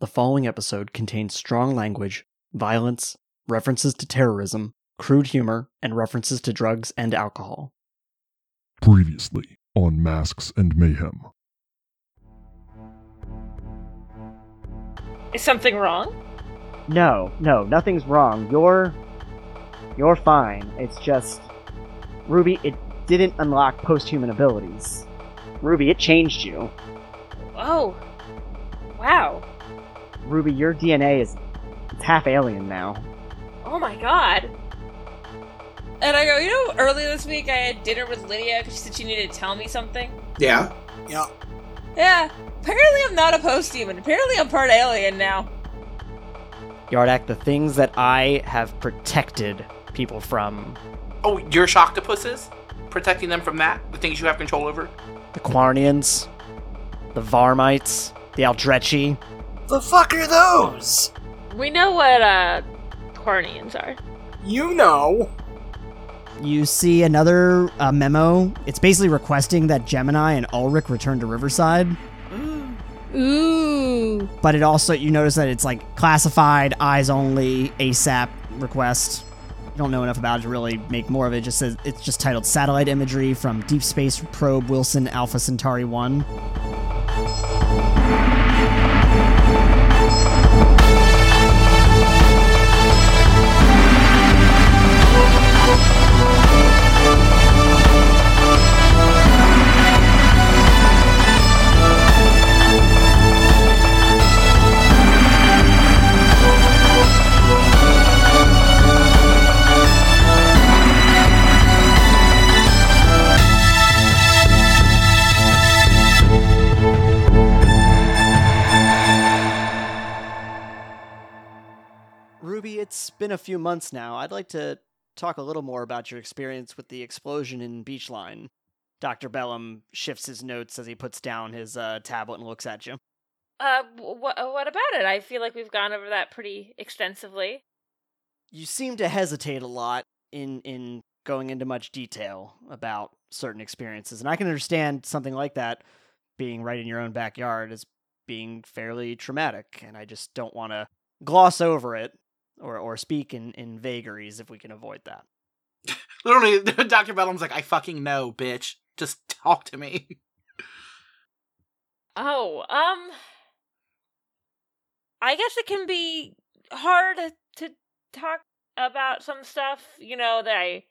The following episode contains strong language, violence, references to terrorism, crude humor, and references to drugs and alcohol. Previously on Masks and Mayhem. Is something wrong? No, no, nothing's wrong. You're you're fine. It's just Ruby, it didn't unlock post-human abilities. Ruby, it changed you. Oh. Wow. Ruby, your DNA is it's half alien now. Oh my god. And I go, you know, earlier this week I had dinner with Lydia because she said she needed to tell me something. Yeah. Yeah. Apparently I'm not a post human. Apparently I'm part alien now. Yardak, the things that I have protected people from, Oh, your shoctopuses? Protecting them from that? The things you have control over? the Quarnians, the Varmites, the Aldrechi. The fuck are those? We know what uh Cornians are. You know. You see another uh, memo. It's basically requesting that Gemini and Ulrich return to Riverside, Ooh. but it also you notice that it's like classified, eyes only, ASAP request. You don't know enough about it to really make more of it. it just says it's just titled "Satellite Imagery from Deep Space Probe Wilson Alpha Centauri One." Ruby, it's been a few months now. I'd like to talk a little more about your experience with the explosion in Beachline. Dr. Bellum shifts his notes as he puts down his uh, tablet and looks at you. Uh wh- what about it? I feel like we've gone over that pretty extensively. You seem to hesitate a lot in in going into much detail about certain experiences, and I can understand something like that being right in your own backyard as being fairly traumatic, and I just don't want to gloss over it or or speak in in vagaries if we can avoid that. Literally, Dr. Bellum's like, I fucking know, bitch. Just talk to me. Oh, um I guess it can be hard to talk about some stuff, you know, that I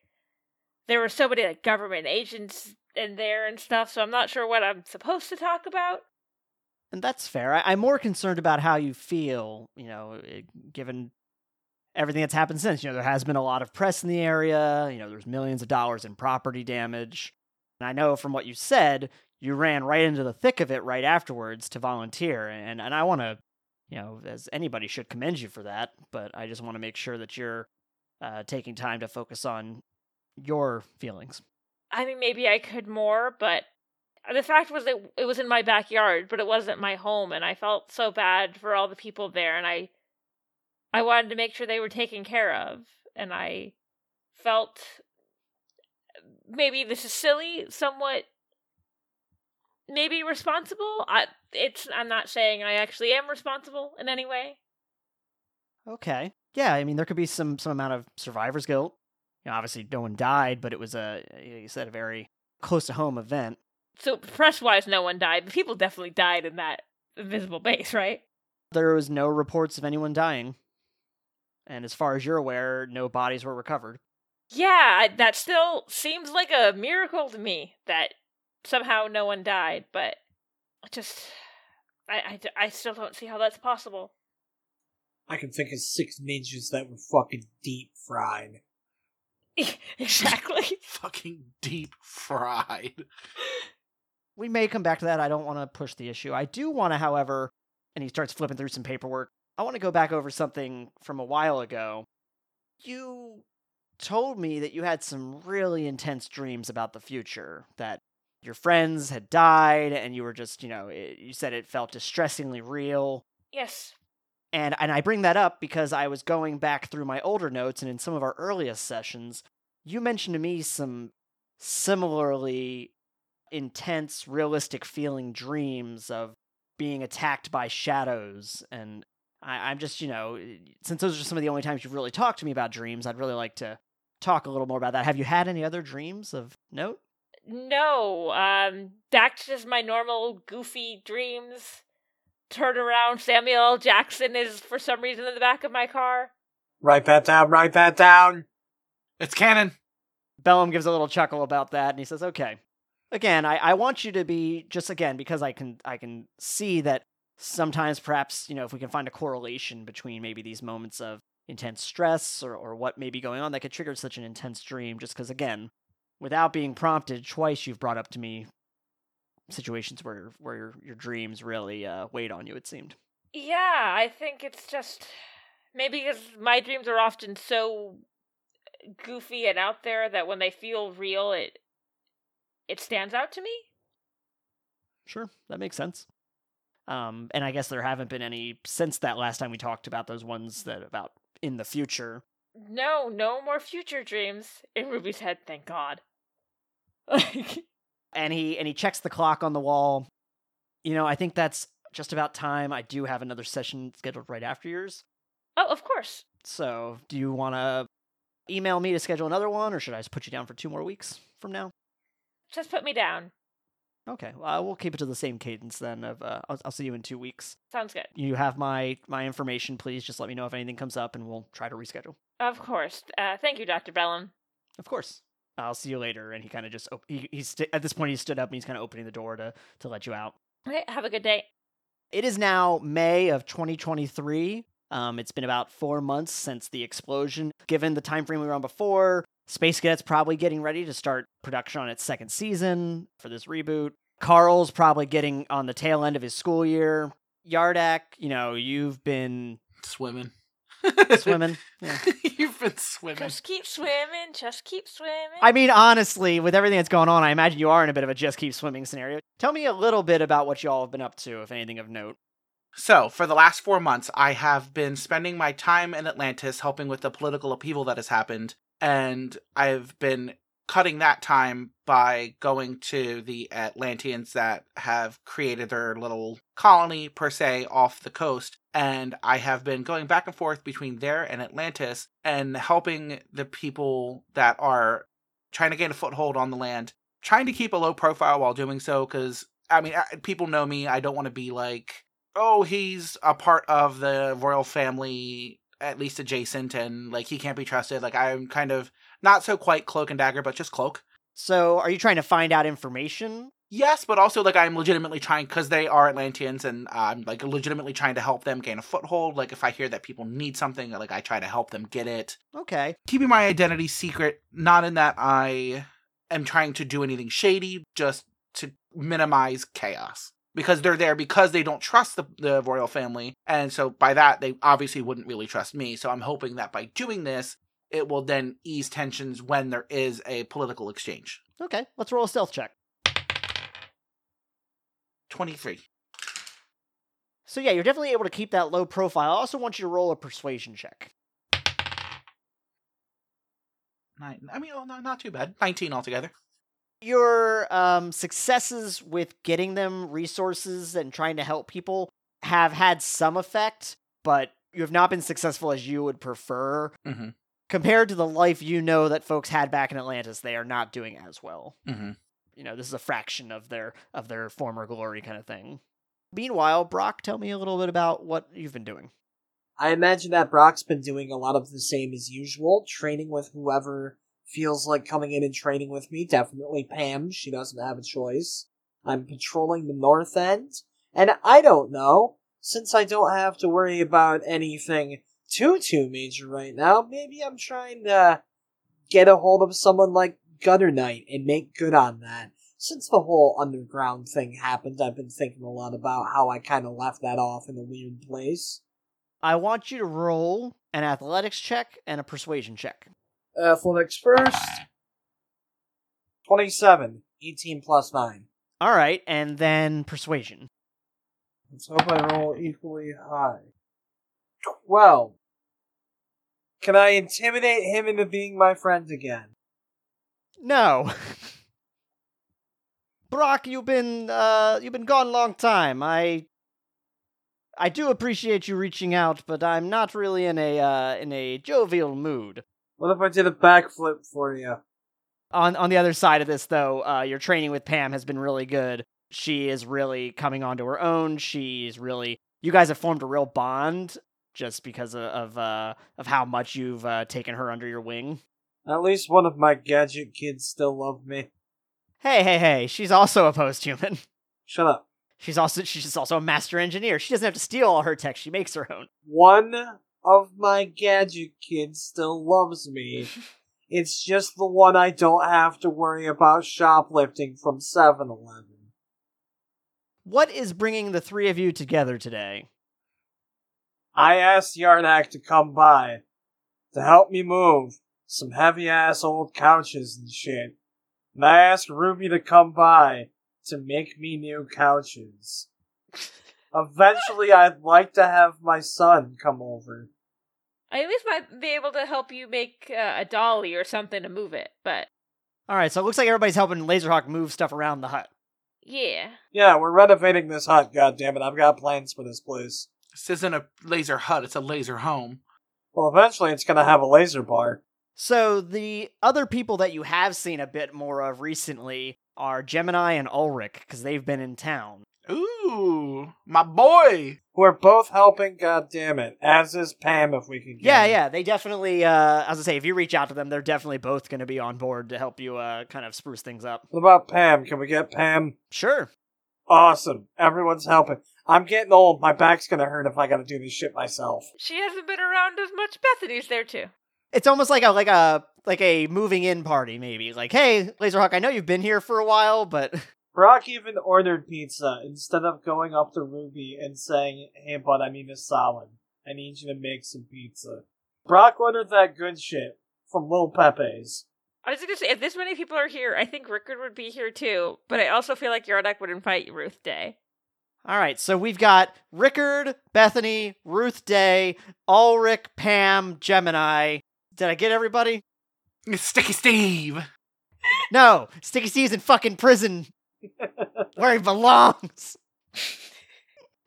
there were so many like government agents in there and stuff, so I'm not sure what I'm supposed to talk about. And that's fair. I, I'm more concerned about how you feel, you know, eh, given everything that's happened since. You know, there has been a lot of press in the area. You know, there's millions of dollars in property damage. And I know from what you said, you ran right into the thick of it right afterwards to volunteer. And, and I want to, you know, as anybody should commend you for that, but I just want to make sure that you're uh, taking time to focus on your feelings. I mean, maybe I could more, but the fact was that it was in my backyard, but it wasn't my home, and I felt so bad for all the people there, and I, I wanted to make sure they were taken care of, and I felt maybe this is silly, somewhat, maybe responsible. I it's I'm not saying I actually am responsible in any way. Okay. Yeah, I mean there could be some some amount of survivor's guilt. You know, obviously no one died, but it was a you know, you said a very close to home event. So press wise, no one died, but people definitely died in that invisible base, right? There was no reports of anyone dying. And as far as you're aware, no bodies were recovered. Yeah, I- that still seems like a miracle to me that somehow no one died, but I just. I, I d- I still don't see how that's possible. I can think of six ninjas that were fucking deep fried. exactly. fucking deep fried. We may come back to that. I don't want to push the issue. I do want to, however, and he starts flipping through some paperwork. I want to go back over something from a while ago. You told me that you had some really intense dreams about the future, that your friends had died and you were just, you know, it, you said it felt distressingly real. Yes. And and I bring that up because I was going back through my older notes and in some of our earliest sessions, you mentioned to me some similarly intense realistic feeling dreams of being attacked by shadows. And I, I'm just, you know, since those are some of the only times you've really talked to me about dreams, I'd really like to talk a little more about that. Have you had any other dreams of note? No, um, that's just my normal goofy dreams. Turn around, Samuel L. Jackson is for some reason in the back of my car. Write that down. Write that down. It's canon. Bellum gives a little chuckle about that and he says, Okay. Again, I, I want you to be just again, because I can I can see that sometimes perhaps, you know, if we can find a correlation between maybe these moments of intense stress or, or what may be going on that could trigger such an intense dream, just because again, without being prompted, twice you've brought up to me situations where where your, your dreams really uh, weighed on you, it seemed. Yeah, I think it's just maybe because my dreams are often so goofy and out there that when they feel real, it it stands out to me. Sure, that makes sense. Um, and I guess there haven't been any since that last time we talked about those ones that about in the future. No, no more future dreams in Ruby's head. Thank God. and he and he checks the clock on the wall. You know, I think that's just about time. I do have another session scheduled right after yours. Oh, of course. So, do you want to email me to schedule another one, or should I just put you down for two more weeks from now? Just put me down. Okay, well, we'll keep it to the same cadence then. Of uh, I'll, I'll see you in two weeks. Sounds good. You have my my information. Please just let me know if anything comes up, and we'll try to reschedule. Of course. Uh, thank you, Doctor Bellum. Of course. I'll see you later. And he kind of just op- he, he's st- at this point he stood up and he's kind of opening the door to to let you out. Okay. Have a good day. It is now May of 2023. Um, it's been about four months since the explosion. Given the time frame we were on before, Space Cadet's probably getting ready to start production on its second season for this reboot. Carl's probably getting on the tail end of his school year. Yardak, you know, you've been Swimming. swimming. Yeah. You've been swimming. Just keep swimming. Just keep swimming. I mean, honestly, with everything that's going on, I imagine you are in a bit of a just keep swimming scenario. Tell me a little bit about what y'all have been up to, if anything of note. So, for the last four months, I have been spending my time in Atlantis helping with the political upheaval that has happened, and I've been cutting that time by going to the Atlanteans that have created their little colony, per se, off the coast. And I have been going back and forth between there and Atlantis and helping the people that are trying to gain a foothold on the land, trying to keep a low profile while doing so, because, I mean, I- people know me. I don't want to be like oh, he's a part of the royal family, at least adjacent, and like he can't be trusted. Like I'm kind of not so quite cloak and dagger, but just cloak. So, are you trying to find out information? Yes, but also like I'm legitimately trying because they are Atlanteans, and I'm like legitimately trying to help them gain a foothold. Like if I hear that people need something, like I try to help them get it. Okay. Keeping my identity secret, not in that I am trying to do anything shady, just to minimize chaos because they're there because they don't trust the, the royal family. And so by that, they obviously wouldn't really trust me. So I'm hoping that by doing this, it will then ease tensions when there is a political exchange. Okay. Let's roll a stealth check. 23. So, yeah, you're definitely able to keep that low profile. I also want you to roll a persuasion check. Nine, I mean, oh, no, not too bad. 19 altogether. your um, successes with getting them resources and trying to help people have had some effect, but you have not been successful as you would prefer. Mhm. Compared to the life you know that folks had back in Atlantis, they are not doing as well. Mm-hmm. You know, this is a fraction of their of their former glory kind of thing. Meanwhile, Brock, tell me a little bit about what you've been doing. I imagine that Brock's been doing a lot of the same as usual, training with whoever feels like coming in and training with me. Definitely Pam, she doesn't have a choice. I'm patrolling the north end, and I don't know, since I don't have to worry about anything too, too major right now, maybe I'm trying to get a hold of someone like Gutter Knight and make good on that. Since the whole underground thing happened, I've been thinking a lot about how I kind of left that off in a weird place. I want you to roll an athletics check and a persuasion check. Athletics Uh, first. 27. 18 plus 9. All right, and then persuasion. Let's hope I roll equally high. 12. Can I intimidate him into being my friend again? No. Brock, you've been uh you've been gone a long time. I I do appreciate you reaching out, but I'm not really in a uh, in a jovial mood. What if I did a backflip for you? On on the other side of this, though, uh, your training with Pam has been really good. She is really coming onto her own. She's really you guys have formed a real bond just because of of, uh, of how much you've uh, taken her under your wing. At least one of my gadget kids still love me. Hey, hey, hey! She's also a post-human. Shut up. She's also she's also a master engineer. She doesn't have to steal all her tech; she makes her own. One of my gadget kids still loves me. It's just the one I don't have to worry about shoplifting from 7 Eleven. What is bringing the three of you together today? I asked Yarnak to come by to help me move some heavy ass old couches and shit. And I asked Ruby to come by to make me new couches. Eventually, I'd like to have my son come over. I at least might be able to help you make uh, a dolly or something to move it, but All right, so it looks like everybody's helping Laserhawk move stuff around the hut. yeah. Yeah, we're renovating this hut, goddammit. I've got plans for this place. This isn't a laser hut, it's a laser home. Well, eventually, it's gonna have a laser bar. So the other people that you have seen a bit more of recently are Gemini and Ulrich because they've been in town. Ooh, my boy. We're both helping, goddammit. As is Pam, if we can get Yeah, her. yeah, they definitely. Uh, as I say, if you reach out to them, they're definitely both going to be on board to help you uh, kind of spruce things up. What about Pam? Can we get Pam? Sure. Awesome. Everyone's helping. I'm getting old. My back's gonna hurt if I gotta do this shit myself. She hasn't been around as much. Bethany's there too. It's almost like a like a like a moving in party, maybe. Like, hey, Laserhawk, I know you've been here for a while, but Brock even ordered pizza instead of going up to Ruby and saying, Hey, bud, I need a salad. I need you to make some pizza. Brock ordered that good shit from Lil Pepe's. I was gonna say if this many people are here, I think Rickard would be here too. But I also feel like Yardak would invite Ruth Day. All right, so we've got Rickard, Bethany, Ruth Day, Ulrich, Pam, Gemini. Did I get everybody? It's Sticky Steve. No, Sticky Steve's in fucking prison where he belongs.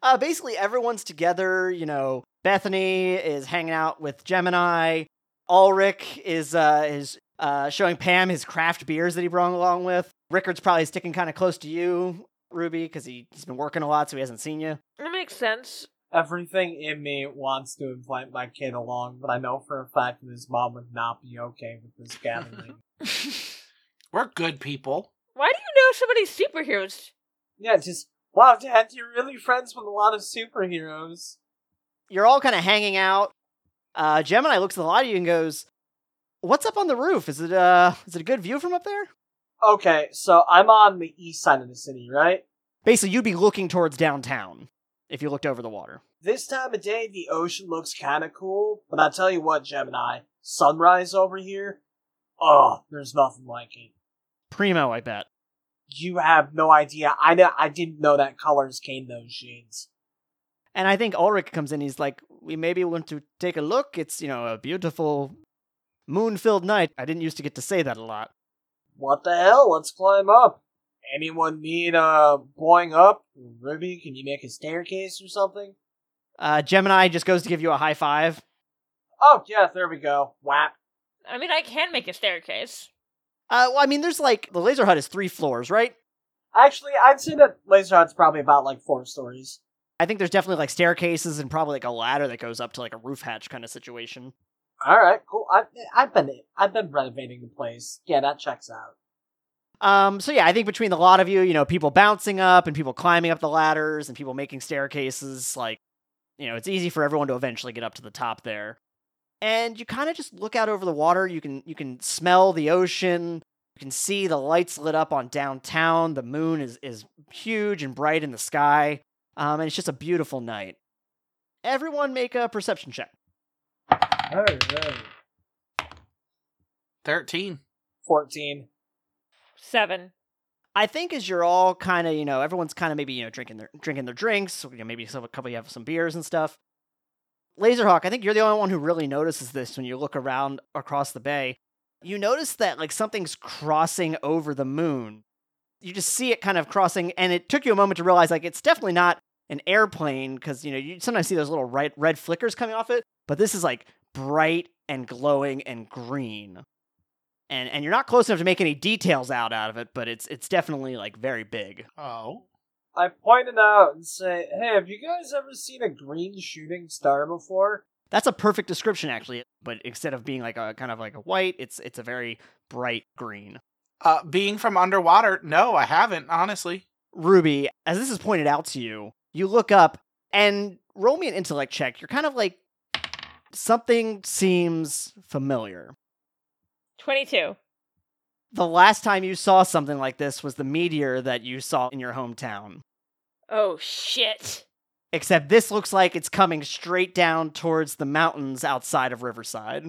uh, basically, everyone's together. You know, Bethany is hanging out with Gemini. Ulrich is uh, is uh, showing Pam his craft beers that he brought along with. Rickard's probably sticking kind of close to you, Ruby, because he, he's been working a lot, so he hasn't seen you. That makes sense. Everything in me wants to invite my kid along, but I know for a fact that his mom would not be okay with this gathering. We're good people. Why do you know so many superheroes? yeah, just, wow, Dad, you're really friends with a lot of superheroes. you're all kind of hanging out. Uh, Gemini looks at a lot of you and goes, "What's up on the roof? Is it uh is it a good view from up there?" Okay, so I'm on the east side of the city, right? Basically, you'd be looking towards downtown if you looked over the water. This time of day, the ocean looks kind of cool, but I tell you what, Gemini, sunrise over here, oh, there's nothing like it. Primo, I bet. You have no idea. I know, I didn't know that colors came those shades. And I think Ulrich comes in. He's like, "We maybe want to take a look. It's you know a beautiful moon-filled night. I didn't used to get to say that a lot." What the hell? Let's climb up. Anyone need uh blowing up? Ruby, can you make a staircase or something? Uh, Gemini just goes to give you a high five. Oh yeah, there we go. Whap. I mean, I can make a staircase. Uh, well, I mean, there's like the laser hut is three floors, right? Actually, I'd say that Laser Hut's probably about like four stories. I think there's definitely like staircases and probably like a ladder that goes up to like a roof hatch kind of situation. All right, cool. I, I've been I've been renovating the place. Yeah, that checks out. Um, so yeah, I think between the lot of you, you know, people bouncing up and people climbing up the ladders and people making staircases, like, you know, it's easy for everyone to eventually get up to the top there. And you kind of just look out over the water. You can you can smell the ocean. You can see the lights lit up on downtown. The moon is is huge and bright in the sky. Um, and it's just a beautiful night. Everyone make a perception check. All right. 13. 14. Seven. I think as you're all kind of, you know, everyone's kind of maybe you know drinking their drinking their drinks. You know, maybe some, a couple you have some beers and stuff. Laserhawk, I think you're the only one who really notices this when you look around across the bay. You notice that like something's crossing over the moon. You just see it kind of crossing, and it took you a moment to realize like it's definitely not an airplane because you know you sometimes see those little red red flickers coming off it, but this is like bright and glowing and green. And and you're not close enough to make any details out out of it, but it's it's definitely like very big. Oh. I pointed out and say, "Hey, have you guys ever seen a green shooting star before?" That's a perfect description actually, but instead of being like a kind of like a white, it's it's a very bright green. Uh, being from underwater, no, I haven't, honestly. Ruby, as this is pointed out to you, you look up and roll me an intellect check. You're kind of like something seems familiar. 22. The last time you saw something like this was the meteor that you saw in your hometown. Oh, shit. Except this looks like it's coming straight down towards the mountains outside of Riverside.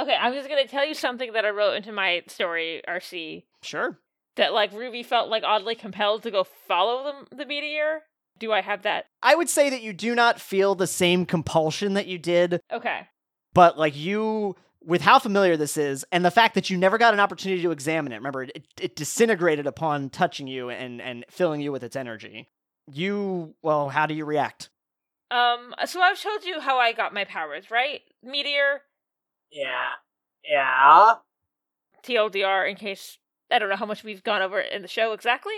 Okay, I'm just going to tell you something that I wrote into my story, RC, Sure. that like Ruby felt like oddly compelled to go follow the, the meteor. Do I have that? I would say that you do not feel the same compulsion that you did, Okay. but like you, with how familiar this is, and the fact that you never got an opportunity to examine it, remember, it, it disintegrated upon touching you and, and filling you with its energy. You, well, how do you react? Um, so I've told you how I got my powers, right? Meteor, Yeah, yeah. TLDR in case I don't know how much we've gone over it in the show exactly.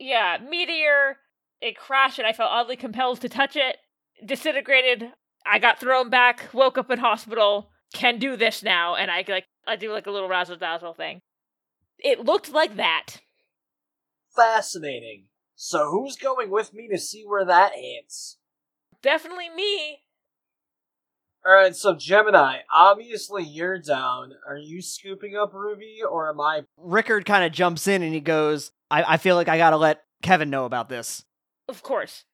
Yeah, meteor, it crashed and I felt oddly compelled to touch it. Disintegrated. I got thrown back, woke up in hospital, can do this now, and I like I do like a little razzle dazzle thing. It looked like that. Fascinating. So who's going with me to see where that hits? Definitely me. All right, so Gemini, obviously you're down. Are you scooping up Ruby, or am I? Rickard kind of jumps in and he goes, I, I feel like I gotta let Kevin know about this. Of course.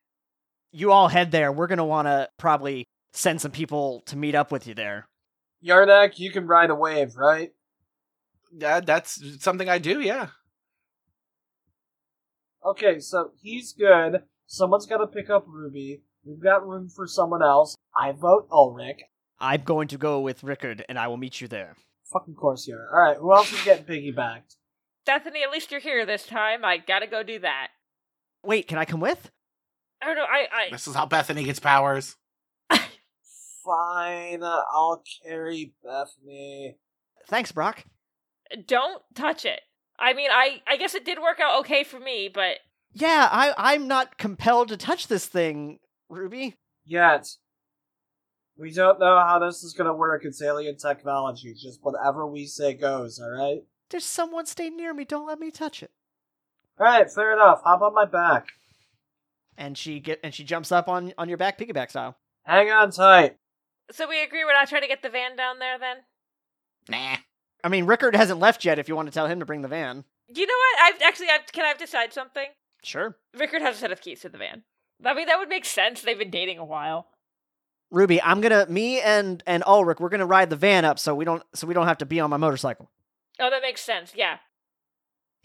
You all head there. We're gonna wanna probably send some people to meet up with you there. Yardak, you can ride a wave, right? That, that's something I do, yeah. Okay, so he's good. Someone's got to pick up Ruby. We've got room for someone else. I vote Ulrich. I'm going to go with Rickard and I will meet you there. Fucking course you are. All right, who else is getting piggybacked? Stephanie, at least you're here this time. I gotta go do that. Wait, can I come with? I don't know, I, This is how Bethany gets powers. I Fine, I'll carry Bethany. Thanks, Brock. don't touch it. I mean I I guess it did work out okay for me, but Yeah, I, I'm not compelled to touch this thing, Ruby. Yet. We don't know how this is gonna work. It's alien technology. Just whatever we say goes, alright? There's someone stay near me. Don't let me touch it. Alright, fair enough. Hop on my back. And she get and she jumps up on on your back piggyback style. Hang on tight. So we agree we're not trying to get the van down there then? Nah. I mean, Rickard hasn't left yet. If you want to tell him to bring the van, You know what? I've actually I've, can I've decide something? sure. Rickard has a set of keys to the van. I mean that would make sense. They've been dating a while. Ruby, I'm gonna me and and Ulrich, we're gonna ride the van up so we don't so we don't have to be on my motorcycle. Oh, that makes sense. Yeah.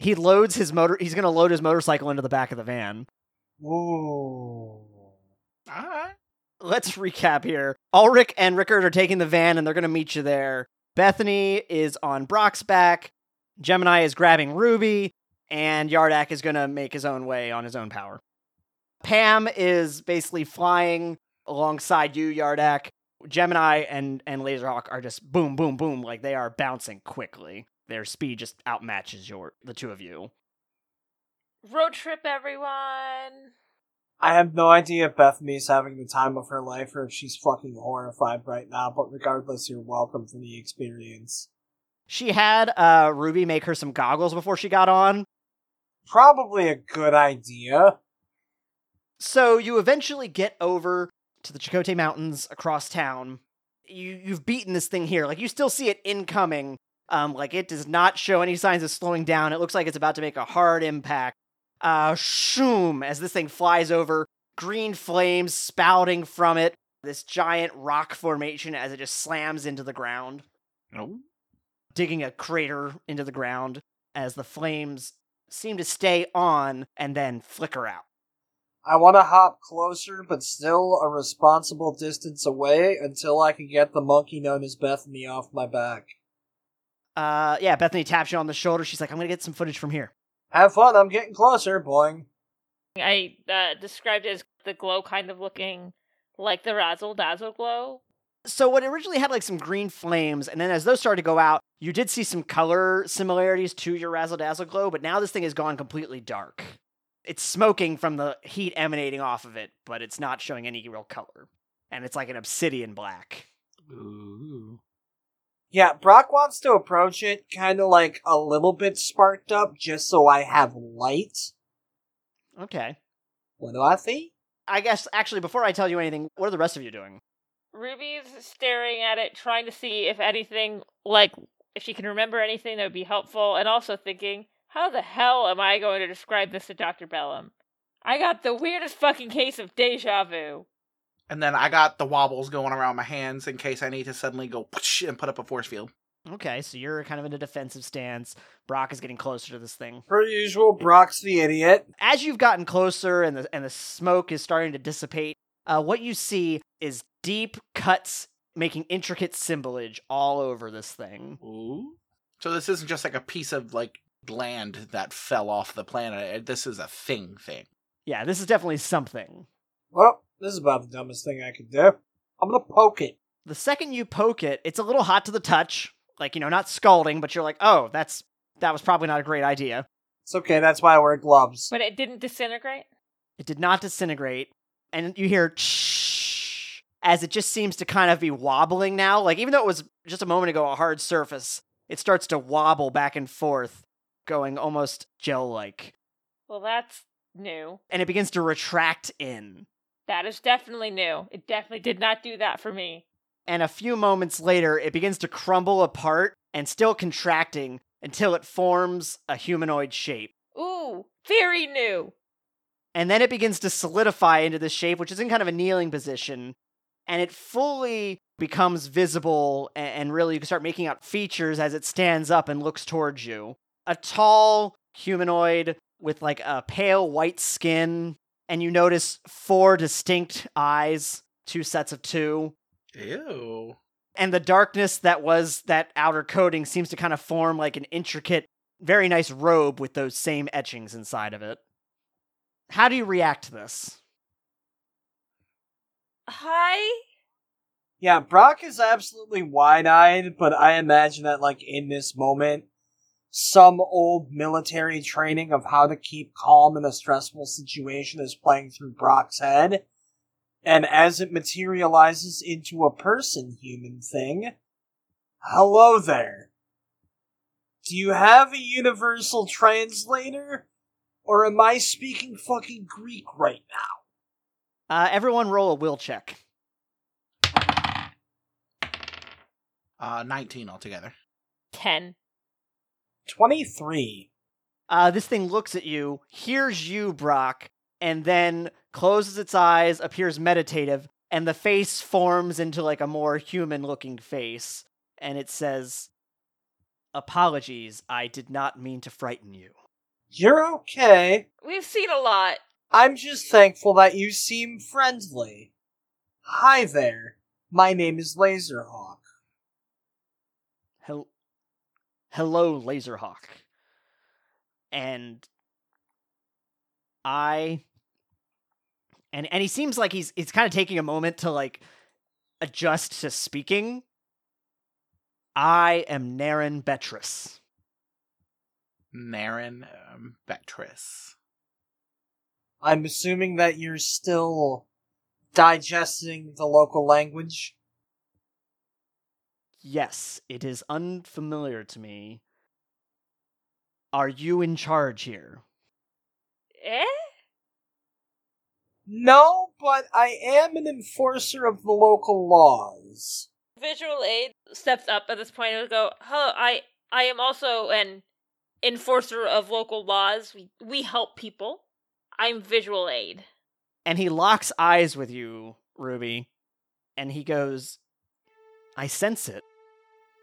He loads his motor. He's gonna load his motorcycle into the back of the van. Ooh. Alright. Let's recap here. Ulrich and Rickard are taking the van and they're gonna meet you there. Bethany is on Brock's back. Gemini is grabbing Ruby, and Yardak is gonna make his own way on his own power. Pam is basically flying alongside you, Yardak. Gemini and and Laserhawk are just boom, boom, boom, like they are bouncing quickly. Their speed just outmatches your the two of you. Road trip, everyone. I have no idea if Bethany's having the time of her life or if she's fucking horrified right now, but regardless, you're welcome for the experience. She had uh, Ruby make her some goggles before she got on. Probably a good idea. So you eventually get over to the Chicote Mountains across town. You you've beaten this thing here. Like you still see it incoming. Um, like it does not show any signs of slowing down. It looks like it's about to make a hard impact. Uh, shoom! As this thing flies over, green flames spouting from it. This giant rock formation as it just slams into the ground. Oh. digging a crater into the ground as the flames seem to stay on and then flicker out. I want to hop closer, but still a responsible distance away until I can get the monkey known as Bethany off my back. Uh, yeah, Bethany taps you on the shoulder. She's like, I'm going to get some footage from here. Have fun, I'm getting closer, boing. I uh, described it as the glow kind of looking like the razzle dazzle glow. So what originally had like some green flames, and then as those started to go out, you did see some color similarities to your razzle dazzle glow, but now this thing has gone completely dark. It's smoking from the heat emanating off of it, but it's not showing any real color. And it's like an obsidian black. Ooh. Yeah, Brock wants to approach it kind of like a little bit sparked up just so I have light. Okay. What do I think? I guess actually before I tell you anything, what are the rest of you doing? Ruby's staring at it, trying to see if anything, like, if she can remember anything that would be helpful, and also thinking, how the hell am I going to describe this to Dr. Bellum? I got the weirdest fucking case of deja vu. And then I got the wobbles going around my hands in case I need to suddenly go whoosh and put up a force field. Okay, so you're kind of in a defensive stance. Brock is getting closer to this thing. Per usual, Brock's the idiot. As you've gotten closer and the and the smoke is starting to dissipate, uh, what you see is deep cuts making intricate symbolage all over this thing. Ooh. So this isn't just like a piece of like land that fell off the planet. This is a thing thing. Yeah, this is definitely something. Well, this is about the dumbest thing I could do. I'm gonna poke it. The second you poke it, it's a little hot to the touch. Like, you know, not scalding, but you're like, oh, that's that was probably not a great idea. It's okay, that's why I wear gloves. But it didn't disintegrate? It did not disintegrate. And you hear shh as it just seems to kind of be wobbling now. Like even though it was just a moment ago a hard surface, it starts to wobble back and forth, going almost gel like. Well, that's new. And it begins to retract in. That is definitely new. It definitely did not do that for me. And a few moments later, it begins to crumble apart and still contracting until it forms a humanoid shape. Ooh, very new. And then it begins to solidify into this shape, which is in kind of a kneeling position. And it fully becomes visible, a- and really you can start making out features as it stands up and looks towards you. A tall humanoid with like a pale white skin, and you notice four distinct eyes, two sets of two, Ew. and the darkness that was that outer coating seems to kind of form like an intricate, very nice robe with those same etchings inside of it. How do you react to this? Hi? Yeah, Brock is absolutely wide eyed, but I imagine that, like, in this moment, some old military training of how to keep calm in a stressful situation is playing through Brock's head. And as it materializes into a person human thing, hello there. Do you have a universal translator? Or am I speaking fucking Greek right now? Uh, everyone roll a will check. Uh, 19 altogether. 10. 23. Uh, this thing looks at you, hears you, Brock, and then closes its eyes, appears meditative, and the face forms into like a more human looking face. And it says, Apologies, I did not mean to frighten you. You're okay. We've seen a lot. I'm just thankful that you seem friendly. Hi there. My name is Laserhawk. Hel- hello laserhawk and i and and he seems like he's he's kind of taking a moment to like adjust to speaking i am naren betris Naren um, Betris. I'm assuming that you're still digesting the local language. yes it is unfamiliar to me are you in charge here Eh? No, but I am an enforcer of the local laws. Visual aid steps up at this point and will go, "Hello, I I am also an enforcer of local laws. We we help people. I'm visual aid." and he locks eyes with you, Ruby, and he goes, I sense it.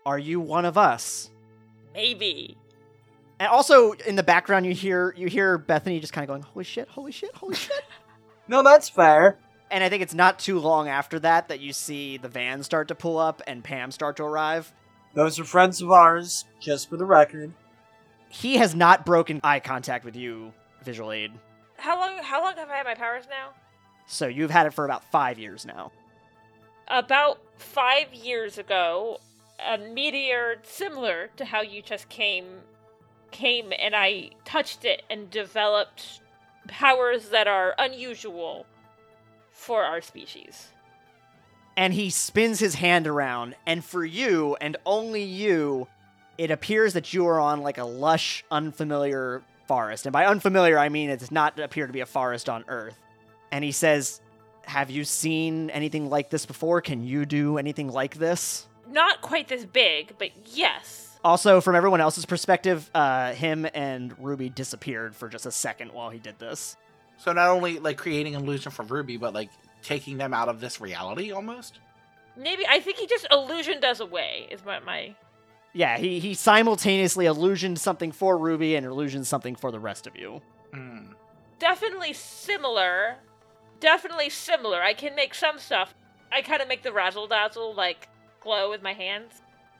Are you one of us? Maybe. And also in the background you hear you hear Bethany just kind of going, "Holy shit, holy shit, holy shit." No, that's fair. and I think it's not too long after that that you see the van start to pull up and Pam start to arrive. Those are friends of ours, just for the record. He has not broken eye contact with you, visual aid. How long? How long have I had my powers now? So you've had it for about five years now. About five years ago, a meteor similar to how you just came came and I touched it and developed powers that are unusual for our species. And he spins his hand around, and for you, and only you, it appears that you are on like a lush, unfamiliar forest. And by unfamiliar, I mean it does not appear to be a forest on Earth. And he says, Have you seen anything like this before? Can you do anything like this? Not quite this big, but yes. Also, from everyone else's perspective, uh, him and Ruby disappeared for just a second while he did this. So not only like creating an illusion for Ruby, but like taking them out of this reality almost. Maybe I think he just illusioned us away. Is what my Yeah, he, he simultaneously illusioned something for Ruby and illusioned something for the rest of you. Mm. definitely similar. Definitely similar. I can make some stuff. I kind of make the razzle dazzle like glow with my hands.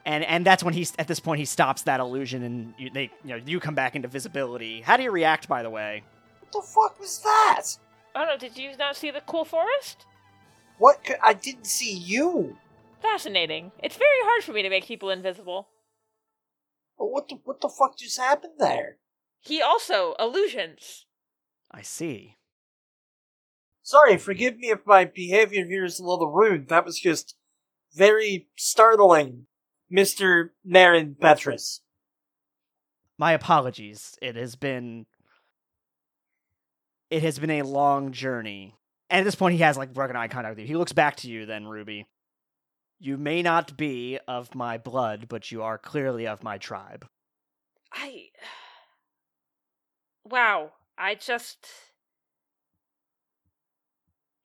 And and that's when he's at this point he stops that illusion and you, they you know you come back into visibility. How do you react by the way? What the fuck was that? I don't know. Oh Did you not see the cool forest? What? Could, I didn't see you. Fascinating. It's very hard for me to make people invisible. What the what the fuck just happened there? He also illusions. I see. Sorry, forgive me if my behavior here is a little rude. That was just very startling, Mister Marin Petrus. My apologies. It has been it has been a long journey. And at this point he has like broken eye contact with you. He looks back to you then, Ruby. You may not be of my blood, but you are clearly of my tribe. I. Wow. I just.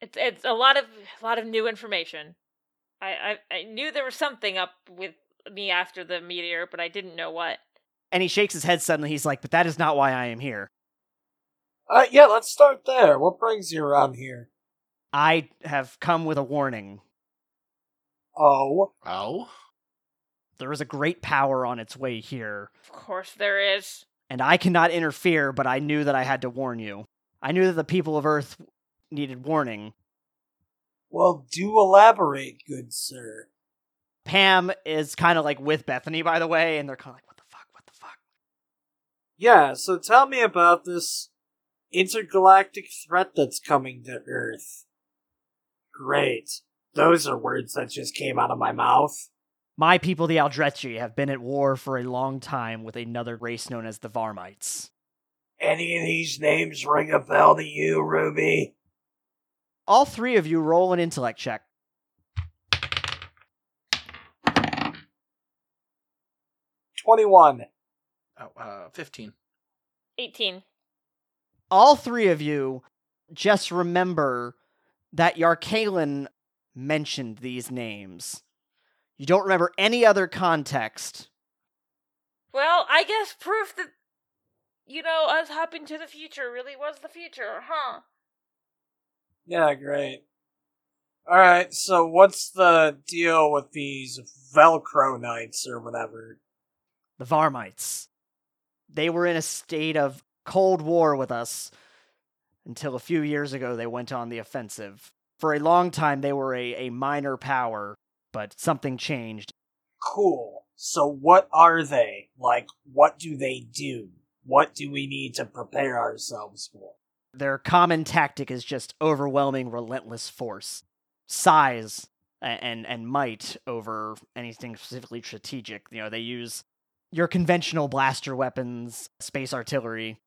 It's it's a lot of a lot of new information. I, I I knew there was something up with me after the meteor, but I didn't know what. And he shakes his head suddenly. He's like, "But that is not why I am here. Uh, yeah, let's start there. What brings you around here? I have come with a warning. Oh, Oh, There is a great power on its way here, Of course there is. and I cannot interfere, but I knew that I had to warn you. I knew that the people of Earth needed warning. well, do elaborate, good sir. Pam is kind of like with Bethany, by the way, and they're kind of like, what the fuck, what the fuck? Yeah, so tell me about this intergalactic threat that's coming to Earth. Great. Those are words that just came out of my mouth. My people, the Aldretchi, have been at war for a long time with another race known as the Varmites. Any of these names ring a bell to you, Ruby? All three of you roll an intellect check. Twenty-one. oh uh, 15. 18. all three of you just remember that Yarkalen mentioned these names. You don't remember any other context. Well, I guess proof that, you know, us hopping to the future really was the future, huh? Yeah, great. Alright, so what's the deal with these Velcro Knights or whatever? The Varmites. They were in a state of cold war with us until a few years ago they went on the offensive. For a long time they were a, a minor power, but something changed. Cool. So what are they? Like, what do they do? What do we need to prepare ourselves for? Their common tactic is just overwhelming, relentless force, size, a- and and might over anything specifically strategic. You know, they use your conventional blaster weapons, space artillery.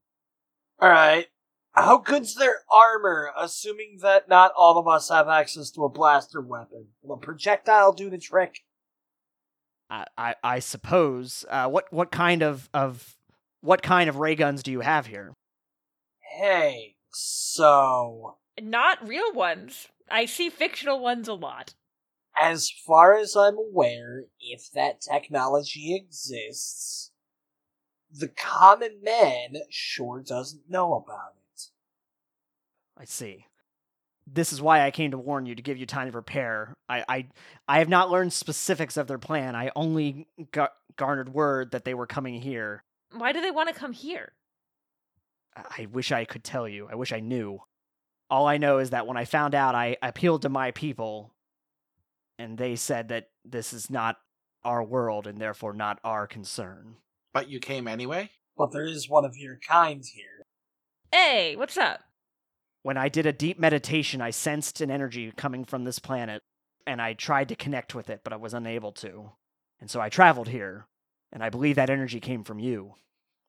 Alright. How good's their armor, assuming that not all of us have access to a blaster weapon? Will a projectile do the trick? I I, I suppose. Uh, what what kind of of what kind of ray guns do you have here? Hey, so. Not real ones. I see fictional ones a lot. As far as I'm aware, if that technology exists, the common man sure doesn't know about it. I see. This is why I came to warn you to give you time to prepare. I I, I have not learned specifics of their plan. I only gar- garnered word that they were coming here. Why do they want to come here? I I wish I could tell you. I wish I knew. All I know is that when I found out, I appealed to my people, and they said that this is not our world and therefore not our concern. But you came anyway? But there is one of your kind here. Hey, what's up? When I did a deep meditation, I sensed an energy coming from this planet, and I tried to connect with it, but I was unable to. And so I traveled here, and I believe that energy came from you.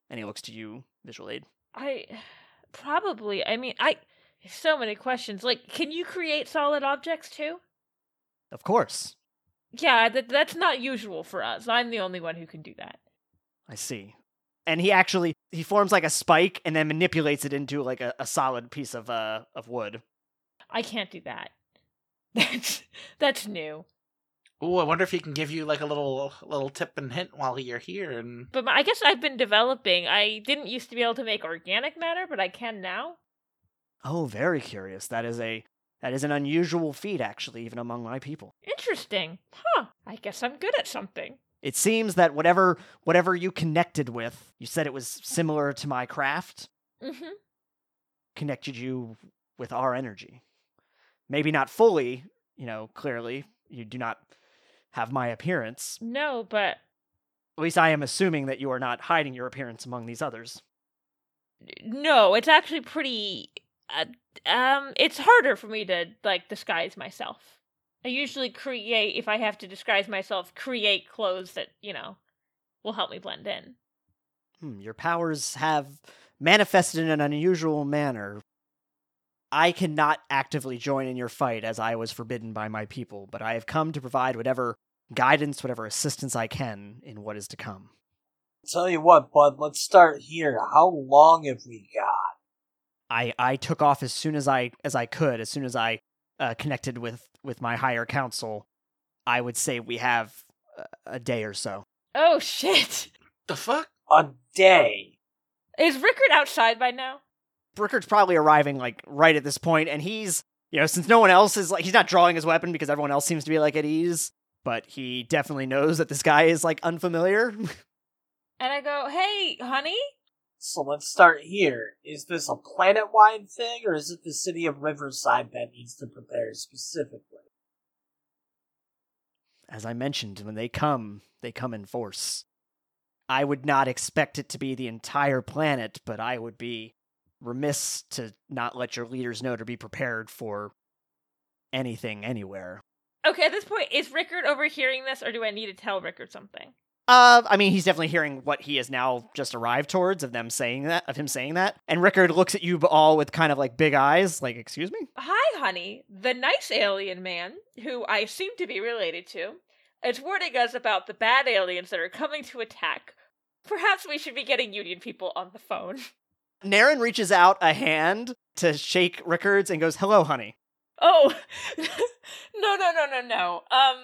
And he looks to you, visual aid. I probably. I mean, I so many questions. Like, can you create solid objects too? Of course. Yeah, that that's not usual for us. I'm the only one who can do that. I see. And he actually he forms like a spike and then manipulates it into like a, a solid piece of uh of wood. I can't do that. That's that's new. Ooh, I wonder if he can give you like a little little tip and hint while you're here and But my, I guess I've been developing. I didn't used to be able to make organic matter, but I can now. Oh, very curious. That is a that is an unusual feat actually, even among my people. Interesting. Huh. I guess I'm good at something. It seems that whatever whatever you connected with, you said it was similar to my craft, Mhm. connected you with our energy. Maybe not fully, you know, clearly you do not have my appearance. No, but At least I am assuming that you are not hiding your appearance among these others. no, it's actually pretty uh, um it's harder for me to like disguise myself. I usually create if I have to disguise myself, create clothes that, you know, will help me blend in. Hmm, your powers have manifested in an unusual manner. I cannot actively join in your fight as I was forbidden by my people, but I have come to provide whatever guidance, whatever assistance I can in what is to come. Tell you what, bud, let's start here. How long have we got? I I took off as soon as I as I could, as soon as I uh, connected with with my higher council. I would say we have uh, a day or so. Oh shit. the fuck? A day. Is Rickard outside by now? Brickard's probably arriving like right at this point, and he's you know since no one else is like he's not drawing his weapon because everyone else seems to be like at ease, but he definitely knows that this guy is like unfamiliar. And I go, "Hey, honey, So let's start here. Is this a planet wide thing, or is it the city of Riverside that needs to prepare specifically? As I mentioned, when they come, they come in force. I would not expect it to be the entire planet, but I would be remiss to not let your leaders know to be prepared for anything anywhere. Okay, at this point, is Rickard overhearing this, or do I need to tell Rickard something? Uh, I mean, he's definitely hearing what he has now just arrived towards of them saying that, of him saying that. And Rickard looks at you all with kind of like big eyes, like, excuse me? Hi, honey. The nice alien man, who I seem to be related to, is warning us about the bad aliens that are coming to attack. Perhaps we should be getting Union people on the phone. Naren reaches out a hand to shake Rickard's and goes, hello, honey. Oh, no, no, no, no, no. Um,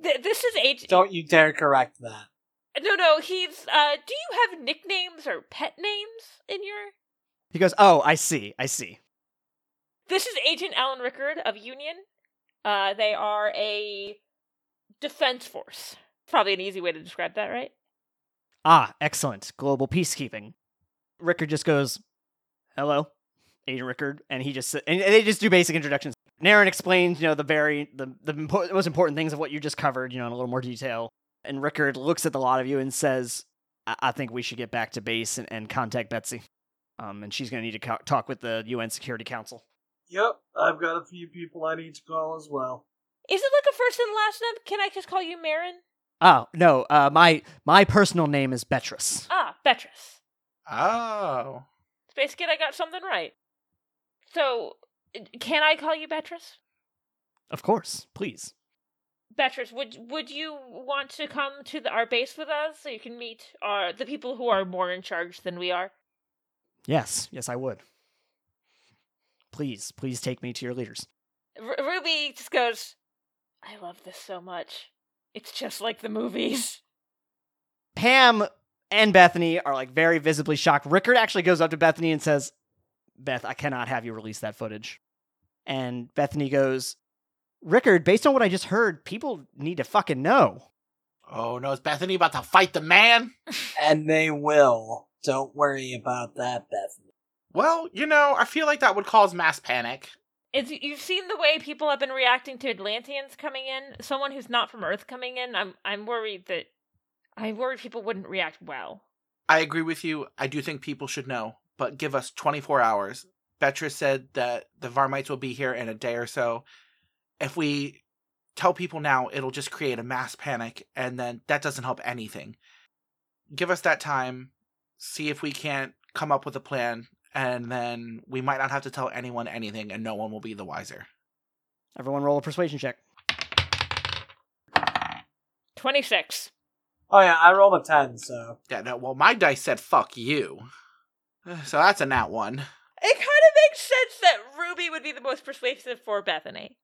th- this is H. Don't you dare correct that. No, no, he's. Uh, do you have nicknames or pet names in your? He goes, oh, I see, I see. This is Agent Alan Rickard of Union. Uh, they are a defense force. Probably an easy way to describe that, right? Ah, excellent. Global peacekeeping. Rickard just goes, hello, Agent Rickard. And he just, and they just do basic introductions. Naren explains, you know, the very, the, the impo- most important things of what you just covered, you know, in a little more detail. And Rickard looks at the lot of you and says, I, I think we should get back to base and, and contact Betsy. Um, and she's going to need to co- talk with the UN Security Council. Yep, I've got a few people I need to call as well. Is it like a first and last name? Can I just call you Marin? Oh, no, uh, my, my personal name is Betris. Ah, Betris. Oh. Space Kid, I got something right. So, can I call you Betris? Of course, please. Betris, would would you want to come to the, our base with us so you can meet our the people who are more in charge than we are? Yes, yes, I would. Please, please take me to your leaders. R- Ruby just goes, I love this so much. It's just like the movies. Pam and Bethany are like very visibly shocked. Rickard actually goes up to Bethany and says, Beth, I cannot have you release that footage. And Bethany goes, Rickard, based on what I just heard, people need to fucking know. Oh no, is Bethany about to fight the man? And they will. Don't worry about that, Bethany. Well, you know, I feel like that would cause mass panic. It's, you've seen the way people have been reacting to Atlanteans coming in. Someone who's not from Earth coming in, I'm I'm worried that I'm worried people wouldn't react well. I agree with you. I do think people should know, but give us 24 hours. Betra said that the Varmites will be here in a day or so. If we tell people now, it'll just create a mass panic, and then that doesn't help anything. Give us that time, see if we can't come up with a plan, and then we might not have to tell anyone anything, and no one will be the wiser. Everyone roll a persuasion check. 26. Oh yeah, I rolled a ten, so Yeah, no, well, my dice said fuck you. So that's a nat one. It kind of makes sense that Ruby would be the most persuasive for Bethany.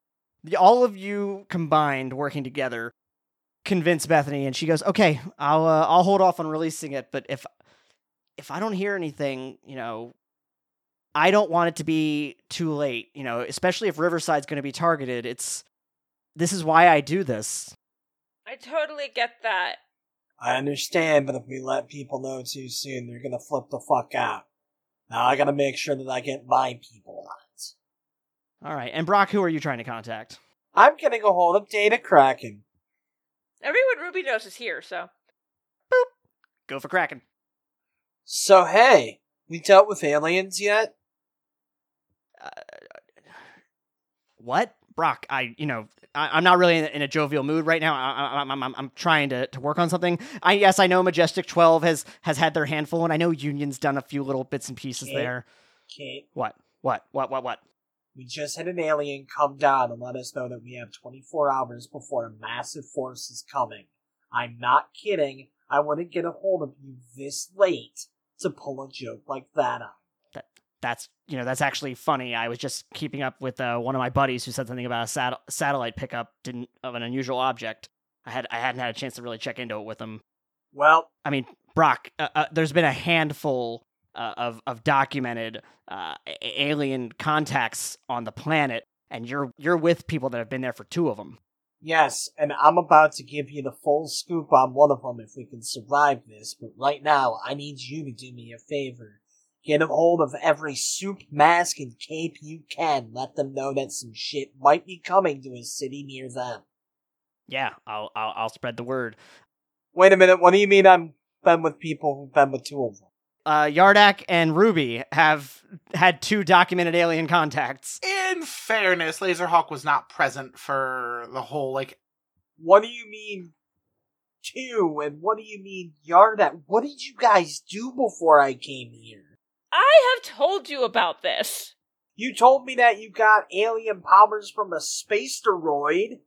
The- All of you combined working together convince Bethany, and she goes, "Okay, I'll uh, I'll hold off on releasing it, but if if I don't hear anything, you know, I don't want it to be too late. You know, especially if Riverside's going to be targeted. It's this is why I do this. I totally get that. I understand, but if we let people know too soon, they're gonna flip the fuck out. Now I gotta make sure that I get my people on it. All right, and Brock, who are you trying to contact? I'm getting a hold of Data Kraken. Everyone Ruby knows is here, so. Go for Kraken. So hey, we dealt with aliens yet? What, Brock? I, you know, I, I'm not really in, in a jovial mood right now. I, I, I'm, I'm, I'm trying to, to work on something. I yes, I know Majestic Twelve has has had their handful, and I know Union's done a few little bits and pieces Okay. there. Kate, What, what, what, what, what? we just had an alien come down and let us know that we have 24 hours before a massive force is coming. I'm not kidding. I wouldn't get a hold of you this late to pull a joke like that on. That's you know that's actually funny. I was just keeping up with uh, one of my buddies who said something about a sat- satellite pickup didn't of an unusual object. I had I hadn't had a chance to really check into it with him. Well, I mean, Brock, uh, uh, there's been a handful uh, of of documented uh, a- alien contacts on the planet, and you're you're with people that have been there for two of them. yes, and I'm about to give you the full scoop on one of them if we can survive this, but right now I need you to do me a favor. Get a hold of every soup, mask, and cape you can. Let them know that some shit might be coming to a city near them. Yeah, I'll I'll, I'll spread the word. Wait a minute. What do you mean I'm been with people who've been with two of them? Uh, Yardak and Ruby have had two documented alien contacts. In fairness, Laserhawk was not present for the whole like What do you mean two? And what do you mean yard at? What did you guys do before I came here? I have told you about this. You told me that you got alien powers from a space asteroid.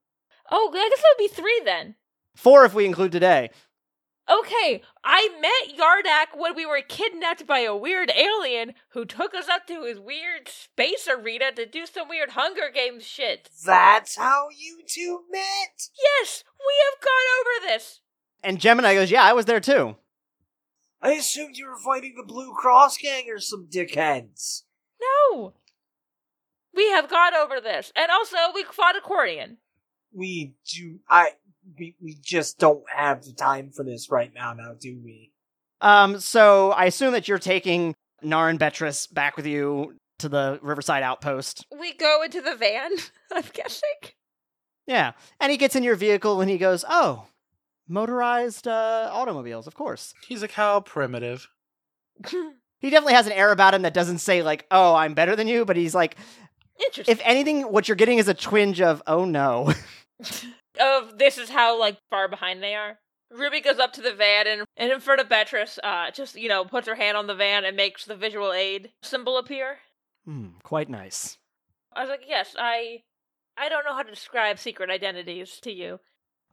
Oh, I guess that would be three then. Four, if we include today. Okay, I met Yardak when we were kidnapped by a weird alien who took us up to his weird space arena to do some weird Hunger Games shit. That's how you two met. Yes, we have gone over this. And Gemini goes, "Yeah, I was there too." I assumed you were fighting the Blue Cross gang or some dickheads. No. We have gone over this. And also, we fought accordion. We do. I. We, we just don't have the time for this right now. Now, do we? Um, so I assume that you're taking Naran Betris back with you to the Riverside outpost. We go into the van, I'm guessing. Yeah. And he gets in your vehicle and he goes, Oh, motorized uh, automobiles, of course. he's like how primitive. He definitely has an air about him that doesn't say, like, Oh, I'm better than you, but he's like, Interesting. If anything, what you're getting is a twinge of, Oh no. of this is how like far behind they are. Ruby goes up to the van and, and in front of Beatrice, uh, just you know, puts her hand on the van and makes the visual aid symbol appear. Hmm, quite nice. I was like, yes, I, I don't know how to describe secret identities to you.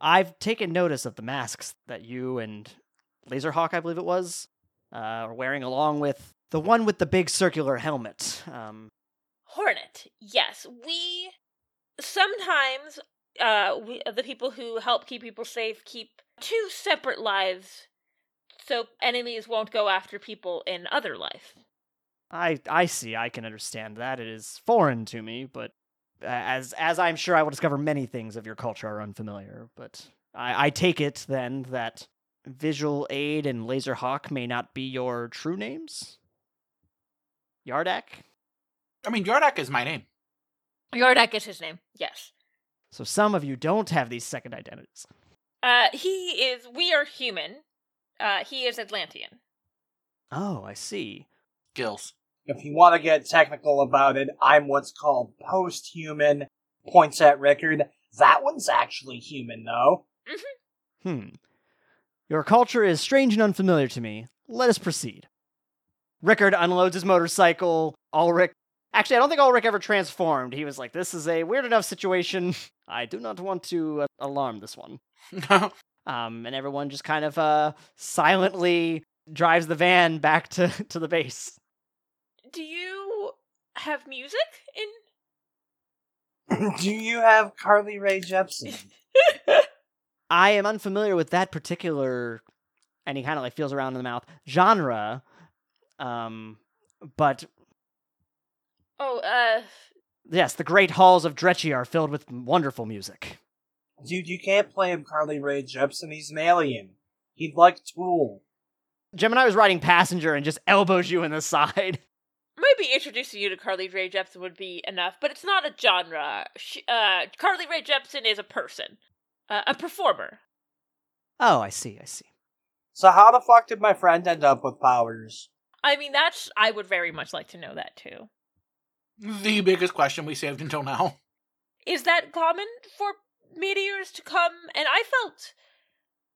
I've taken notice of the masks that you and Laserhawk, I believe it was, uh, are wearing along with the one with the big circular helmet. Um, Hornet. Yes, we sometimes uh we the people who help keep people safe keep two separate lives so enemies won't go after people in other life. I I see. I can understand that. It is foreign to me, but uh, as as I'm sure I will discover many things of your culture are unfamiliar. But I, I take it then that Visual Aid and Laserhawk may not be your true names. Yardak? I mean, Yardak is my name. Yardak is his name. Yes. So some of you don't have these second identities. Uh, he is. We are human. Uh, he is Atlantean. Oh, I see. Gills. If you want to get technical about it, I'm what's called post human, points at record. That one's actually human, though. Hmm. Your culture is strange and unfamiliar to me. Let us proceed. Rickard unloads his motorcycle. Ulrich. Actually, I don't think Ulrich ever transformed. He was like, this is a weird enough situation. I do not want to uh, alarm this one. Um, and everyone just kind of uh, silently drives the van back to, to the base. Do you have music in? Do you have Carly Rae Jepsen? I am unfamiliar with that particular, and he kind of like feels around in the mouth genre. Um, but oh, uh, yes, the great halls of Drechy are filled with wonderful music. Dude, you can't play him Carly Rae Jepsen. He's an alien. He'd like Tool. Gemini was riding passenger and just elbows you in the side. maybe introducing you to Carly Rae Jepsen would be enough, but it's not a genre. She, uh, Carly Rae Jepsen is a person, uh, a performer. Oh, I see, I see. So how the fuck did my friend end up with powers? I mean, that's. I would very much like to know that too. the biggest question we saved until now. Is that common for meteors to come? And I felt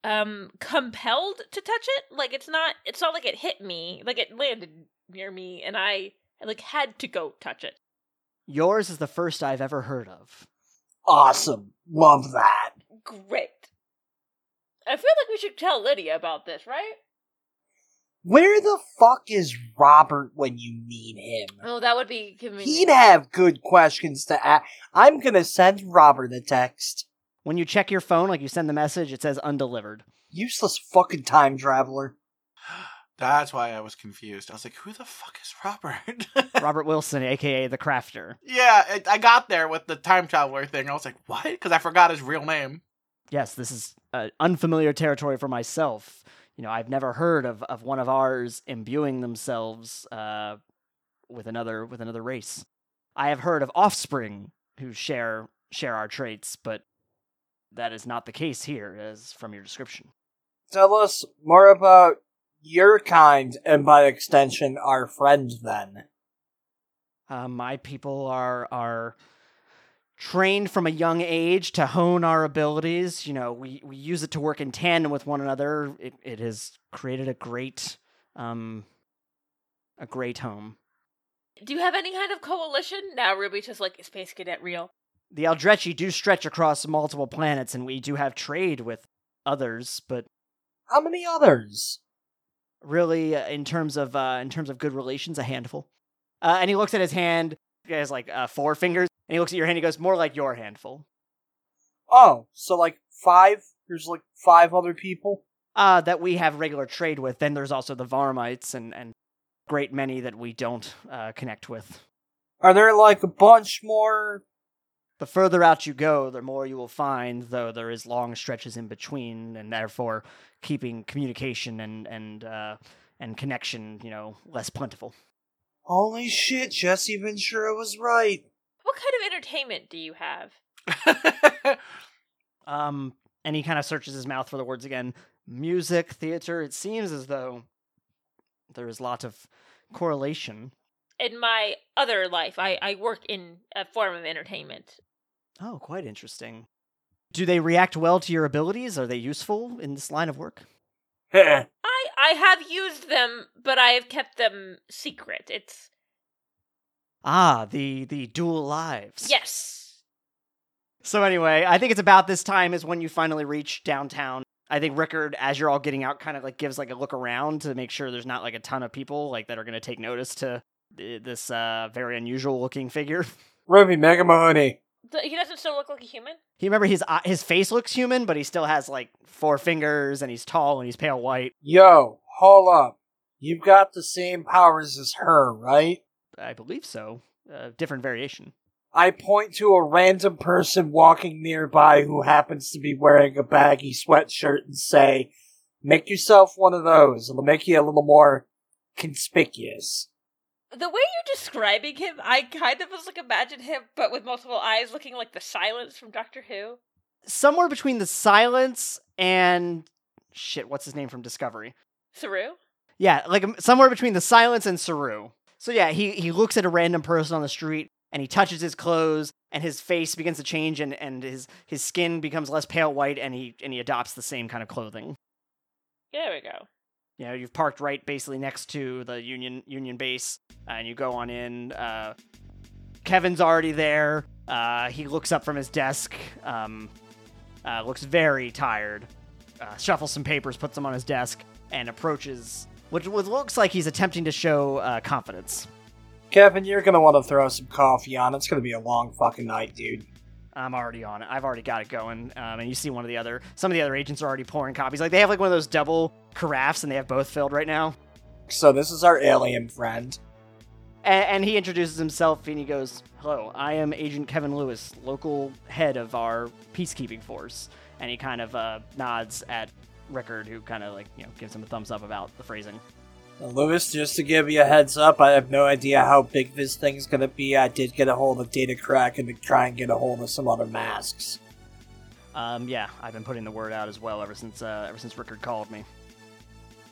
um compelled to touch it. Like it's not. It's not like it hit me. Like it landed near me, and I like had to go touch it. Yours is the first I've ever heard of. Awesome. Love that. Great. I feel like we should tell Lydia about this, right? Where the fuck is Robert when you need him? Oh, that would be He'd convenient. have good questions to ask. I'm gonna send Robert a text. When you check your phone, like you send the message, it says undelivered. Useless fucking time traveler. That's why I was confused. I was like, who the fuck is Robert? Robert Wilson, aka the Crafter. yeah, it, I got there with the time traveler thing. I was like, what? Because I forgot his real name. Yes, this is uh, unfamiliar territory for myself. You know, I've never heard of, of one of ours imbuing themselves uh, with another with another race. I have heard of offspring who share share our traits, but that is not the case here, as from your description. Tell us more about your kind, and by extension, our friend then. Uh, my people are are trained from a young age to hone our abilities. You know, we, we use it to work in tandem with one another. It it has created a great um a great home. Do you have any kind of coalition? Now Ruby just like Space Cadet real. The Aldrechi do stretch across multiple planets, and we do have trade with others. But How many others? really, uh, in terms of uh, in terms of good relations, a handful. Uh, and he looks at his hand. He has like uh, four fingers, and he looks at your hand. He goes, "More like your handful." Oh, so like five? There's like five other people? uh, that we have regular trade with. Then there's also the Varmites and and great many that we don't uh, connect with. Are there like a bunch more? The further out you go, the more you will find, though there is long stretches in between, and therefore keeping communication and and uh, and connection, you know, less plentiful. Holy shit, Jesse Ventura was right. What kind of entertainment do you have? Um, and he kind of searches his mouth for the words again. Music, theater. It seems as though there is lots of correlation. In my other life, I, I work in a form of entertainment. Oh, quite interesting. Do they react well to your abilities? Are they useful in this line of work? Heh. I I have used them, but I have kept them secret. It's Ah, the the dual lives. yes. So anyway, I think it's about this time is when you finally reach downtown. I think Rickard, as you're all getting out, kind of like gives like a look around to make sure there's not like a ton of people like that are going to take notice to th- this uh, very unusual looking figure. Ruby Mega Mahoney. Th- He doesn't still look like a human. You remember his eye- his face looks human, but he still has like four fingers, and he's tall and he's pale white. Yo, hold up. You've got the same powers as her, right? I believe so. Uh, different variation. I point to a random person walking nearby who happens to be wearing a baggy sweatshirt and say, Make yourself one of those. It'll make you a little more conspicuous. the way you're describing him, I kind of was like imagine him, but with multiple eyes, looking like the silence from Doctor Who. Somewhere between the silence and shit, what's his name from Discovery? Saru. Yeah, like um, somewhere between the silence and Saru. So yeah, he he looks at a random person on the street and he touches his clothes and his face begins to change and, and his his skin becomes less pale white and he and he adopts the same kind of clothing. There we go. You know, you've parked right basically next to the Union Union base uh, and you go on in uh Kevin's already there. Uh, he looks up from his desk, um, uh, looks very tired, uh, shuffles some papers, puts them on his desk, and approaches, which, which looks like he's attempting to show uh, confidence. Kevin, you're gonna want to throw some coffee on. It's gonna be a long fucking night, dude. I'm already on it. I've already got it going. Um, and you see one of the other, some of the other agents are already pouring copies. Like they have like one of those double carafes, and they have both filled right now. So this is our alien friend. And, and he introduces himself, and he goes, "Hello, I am Agent Kevin Lewis, local head of our peacekeeping force." And he kind of uh, nods at Rickard, who kind of like you know gives him a thumbs up about the phrasing. Now, Lewis, just to give you a heads up, I have no idea how big this thing's gonna be. I did get a hold of Data Crack and to try and get a hold of some other masks. Um, yeah, I've been putting the word out as well ever since uh, ever since Rickard called me.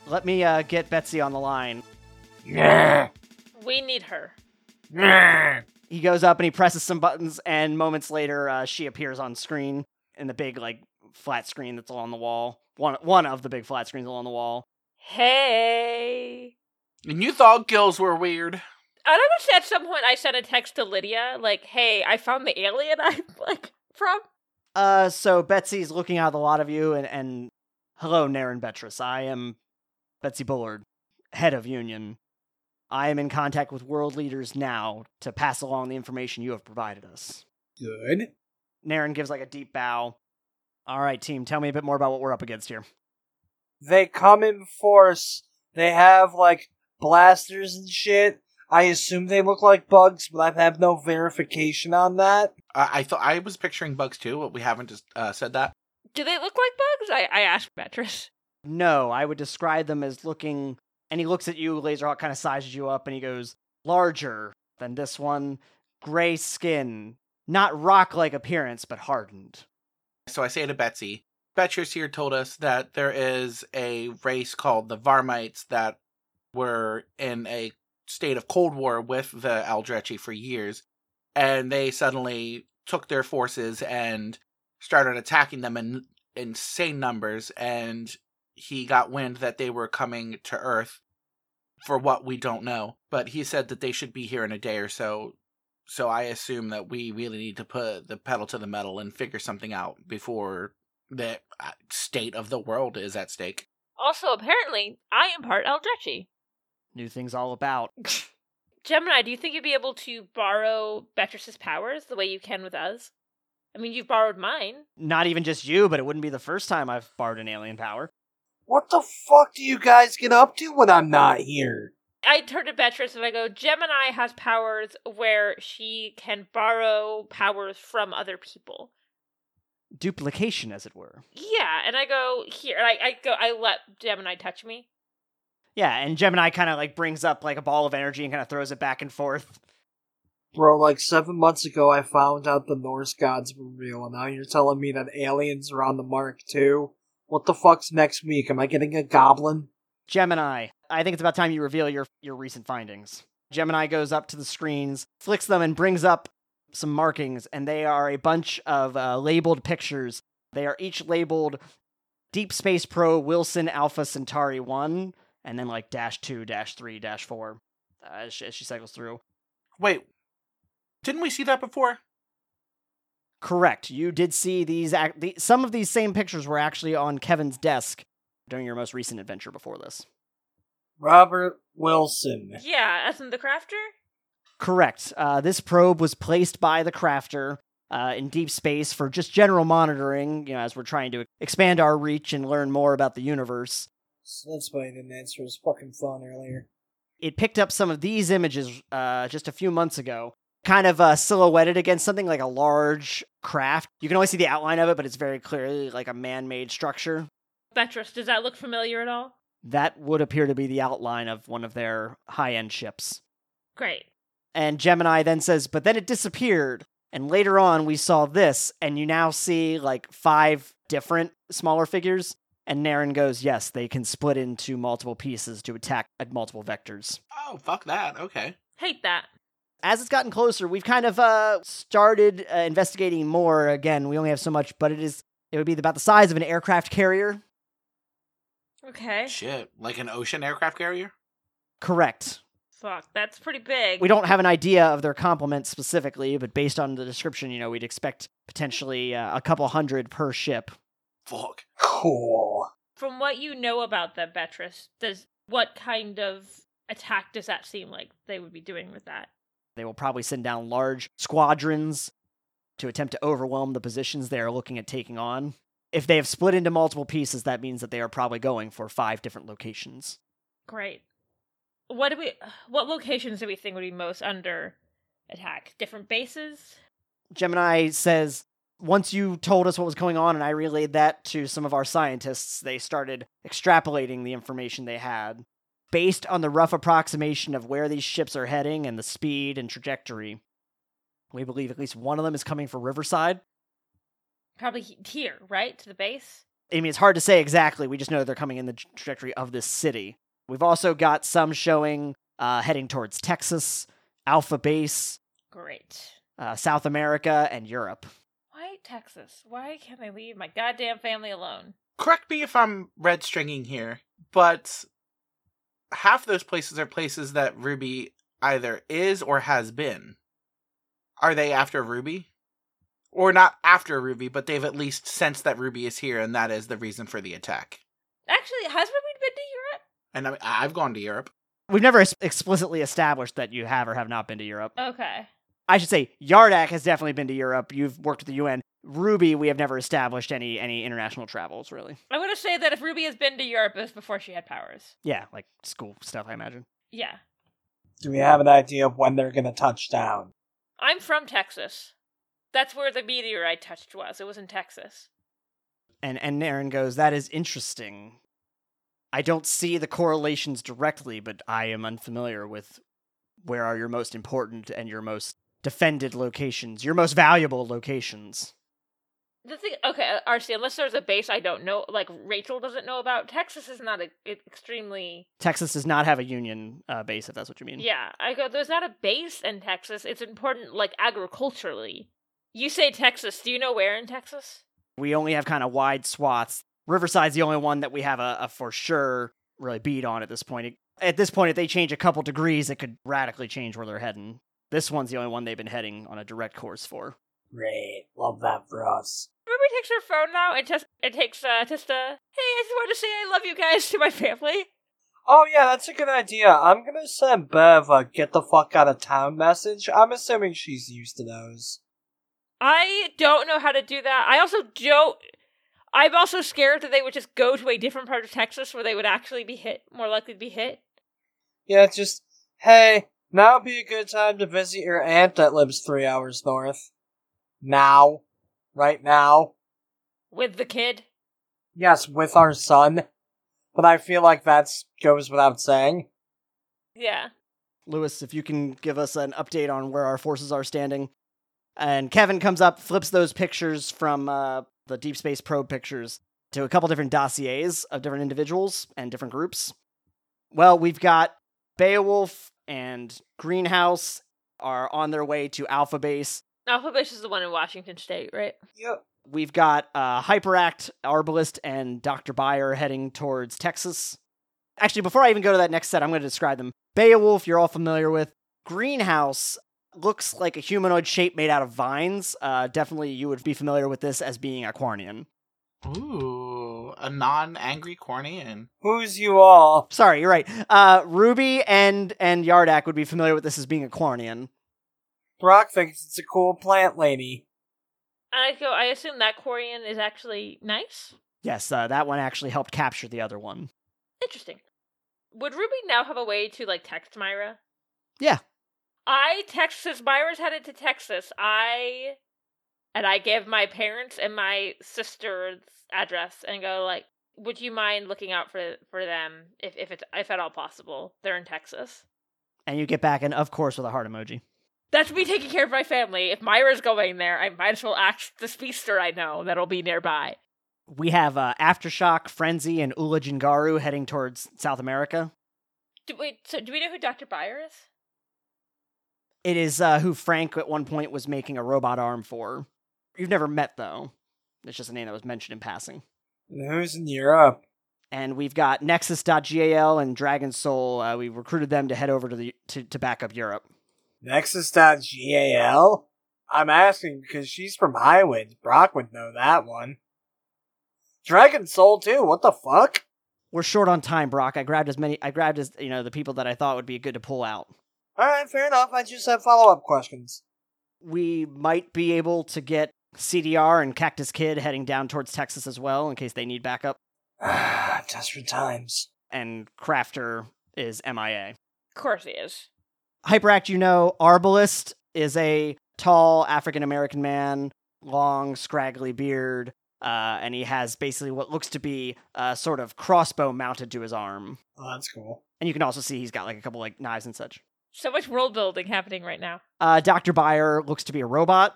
Let me uh, get Betsy on the line. We need her. He goes up and he presses some buttons, and moments later, uh, she appears on screen in the big like flat screen that's along the wall. One one of the big flat screens along the wall. Hey. And you thought gills were weird. I don't know if at some point I sent a text to Lydia, like, hey, I found the alien I'm like from. Uh, so Betsy's looking out at the lot of you, and and hello, Naren Betris. I am Betsy Bullard, head of Union. I am in contact with world leaders now to pass along the information you have provided us. Good. Naren gives like a deep bow. All right, team, tell me a bit more about what we're up against here. They come in force. They have like blasters and shit. I assume they look like bugs, but I have no verification on that. I, I thought I was picturing bugs too, but we haven't just uh, said that. Do they look like bugs? I, I asked Beatrice. No, I would describe them as looking. And he looks at you, Laserhawk kind of sizes you up, and he goes, larger than this one, gray skin, not rock like appearance, but hardened. So I say to Betsy, Betcher's here told us that there is a race called the Varmites that were in a state of Cold War with the Aldrechi for years, and they suddenly took their forces and started attacking them in insane numbers, and he got wind that they were coming to Earth for what we don't know. But he said that they should be here in a day or so. So I assume that we really need to put the pedal to the metal and figure something out before the uh, state of the world is at stake. Also, apparently, I am part Eldrechi. New things all about. Gemini, do you think you'd be able to borrow Beatrice's powers the way you can with us? I mean, you've borrowed mine. Not even just you, but it wouldn't be the first time I've borrowed an alien power. What the fuck do you guys get up to when I'm not here? I turn to Beatrice and I go, Gemini has powers where she can borrow powers from other people. Duplication, as it were. Yeah, and I go here, and I, I go, I let Gemini touch me. Yeah, and Gemini kind of like brings up like a ball of energy and kind of throws it back and forth. Bro, like seven months ago, I found out the Norse gods were real, and now you're telling me that aliens are on the mark too? What the fuck's next week? Am I getting a goblin? Gemini, I think it's about time you reveal your, your recent findings. Gemini goes up to the screens, flicks them, and brings up some markings, and they are a bunch of uh, labeled pictures. They are each labeled Deep Space Pro Wilson Alpha Centauri 1, and then like dash 2, dash 3, dash 4, uh, as, she, as she cycles through. Wait, didn't we see that before? Correct. You did see these. Ac- the, some of these same pictures were actually on Kevin's desk during your most recent adventure before this. Robert Wilson. Yeah, as in the crafter? Correct. Uh, this probe was placed by the crafter uh, in deep space for just general monitoring, you know, as we're trying to expand our reach and learn more about the universe. So that's why he didn't answer his fucking phone earlier. It picked up some of these images uh, just a few months ago, kind of uh, silhouetted against something like a large craft. You can only see the outline of it, but it's very clearly like a man made structure. Beatrice, does that look familiar at all? That would appear to be the outline of one of their high end ships. Great. And Gemini then says, but then it disappeared. And later on, we saw this, and you now see like five different smaller figures. And Naren goes, yes, they can split into multiple pieces to attack at multiple vectors. Oh, fuck that. Okay. Hate that. As it's gotten closer, we've kind of uh, started uh, investigating more. Again, we only have so much, but it is it would be about the size of an aircraft carrier. Okay. Shit. Like an ocean aircraft carrier? Correct. Fuck, that's pretty big. We don't have an idea of their complement specifically, but based on the description, you know, we'd expect potentially uh, a couple hundred per ship. Fuck. Cool. From what you know about them, Betris, does what kind of attack does that seem like they would be doing with that? They will probably send down large squadrons to attempt to overwhelm the positions they are looking at taking on. If they have split into multiple pieces, that means that they are probably going for five different locations. Great. What do we? What locations do we think would be most under attack? Different bases. Gemini says, once you told us what was going on and I relayed that to some of our scientists, they started extrapolating the information they had. Based on the rough approximation of where these ships are heading and the speed and trajectory, we believe at least one of them is coming for Riverside. Probably he- here, right to the base. I mean, it's hard to say exactly. We just know they're coming in the tra- trajectory of this city. We've also got some showing uh, heading towards Texas, Alpha Base, Great. uh, South America, and Europe. Why Texas? Why can't they leave my goddamn family alone? Correct me if I'm red stringing here, but half those places are places that Ruby either is or has been. Are they after Ruby? Or not after Ruby, but they've at least sensed that Ruby is here, and that is the reason for the attack. Actually, has Ruby been to Europe? And I mean, I've gone to Europe. We've never ex- explicitly established that you have or have not been to Europe. Okay. I should say Yardak has definitely been to Europe. You've worked with the UN. Ruby, we have never established any any international travels really. I'm gonna say that if Ruby has been to Europe, it was before she had powers. Yeah, like school stuff, I imagine. Yeah. Do we have an idea of when they're gonna touch down? I'm from Texas. That's where the meteor I touched was. It was in Texas. And and Naren goes, "That is interesting. I don't see the correlations directly, but I am unfamiliar with where are your most important and your most defended locations, your most valuable locations." The thing, okay, RC, unless there's a base I don't know, like Rachel doesn't know about, Texas is not a, it- extremely. Texas does not have a union uh, base, if that's what you mean. Yeah, I go, there's not a base in Texas. It's important, like, agriculturally. You say Texas. Do you know where in Texas? We only have kind of wide swaths. Riverside's the only one that we have a, a for sure really beat on at this point. It- At this point, if they change a couple degrees, it could radically change where they're heading. This one's the only one they've been heading on a direct course for. Great. Love that for us. Ruby takes her phone now and, just and takes uh, just a, hey, I just wanted to say I love you guys to my family. Oh yeah, that's a good idea. I'm gonna send Bev a get the fuck out of town message. I'm assuming she's used to those. I don't know how to do that. I also don't. I'm also scared that they would just go to a different part of Texas where they would actually be hit, more likely to be hit. Yeah, just hey, now would be a good time to visit your aunt that lives three hours north. Now. Right now. With the kid. Yes, with our son. But I feel like that goes without saying. Yeah. Lewis, if you can give us an update on where our forces are standing. And Kevin comes up, flips those pictures from uh, the deep space probe pictures to a couple different dossiers of different individuals and different groups. Well, we've got Beowulf and Greenhouse are on their way to Alpha Base. Alpha Bush is the one in Washington State, right? Yep. We've got uh, Hyperact, Arbalist, and Dr. Buyer heading towards Texas. Actually, before I even go to that next set, I'm going to describe them. Beowulf, you're all familiar with. Greenhouse looks like a humanoid shape made out of vines. Uh, definitely, you would be familiar with this as being a Quarnian. Ooh, a non angry Cornian. Who's you all? Sorry, you're right. Uh, Ruby and and Yardak would be familiar with this as being a Quarnian. Brock thinks it's a cool plant lady. And I go, I assume that Corian is actually nice? Yes, uh, that one actually helped capture the other one. Interesting. Would Ruby now have a way to, like, text Myra? Yeah. I text, since Myra's headed to Texas, I. And I give my parents and my sister's address and go, like, would you mind looking out for for them if, if it's if at all possible? They're in Texas. And you get back, and of course, with a heart emoji. That's me taking care of my family. If Myra's going there, I might as well ask the speedster I know that'll be nearby. We have uh, Aftershock, Frenzy, and Ula Jingaru heading towards South America. Do, wait, so do we know who Dr. Byer is? It is uh, who Frank at one point was making a robot arm for. You've never met, though. It's just a name that was mentioned in passing. And who's in Europe? And we've got Nexus.gal and Dragon Soul. Uh, we recruited them to head over to, the, to, to back up Europe. Nexus.gal? I'm asking because she's from Highwind. Brock would know that one. Dragon Soul too, what the fuck? We're short on time, Brock. I grabbed as many I grabbed as you know, the people that I thought would be good to pull out. Alright, fair enough. I just have follow up questions. We might be able to get CDR and Cactus Kid heading down towards Texas as well in case they need backup. Desperate Ah, times. And Crafter is MIA. Of course he is. Hyperact, you know, Arbalist is a tall African American man, long, scraggly beard, uh, and he has basically what looks to be a sort of crossbow mounted to his arm. Oh, that's cool. And you can also see he's got like a couple like knives and such. So much world building happening right now. Uh, Dr. Byer looks to be a robot.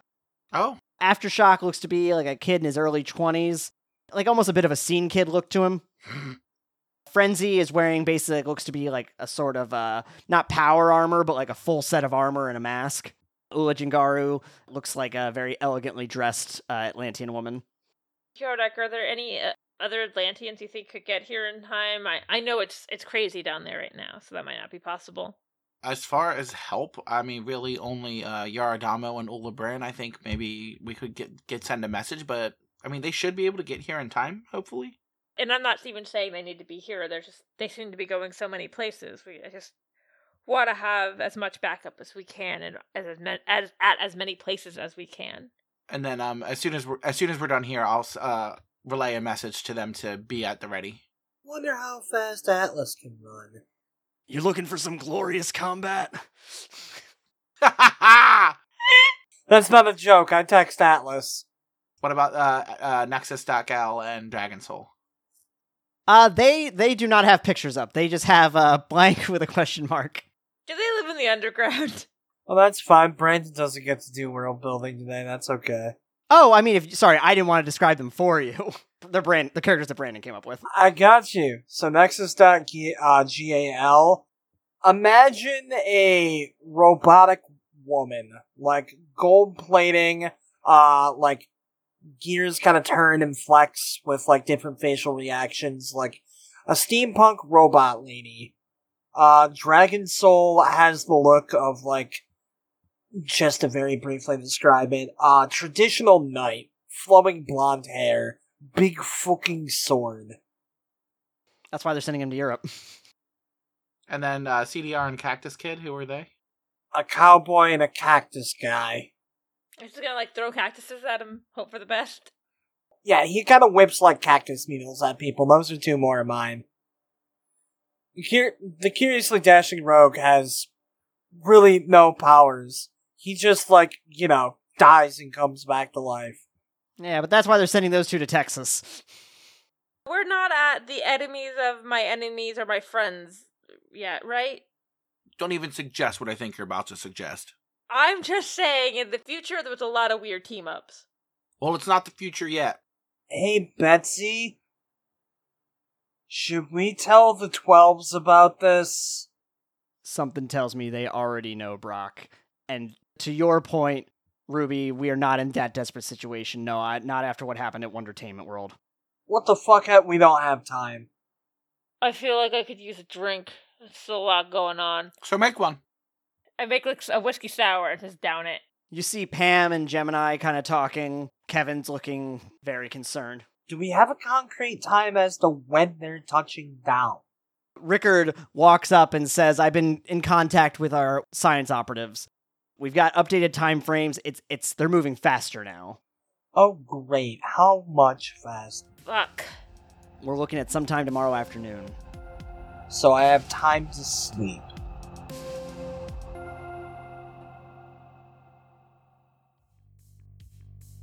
Oh. Aftershock looks to be like a kid in his early 20s, like almost a bit of a scene kid look to him. Frenzy is wearing basically looks to be like a sort of uh not power armor, but like a full set of armor and a mask. Ula Jingaru looks like a very elegantly dressed uh, Atlantean woman. Yodak, are there any uh, other Atlanteans you think could get here in time? I, I know it's it's crazy down there right now, so that might not be possible. As far as help, I mean, really only uh, Yaradamo and Ulabran. I think maybe we could get get send a message, but I mean, they should be able to get here in time, hopefully. And I'm not even saying they need to be here. They're just they seem to be going so many places. We I just want to have as much backup as we can, and as as at as many places as we can and then um as soon as we're as soon as we're done here i'll uh relay a message to them to be at the ready wonder how fast atlas can run you looking for some glorious combat that's not a joke i text atlas what about uh, uh nexus.gal and dragon soul uh they they do not have pictures up they just have a uh, blank with a question mark do they live in the underground Well, that's fine. Brandon doesn't get to do world building today. That's okay. Oh, I mean, if sorry, I didn't want to describe them for you. the brand, the characters that Brandon came up with. I got you. So uh, Nexus.gal. Imagine a robotic woman, like gold plating, uh, like gears kind of turn and flex with like different facial reactions, like a steampunk robot lady. Uh, Dragon Soul has the look of like just to very briefly describe it, uh, traditional knight, flowing blonde hair, big fucking sword. That's why they're sending him to Europe. And then uh, CDR and Cactus Kid, who are they? A cowboy and a cactus guy. I'm just gonna like throw cactuses at him, hope for the best. Yeah, he kind of whips like cactus needles at people. Those are two more of mine. Cur- the curiously dashing rogue has really no powers. He just like you know dies and comes back to life. Yeah, but that's why they're sending those two to Texas. We're not at the enemies of my enemies or my friends yet, right? Don't even suggest what I think you're about to suggest. I'm just saying, in the future, there was a lot of weird team ups. Well, it's not the future yet. Hey, Betsy. Should we tell the 12s about this? something tells me they already know Brock. And to your point, Ruby, we are not in that desperate situation. No, I, not after what happened at Wondertainment World. What the fuck? Ha- we don't have time. I feel like I could use a drink. It's a lot going on. So make one. I make like a whiskey sour and just down it. You see Pam and Gemini kind of talking. Kevin's looking very concerned. Do we have a concrete time as to when they're touching down? Rickard walks up and says, "I've been in contact with our science operatives. We've got updated time frames. It's it's they're moving faster now." Oh great. How much fast? Fuck. We're looking at sometime tomorrow afternoon. So I have time to sleep.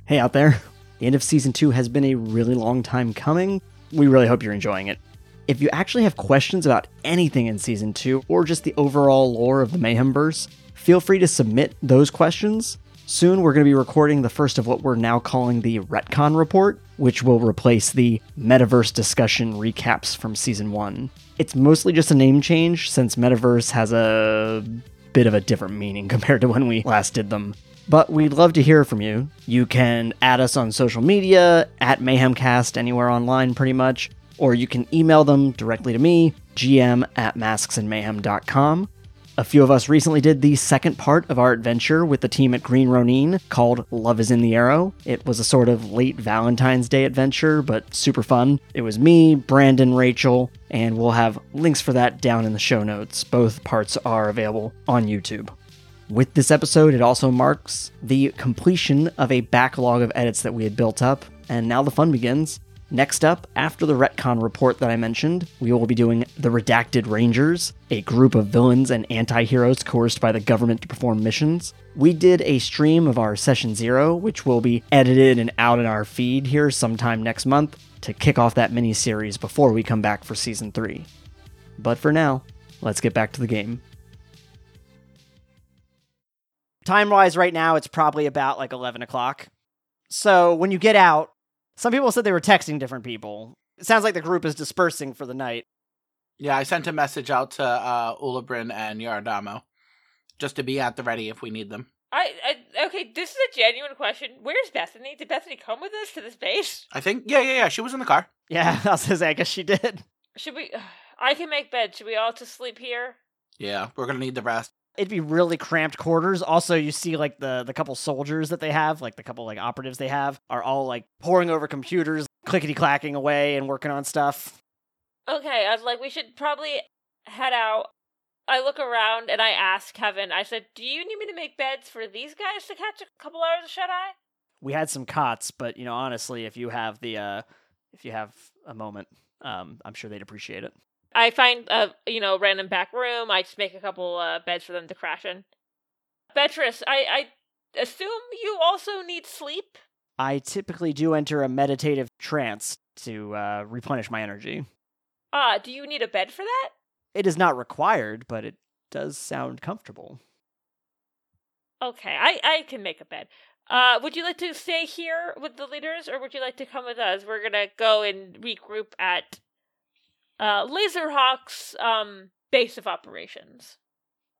Hey out there. The end of season 2 has been a really long time coming. We really hope you're enjoying it. If you actually have questions about anything in season two or just the overall lore of the Mayhemverse, feel free to submit those questions. Soon we're going to be recording the first of what we're now calling the Retcon Report, which will replace the Metaverse discussion recaps from season one. It's mostly just a name change since Metaverse has a bit of a different meaning compared to when we last did them. But we'd love to hear from you. You can add us on social media, at MayhemCast, anywhere online pretty much, or you can email them directly to me, gm at masksandmayhem.com. A few of us recently did the second part of our adventure with the team at Green Ronin called Love is in the Arrow. It was a sort of late Valentine's Day adventure, but super fun. It was me, Brandon, Rachel, and we'll have links for that down in the show notes. Both parts are available on YouTube. With this episode, it also marks the completion of a backlog of edits that we had built up, and now the fun begins. Next up, after the retcon report that I mentioned, we will be doing The Redacted Rangers, a group of villains and anti heroes coerced by the government to perform missions. We did a stream of our session zero, which will be edited and out in our feed here sometime next month to kick off that mini series before we come back for season three. But for now, let's get back to the game. Time wise, right now, it's probably about like 11 o'clock. So when you get out, some people said they were texting different people. It sounds like the group is dispersing for the night. Yeah, I sent a message out to uh, Ulibrin and Yaradamo just to be at the ready if we need them. I, I okay. This is a genuine question. Where's Bethany? Did Bethany come with us to this base? I think, yeah, yeah, yeah, she was in the car. Yeah, I was gonna say, I guess she did. Should we? I can make bed. Should we all just sleep here? Yeah, we're going to need the rest. It'd be really cramped quarters. Also, you see like the the couple soldiers that they have, like the couple like operatives they have, are all like poring over computers, clickety clacking away and working on stuff. Okay. I was like, we should probably head out. I look around and I ask Kevin. I said, "Do you need me to make beds for these guys to catch a couple hours of shut eye?" We had some cots, but you know, honestly, if you have the uh if you have a moment, um, I'm sure they'd appreciate it. I find a you know random back room. I just make a couple uh, beds for them to crash in. Betris, I I assume you also need sleep. I typically do enter a meditative trance to uh, replenish my energy. Uh, do you need a bed for that? It is not required, but it does sound comfortable. Okay, I I can make a bed. Uh, would you like to stay here with the leaders, or would you like to come with us? We're gonna go and regroup at uh, Laserhawk's um, base of operations.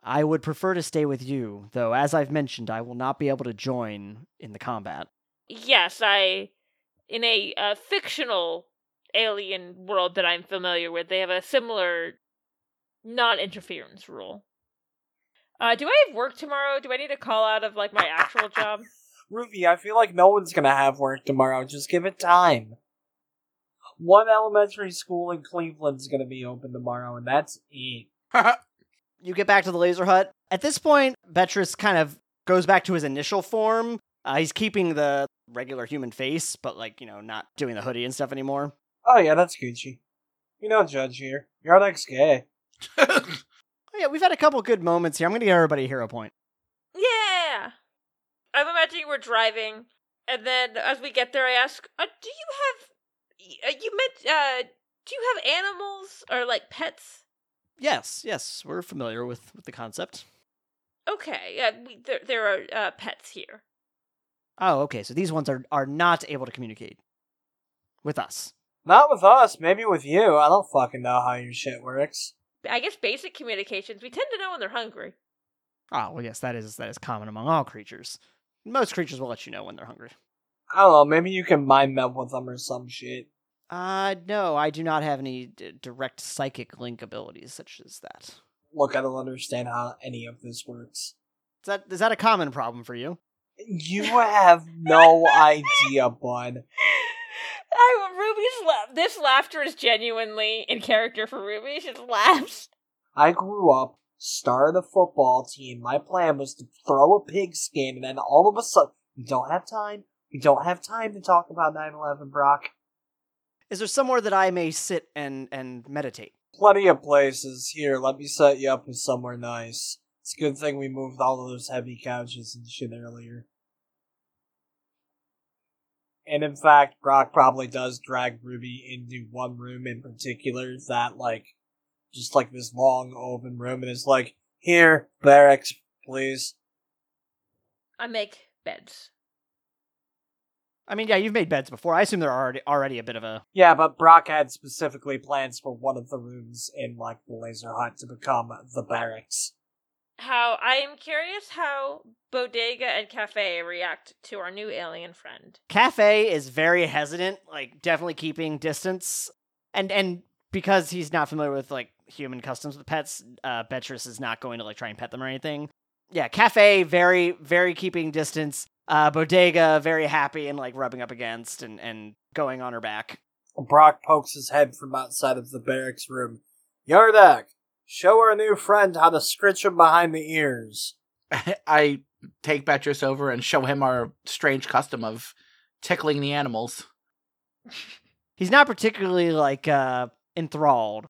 I would prefer to stay with you, though, as I've mentioned, I will not be able to join in the combat. Yes, I, in a uh, fictional alien world that I'm familiar with, they have a similar non-interference rule. Uh, do I have work tomorrow? Do I need to call out of like my actual job? Ruby, I feel like no one's gonna have work tomorrow. Just give it time one elementary school in Cleveland's going to be open tomorrow, and that's it. You get back to the laser hut. At this point, Betris kind of goes back to his initial form. Uh, he's keeping the regular human face, but like, you know, not doing the hoodie and stuff anymore. oh, yeah, that's Gucci. You don't judge here. You're next gay. Oh, yeah, we've had a couple good moments here. I'm going to give everybody a hero point. Yeah, I'm imagining we're driving, and then as we get there, I ask, uh, "Do you have? y- Uh, you meant? Uh, do you have animals or like pets?" Yes, yes, we're familiar with, with the concept. Okay, yeah, we, there there are uh, pets here. Oh, okay, so these ones are, are not able to communicate with us. Not with us, maybe with you. I don't fucking know how your shit works. I guess basic communications. We tend to know when they're hungry. Ah, well, yes, that is that is common among all creatures. Most creatures will let you know when they're hungry. I don't know, maybe you can mind meld with them or some shit. Uh, no, I do not have any d- direct psychic link abilities such as that. Look, I don't understand how any of this works. Is that is that a common problem for you? You have no idea, bud. I Ruby's la- this laughter is genuinely in character for Ruby. She just laughs. I grew up, started a football team. My plan was to throw a pigskin, and then all of a sudden, we don't have time. We don't have time to talk about 9 11, Brock. Is there somewhere that I may sit and and meditate? Plenty of places. Here, let me set you up with somewhere nice. It's a good thing we moved all of those heavy couches and shit earlier. And in fact, Brock probably does drag Ruby into one room in particular that, like, just like this long open room and it's like, here, barracks, please. I make beds. I mean, yeah, you've made beds before. I assume they're already already a bit of a Yeah, but Brock had specifically plans for one of the rooms in, like, the laser hut to become the barracks. How I am curious how Bodega and Cafe react to our new alien friend. cafe is very hesitant, like definitely keeping distance, and and because he's not familiar with like human customs with pets, uh, Betrus is not going to like try and pet them or anything. Yeah, cafe very very keeping distance. Uh, bodega very happy and like rubbing up against and and going on her back. Brock pokes his head from outside of the barracks room. Yardak, show our new friend how to scritch him behind the ears. I take Betrus over and show him our strange custom of tickling the animals. He's not particularly like uh enthralled.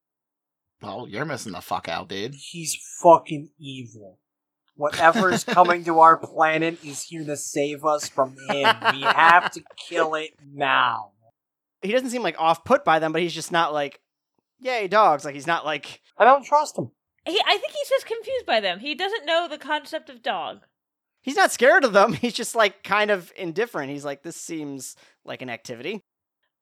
Well, you're missing the fuck out, dude. He's fucking evil. Whatever is coming to our planet is here to save us from him. We have to kill it now. He doesn't seem like off put by them, but he's just not like, yay dogs. Like he's not like I don't trust him. He, I think he's just confused by them. He doesn't know the concept of dog. he's not scared of them. He's just like kind of indifferent. He's like, this seems like an activity.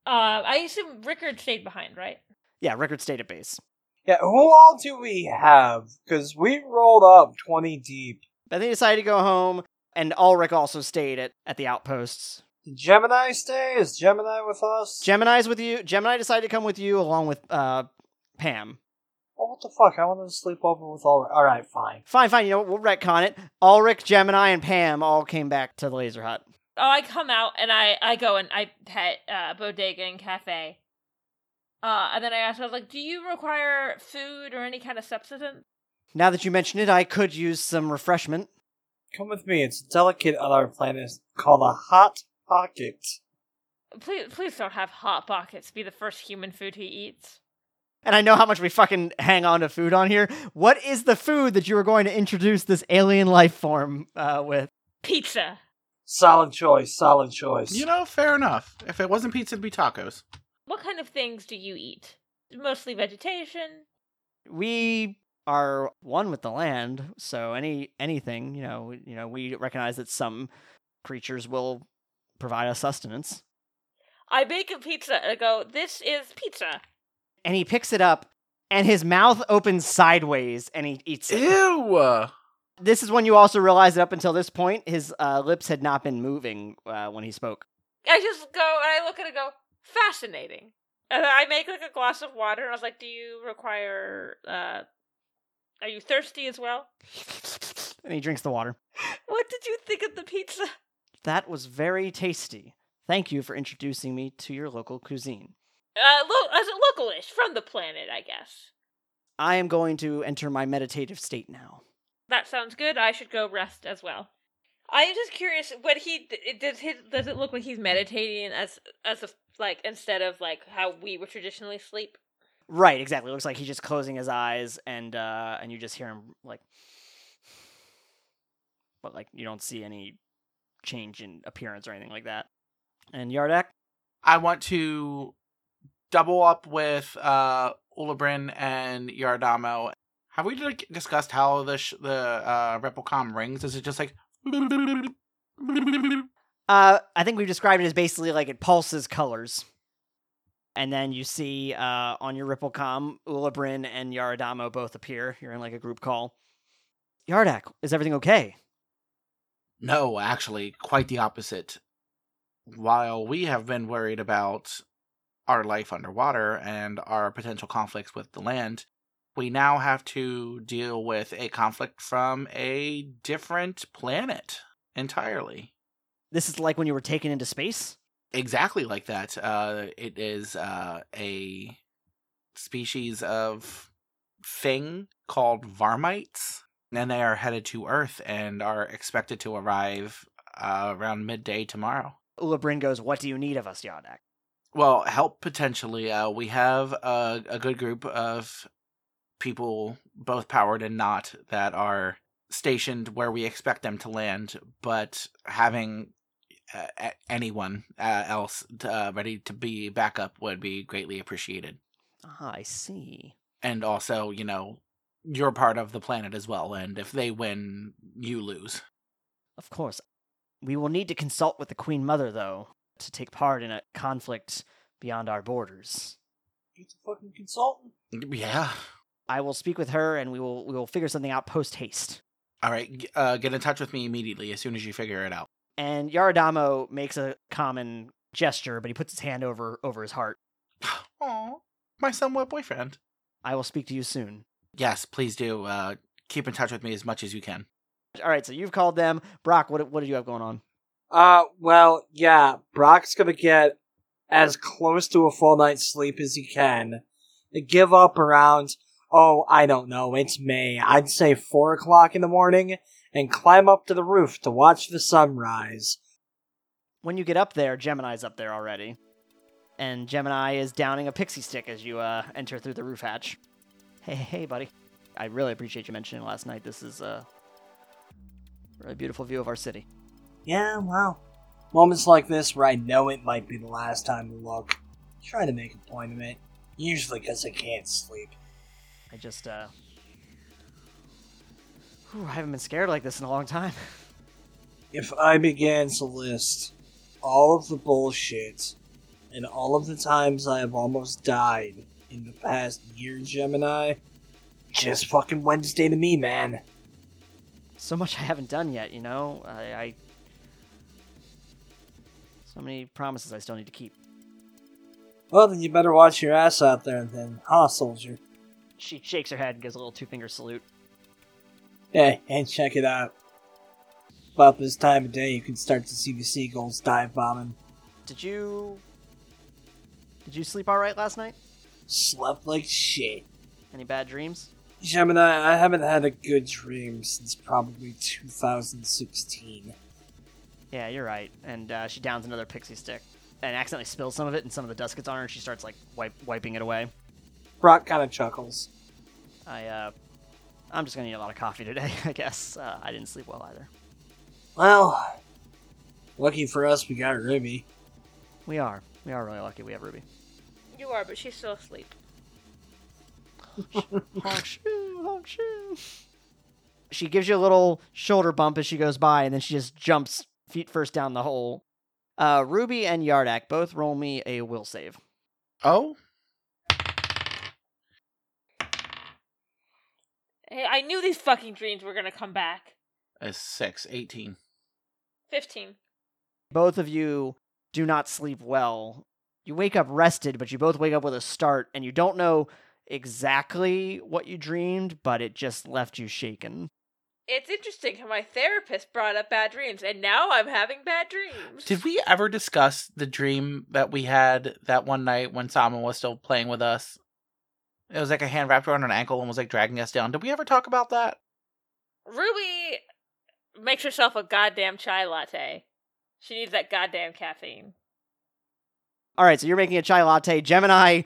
Uh, I assume Rickard stayed behind, right? Yeah, record state at base. Yeah, who all do we have? Because we rolled up 20 deep. But they decided to go home, and Ulrich also stayed at, at the outposts. Did Gemini stay? Is Gemini with us? Gemini's with you. Gemini decided to come with you along with uh Pam. oh, what the fuck? I wanted to sleep over with all. Alright, fine. Fine, fine, you know what? We'll retcon it. Ulrich, Gemini, and Pam all came back to the laser hut. Oh, I come out and I, I go and I pet uh, Bodega and Cafe. Uh, and then I asked, I was like, do you require food or any kind of substance? Now that you mention it, I could use some refreshment. Come with me. It's delicate on our planet called a hot pocket. Please, please don't have hot pockets be the first human food he eats. and I know how much we fucking hang on to food on here. What is the food that you were going to introduce this alien life form uh, with? Pizza. Solid choice. Solid choice. You know, fair enough. If it wasn't pizza, it'd be tacos. What kind of things do you eat? Mostly vegetation. We are one with the land, so any anything you know, you know, we recognize that some creatures will provide us sustenance. I bake a pizza and I go, this is pizza. And he picks it up, and his mouth opens sideways, and he eats it. Ew. This is when you also realize that up until this point, his uh, lips had not been moving uh, when he spoke. I just go and I look at it and go, fascinating. And then I make like a glass of water and I was like, do you require, uh, are you thirsty as well? And he drinks the water. What did you think of the pizza? That was very tasty. Thank you for introducing me to your local cuisine. Uh, lo- as a localish from the planet, I guess. I am going to enter my meditative state now. That sounds good. I should go rest as well. I am just curious what he d- it- does. His does it look like he's meditating as as a like instead of like how we would traditionally sleep? Right, exactly. It looks like he's just closing his eyes and uh and you just hear him like but like you don't see any change in appearance or anything like that. And Yardak, I want to double up with uh Ulibrin and Yardamo. Have we like discussed how the sh- the uh Replicom rings? Is it just like uh I think we've described it as basically like it pulses colors. And then you see uh on your Ripplecom, Ulibrin and Yaradamo both appear. You're in like a group call. Yardak, is everything okay? No, actually, quite the opposite. While we have been worried about our life underwater and our potential conflicts with the land, we now have to deal with a conflict from a different planet entirely. This is like when you were taken into space? Exactly like that. Uh, it is uh, a species of thing called varmites, and they are headed to Earth and are expected to arrive uh, around midday tomorrow. Ulabrin goes, What do you need of us, Yardak? Well, help potentially. Uh, we have a, a good group of people, both powered and not, that are stationed where we expect them to land, but having uh, a- anyone uh, else uh, ready to be backup would be greatly appreciated. Ah, I see. And also, you know, you're part of the planet as well, and if they win, you lose. Of course. We will need to consult with the Queen Mother, though, to take part in a conflict beyond our borders. He's a fucking consultant. Yeah. I will speak with her, and we will we will figure something out post haste. All right, g- uh, get in touch with me immediately as soon as you figure it out. And Yaradamo makes a common gesture, but he puts his hand over over his heart. Aw, my somewhat boyfriend. I will speak to you soon. Yes, please do. Uh, keep in touch with me as much as you can. All right, so you've called them. Brock, what what did you have going on? Uh, well, yeah, Brock's gonna get as close to a full night's sleep as he can. Give up around, oh, I don't know, it's May. I'd say 4 o'clock in the morning, and climb up to the roof to watch the sunrise. When you get up there, Gemini's up there already. And Gemini is downing a pixie stick as you uh, enter through the roof hatch. Hey, hey, hey, buddy. I really appreciate you mentioning last night. This is a really beautiful view of our city. Yeah, well. Moments like this where I know it might be the last time to look. Try to make a point of it. Usually because I can't sleep. I just, uh. Whew, I haven't been scared like this in a long time. If I began to list all of the bullshit and all of the times I have almost died in the past year, Gemini, just fucking Wednesday to me, man. So much I haven't done yet, you know? I. I... So many promises I still need to keep. Well, then you better watch your ass out there, then, huh, soldier? She shakes her head and gives a little two finger salute. Hey, and check it out. About this time of day, you can start to see the seagulls dive bombing. Did you. Did you sleep alright last night? Slept like shit. Any bad dreams? Gemini, I haven't had a good dream since probably 2016. Yeah, you're right. And uh, she downs another pixie stick and accidentally spills some of it, and some of the dust gets on her, and she starts like wipe- wiping it away. Brock kind of chuckles. I, uh, I'm just gonna need a lot of coffee today, I guess. Uh, I didn't sleep well either. Well, lucky for us, we got Ruby. We are, we are really lucky. We have Ruby. You are, but she's still asleep. honk shoo, honk shoo. She gives you a little shoulder bump as she goes by, and then she just jumps feet first down the hole. Uh, Ruby and Yardak both roll me a will save. Oh, Hey, I knew these fucking dreams were gonna come back. a six, 18. 15. both of you do not sleep well. You wake up rested, but you both wake up with a start, and you don't know exactly what you dreamed, but it just left you shaken. It's interesting how my therapist brought up bad dreams, and now I'm having bad dreams. Did we ever discuss the dream that we had that one night when Salmon was still playing with us? It was like a hand wrapped around an ankle and was like dragging us down. Did we ever talk about that? Ruby makes herself a goddamn chai latte. She needs that goddamn caffeine. All right, so you're making a chai latte. Gemini,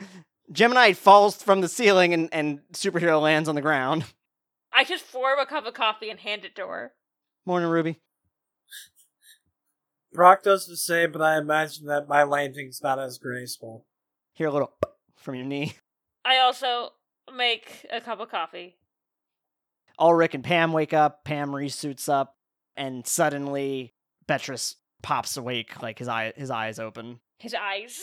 Gemini falls from the ceiling, and, and superhero lands on the ground. I just pour her a cup of coffee and hand it to her. Morning, Ruby. Brock does the same, but I imagine that my landing's not as graceful. Hear a little from your knee. I also make a cup of coffee. Ulrich and Pam wake up. Pam resuits up, and suddenly Betrus pops awake, like his eye his eyes open. His eyes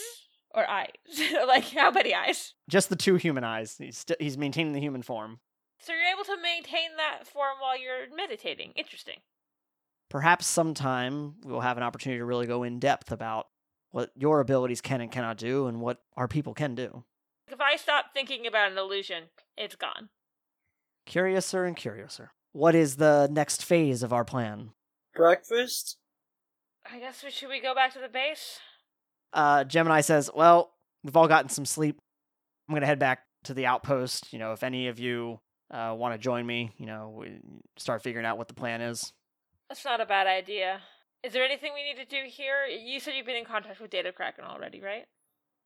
or eyes, like how many eyes? Just the two human eyes. He's st- he's maintaining the human form. So you're able to maintain that form while you're meditating. Interesting. Perhaps sometime we will have an opportunity to really go in depth about what your abilities can and cannot do, and what our people can do. If I stop thinking about an illusion, it's gone. Curiouser and curiouser. What is the next phase of our plan? Breakfast? I guess we should we go back to the base? Uh, Gemini says, "Well, we've all gotten some sleep. I'm gonna head back to the outpost. You know, if any of you uh, want to join me, you know, we start figuring out what the plan is." That's not a bad idea. Is there anything we need to do here? You said you've been in contact with Data Kraken already, right?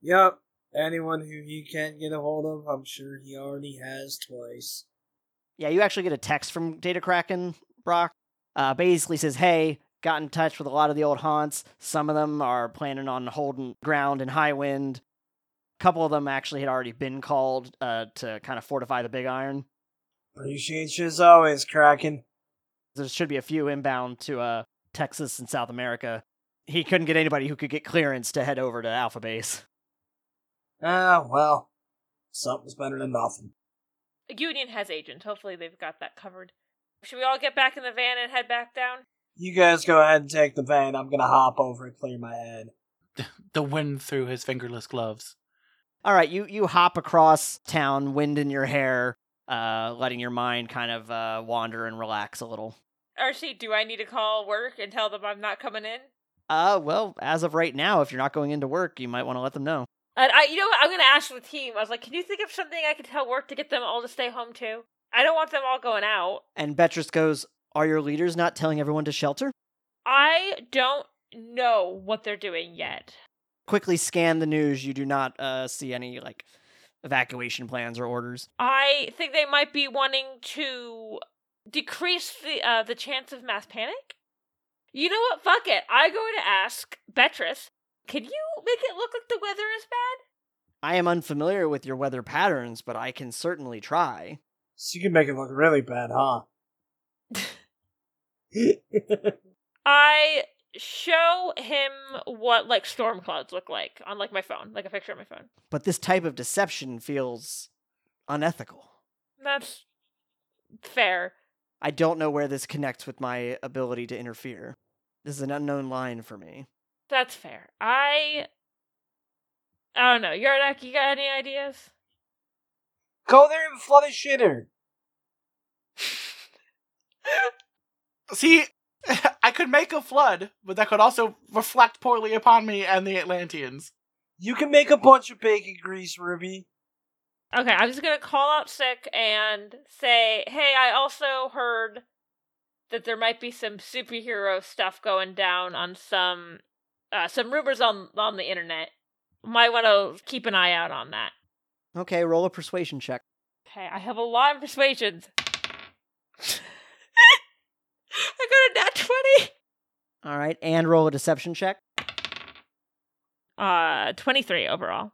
Yep. Anyone who he can't get a hold of, I'm sure he already has twice. Yeah, you actually get a text from Data Kraken, Brock. Uh, basically says, "Hey, got in touch with a lot of the old haunts. Some of them are planning on holding ground in high wind. A couple of them actually had already been called uh, to kind of fortify the big iron. Appreciate you as always, Kraken. There should be a few inbound to uh, Texas and South America. He couldn't get anybody who could get clearance to head over to Alpha Base. Ah, well, something's better than nothing. Union has agent. Hopefully they've got that covered. Should we all get back in the van and head back down? You guys go ahead and take the van. I'm gonna hop over and clear my head. The wind through his fingerless gloves. All right, you you hop across town, wind in your hair, uh, letting your mind kind of uh, wander and relax a little. Archie, do I need to call work and tell them I'm not coming in? Uh, well, as of right now, if you're not going into work, you might want to let them know. And I, you know, what? I'm gonna ask the team. I was like, can you think of something I could tell work to get them all to stay home too? I don't want them all going out. And Betrus goes, "Are your leaders not telling everyone to shelter?" I don't know what they're doing yet. Quickly scan the news. You do not uh, see any like evacuation plans or orders. I think they might be wanting to decrease the uh, the chance of mass panic. You know what? Fuck it. I'm going to ask Betrus. Can you make it look like the weather is bad? I am unfamiliar with your weather patterns, but I can certainly try. So you can make it look really bad, huh? I show him what like storm clouds look like on like my phone, like a picture on my phone. But this type of deception feels unethical. That's fair. I don't know where this connects with my ability to interfere. This is an unknown line for me. That's fair. I I don't know. Yardak, you got any ideas? go there and flood a shitter. See, I could make a flood, but that could also reflect poorly upon me and the Atlanteans. You can make a bunch of bacon grease, Ruby. Okay, I'm just gonna call out sick and say, hey, I also heard that there might be some superhero stuff going down on some uh, some rumors on on the internet. Might want to keep an eye out on that. Okay, roll a persuasion check. Okay, I have a lot of persuasions. I got a nat twenty. All right, and roll a deception check. Uh, twenty three overall.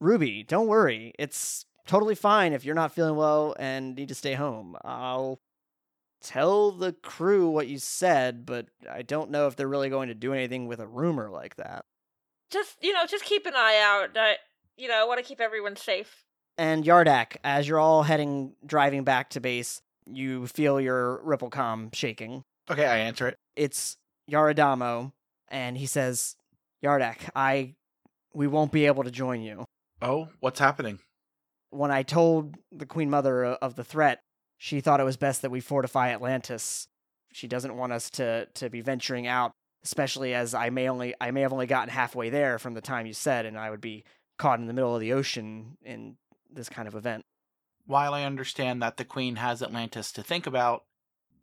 Ruby, don't worry. It's totally fine if you're not feeling well and need to stay home. I'll tell the crew what you said, but I don't know if they're really going to do anything with a rumor like that. Just you know, just keep an eye out. I, you know, I want to keep everyone safe. And Yardak, as you're all heading driving back to base, you feel your Ripplecom shaking. Okay, I answer it. It's Yaradamo, and he says, "Yardak, I we won't be able to join you." Oh, what's happening? when I told the Queen Mother o- of the threat, she thought it was best that we fortify Atlantis. She doesn't want us to to be venturing out, especially as I may only I may have only gotten halfway there from the time you said, and I would be caught in the middle of the ocean in this kind of event. While I understand that the Queen has Atlantis to think about,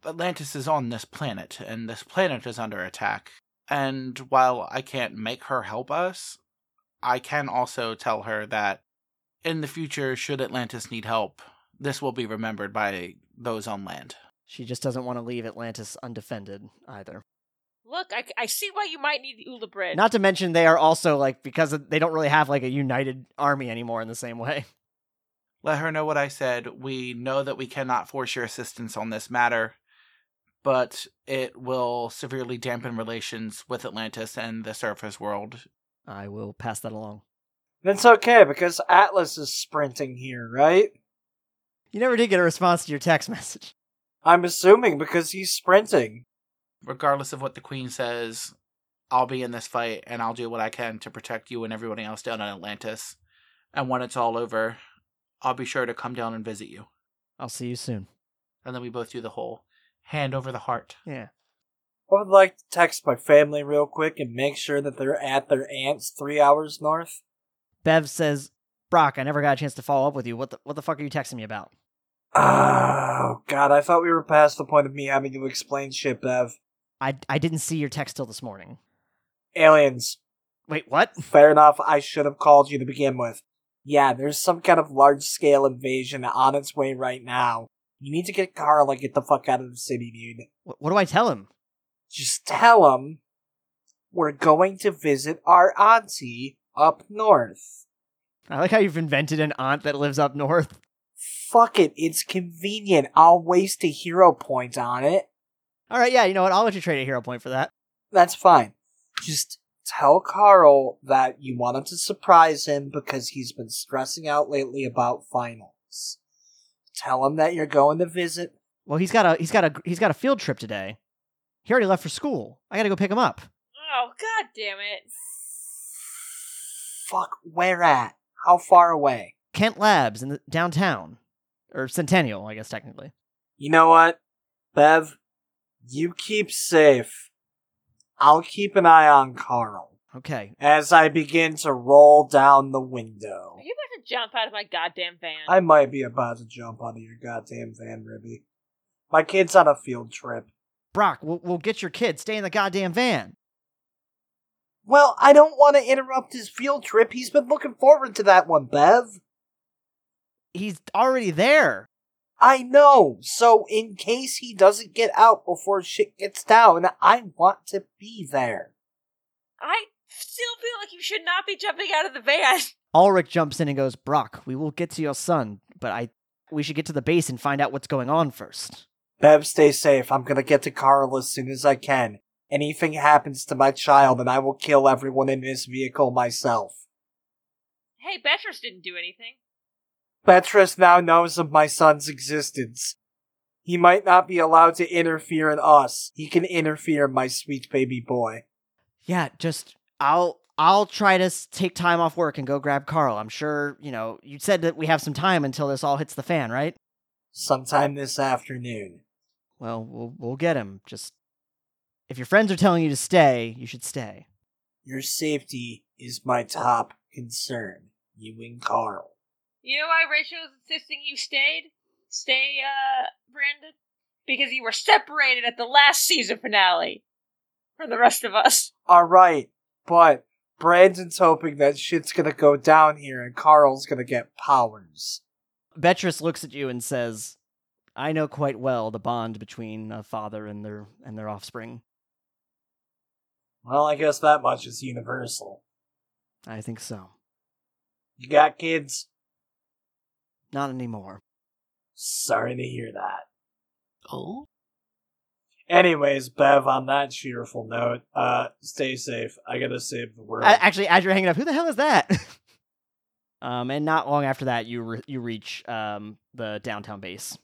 Atlantis is on this planet, and this planet is under attack. And while I can't make her help us, I can also tell her that in the future, should Atlantis need help, this will be remembered by those on land. She just doesn't want to leave Atlantis undefended either. Look, I, I see why you might need Ula Bridge. Not to mention they are also like because they don't really have like a united army anymore in the same way. Let her know what I said. We know that we cannot force your assistance on this matter, but it will severely dampen relations with Atlantis and the surface world. I will pass that along. That's okay because Atlas is sprinting here, right? You never did get a response to your text message. I'm assuming because he's sprinting. Regardless of what the Queen says, I'll be in this fight and I'll do what I can to protect you and everyone else down in Atlantis. And when it's all over, I'll be sure to come down and visit you. I'll see you soon. And then we both do the whole hand over the heart. Yeah. I would like to text my family real quick and make sure that they're at their aunt's three hours north. Bev says, Brock, I never got a chance to follow up with you. What the what the fuck are you texting me about? Oh, God, I thought we were past the point of me having to explain shit, Bev. I I didn't see your text till this morning. Aliens. Wait, what? Fair enough, I should have called you to begin with. Yeah, there's some kind of large scale invasion on its way right now. You need to get Carl and get the fuck out of the city, dude. Wh- what do I tell him? Just tell them we're going to visit our auntie up north. I like how you've invented an aunt that lives up north. Fuck it, it's convenient. I'll waste a hero point on it. All right, yeah, you know what? I'll let you trade a hero point for that. That's fine. Just tell Carl that you want him to surprise him because he's been stressing out lately about finals. Tell him that you're going to visit. Well, he's got a he's got a he's got a field trip today. He already left for school. I got to go pick him up. Oh, god damn it. Fuck, where at? How far away? Kent Labs in the, downtown or Centennial, I guess technically. You know what, Bev? You keep safe. I'll keep an eye on Carl Okay. as I begin to roll down the window. Are you about to jump out of my goddamn van? I might be about to jump out of your goddamn van, Ribby. My kid's on a field trip. Brock, we'll, we'll get your kid. Stay in the goddamn van. Well, I don't want to interrupt his field trip. He's been looking forward to that one, Bev. He's already there. I know. So in case he doesn't get out before shit gets down, I want to be there. I still feel like you should not be jumping out of the van. Ulrich jumps in and goes, Brock, we will get to your son, but I we should get to the base and find out what's going on first. Bev, stay safe. I'm gonna get to Carl as soon as I can. Anything happens to my child, and I will kill everyone in this vehicle myself. Hey, Betrus didn't do anything. Petrus now knows of my son's existence. He might not be allowed to interfere in us. He can interfere in my sweet baby boy. Yeah, just I'll I'll try to s- take time off work and go grab Carl. I'm sure, you know, you said that we have some time until this all hits the fan, right? Sometime this afternoon. Well, we'll we'll get him. Just if your friends are telling you to stay, you should stay. Your safety is my top concern. You and Carl. You know why Rachel was insisting you stayed? Stay, uh, Brandon? Because you were separated at the last season finale from the rest of us. Alright, but Brandon's hoping that shit's gonna go down here and Carl's gonna get powers. Betrus looks at you and says, "I know quite well the bond between a father and their and their offspring. Well, I guess that much is universal. I think so. You got kids? Not anymore." Sorry to hear that. Oh. Anyways, Bev, on that cheerful note, uh, stay safe. I gotta save the world. Actually, as you're hanging up, who the hell is that? um, and not long after that, you re- you reach um the downtown base.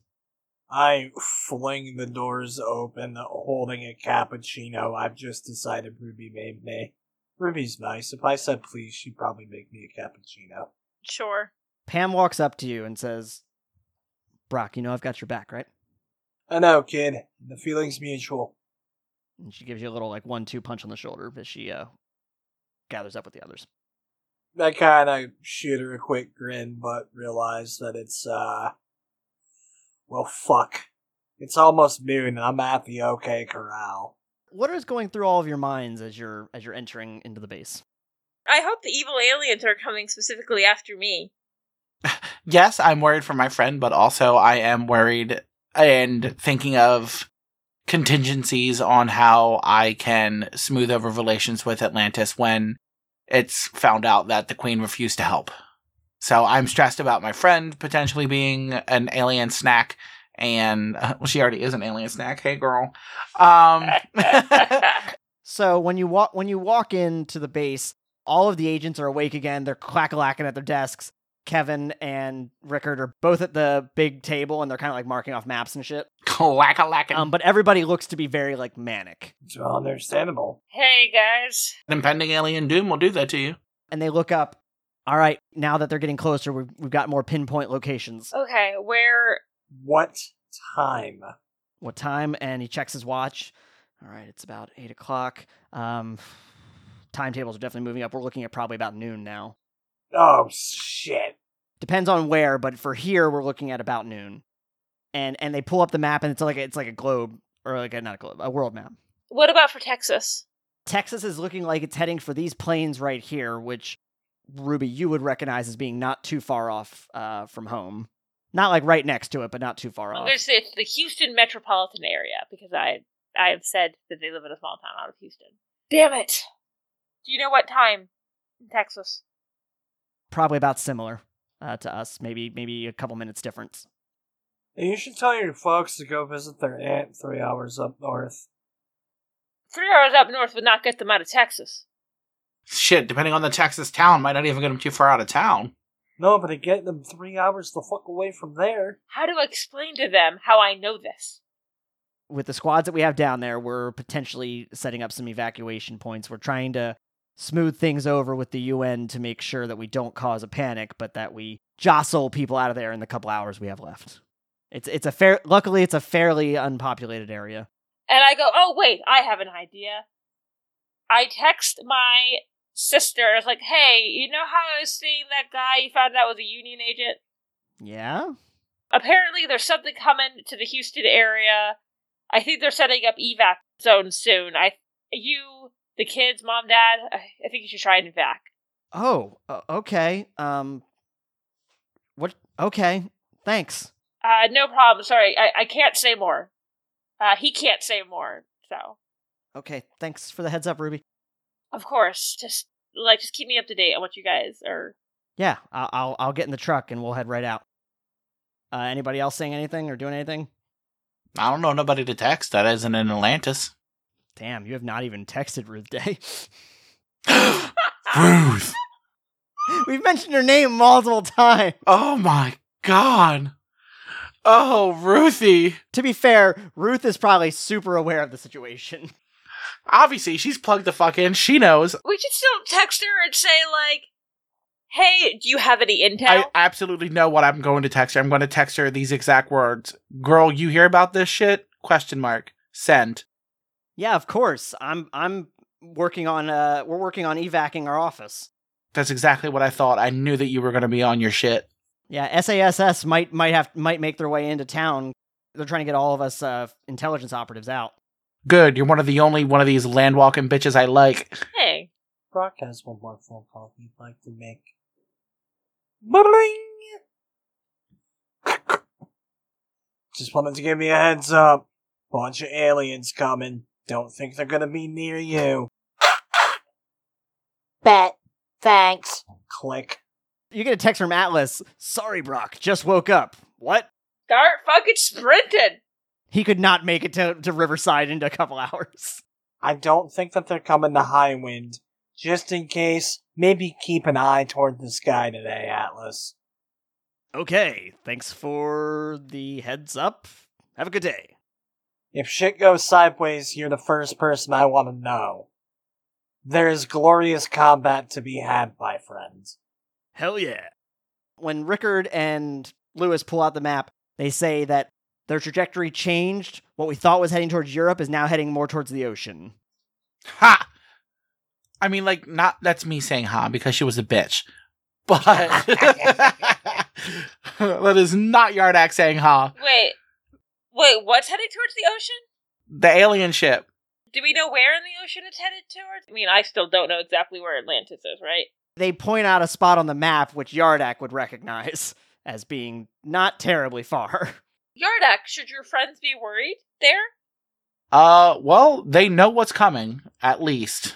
I fling the doors open, holding a cappuccino. I've just decided Ruby made me. Ruby's nice. If I said please, she'd probably make me a cappuccino. Sure. Pam walks up to you and says, "Brock, you know I've got your back, right?" I know, kid. The feeling's mutual. And she gives you a little like one-two punch on the shoulder as she uh gathers up with the others. I kind of shoot her a quick grin, but realize that it's, uh. Well, fuck. It's almost noon, and I'm at the OK Corral. What is going through all of your minds as you're as you're entering into the base? I hope the evil aliens are coming specifically after me. Yes, I'm worried for my friend, but also I am worried and thinking of contingencies on how I can smooth over relations with Atlantis when it's found out that the queen refused to help. So I'm stressed about my friend potentially being an alien snack and uh, well she already is an alien snack. Hey girl. Um So when you walk when you walk into the base, all of the agents are awake again. They're clack-lacking at their desks. Kevin and Rickard are both at the big table and they're kind of like marking off maps and shit. clack a Um, but everybody looks to be very like manic, It's understandable. Hey, guys. impending alien doom will do that to you. and they look up. All right, now that they're getting closer, we've, we've got more pinpoint locations. Okay, where. What time? What time? And he checks his watch. All right, it's about eight o'clock. Um, timetables are definitely moving up. We're looking at probably about noon now. Oh shit. depends on where, but for here we're looking at about noon. And and they pull up the map and it's like a, it's like a globe or like a, not a globe, a world map. What about for Texas? Texas is looking like it's heading for these plains right here, which Ruby you would recognize as being not too far off uh, from home. Not like right next to it, but not too far Well, off. there's the, the Houston metropolitan area because I I have said that they live in a small town out of Houston. Damn it! Do you know what time in Texas? Probably about similar uh, to us. Maybe maybe a couple minutes difference. And you should tell your folks to go visit their aunt three hours up north. Three hours up north would not get them out of Texas. Shit, depending on the Texas town, might not even get them too far out of town. No, but to get them three hours the fuck away from there. How do I explain to them how I know this? With the squads that we have down there, we're potentially setting up some evacuation points. We're trying to smooth things over with the UN to make sure that we don't cause a panic, but that we jostle people out of there in the couple hours we have left. It's it's a fair luckily it's a fairly unpopulated area. And I go, oh wait, I have an idea. I text my sister. I was like, hey, you know how I was seeing that guy you found out was a union agent? Yeah. Apparently, there's something coming to the Houston area. I think they're setting up evac zones soon. I, you, the kids, mom, dad, I I think you should try and evac. Oh, uh, okay. Um What okay. Thanks. Uh, no problem. Sorry, I, I can't say more. Uh, he can't say more. So, Okay, thanks for the heads up, Ruby. of course, just like just keep me up to date on what you guys are. Yeah, I'll I'll, I'll get in the truck and we'll head right out. Uh, anybody else saying anything or doing anything? I don't know nobody to text that isn't in Atlantis. Damn, you have not even texted Ruth Day. um, Ruth! We've mentioned her name multiple times. Oh my god! Oh, Ruthie! To be fair, Ruth is probably super aware of the situation. Obviously, she's plugged the fuck in. She knows. We should still text her and say like, "Hey, do you have any intel?" I absolutely know what I'm going to text her. I'm going to text her these exact words. Girl, you hear about this shit? Question mark. Send. Yeah, of course. I'm I'm working on uh we're working on evacing our office. That's exactly what I thought. I knew that you were going to be on your shit. Yeah, SASS might might have might make their way into town. They're trying to get all of us uh intelligence operatives out. Good. You're one of the only one of these land walking bitches I like. hey, Brock has one more phone call he'd like to make. Bling! Just wanted to give you a heads up. Bunch of aliens coming. Don't think they're gonna be near you. Bet. Thanks. Click. You get a text from Atlas. Sorry, Brock, just woke up. What? start fucking sprinting. He could not make it to, to Riverside in a couple hours. I don't think that they're coming to Highwind. Just in case, maybe keep an eye toward the sky today, Atlas. Okay, thanks for the heads up. Have a good day. If shit goes sideways, you're the first person I want to know. There is glorious combat to be had, my friend. Hell yeah. When Rickard and Lewis pull out the map, they say that their trajectory changed. What we thought was heading towards Europe is now heading more towards the ocean. Ha! I mean, like, not that's me saying ha because she was a bitch. But that is not Yardak saying ha. Wait, wait, what's heading towards the ocean? The alien ship. Do we know where in the ocean it's headed towards? I mean, I still don't know exactly where Atlantis is, right? They point out a spot on the map which Yardak would recognize as being not terribly far. Yardak, should your friends be worried there? Uh, well, they know what's coming, at least.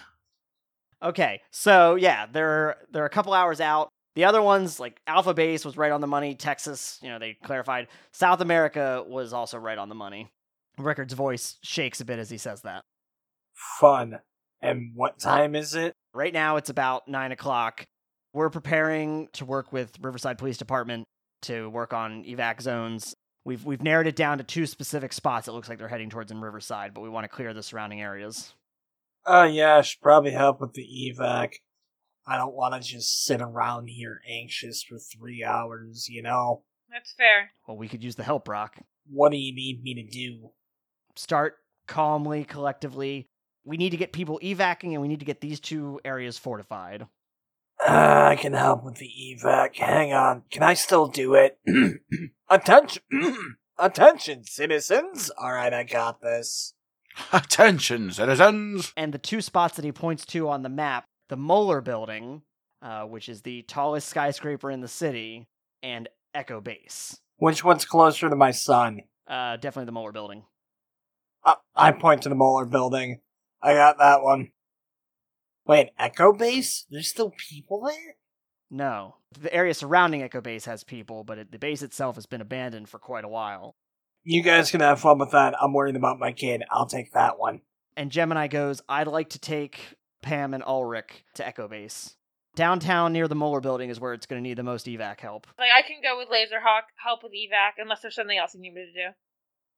Okay, so yeah, they're they're a couple hours out. The other ones, like Alpha Base, was right on the money. Texas, you know, they clarified. South America was also right on the money. Rickard's voice shakes a bit as he says that. Fun. And what time is it? Right now, it's about nine o'clock. We're preparing to work with Riverside Police Department to work on evac zones. We've we've narrowed it down to two specific spots. It looks like they're heading towards in Riverside, but we want to clear the surrounding areas. Oh yeah, I should probably help with the evac. I don't want to just sit around here anxious for three hours, you know? That's fair. Well, we could use the help, Brock. What do you need me to do? Start calmly, collectively. We need to get people evacing, and we need to get these two areas fortified. Uh, I can help with the evac. Hang on. Can I still do it? Attention! Attention, citizens! Alright, I got this. Attention, citizens! And the two spots that he points to on the map, the Moeller Building, uh, which is the tallest skyscraper in the city, and Echo Base. Which one's closer to my son? Uh, definitely the Mueller building. Uh, I point to the Molar building. I got that one. Wait, Echo Base? There's still people there? No. The area surrounding Echo Base has people, but it, the base itself has been abandoned for quite a while. You guys can have fun with that. I'm worried about my kid. I'll take that one. And Gemini goes, I'd like to take Pam and Ulrich to Echo Base. Downtown near the Molar building is where it's going to need the most evac help. Like I can go with Laserhawk, help with evac, unless there's something else you need me to do.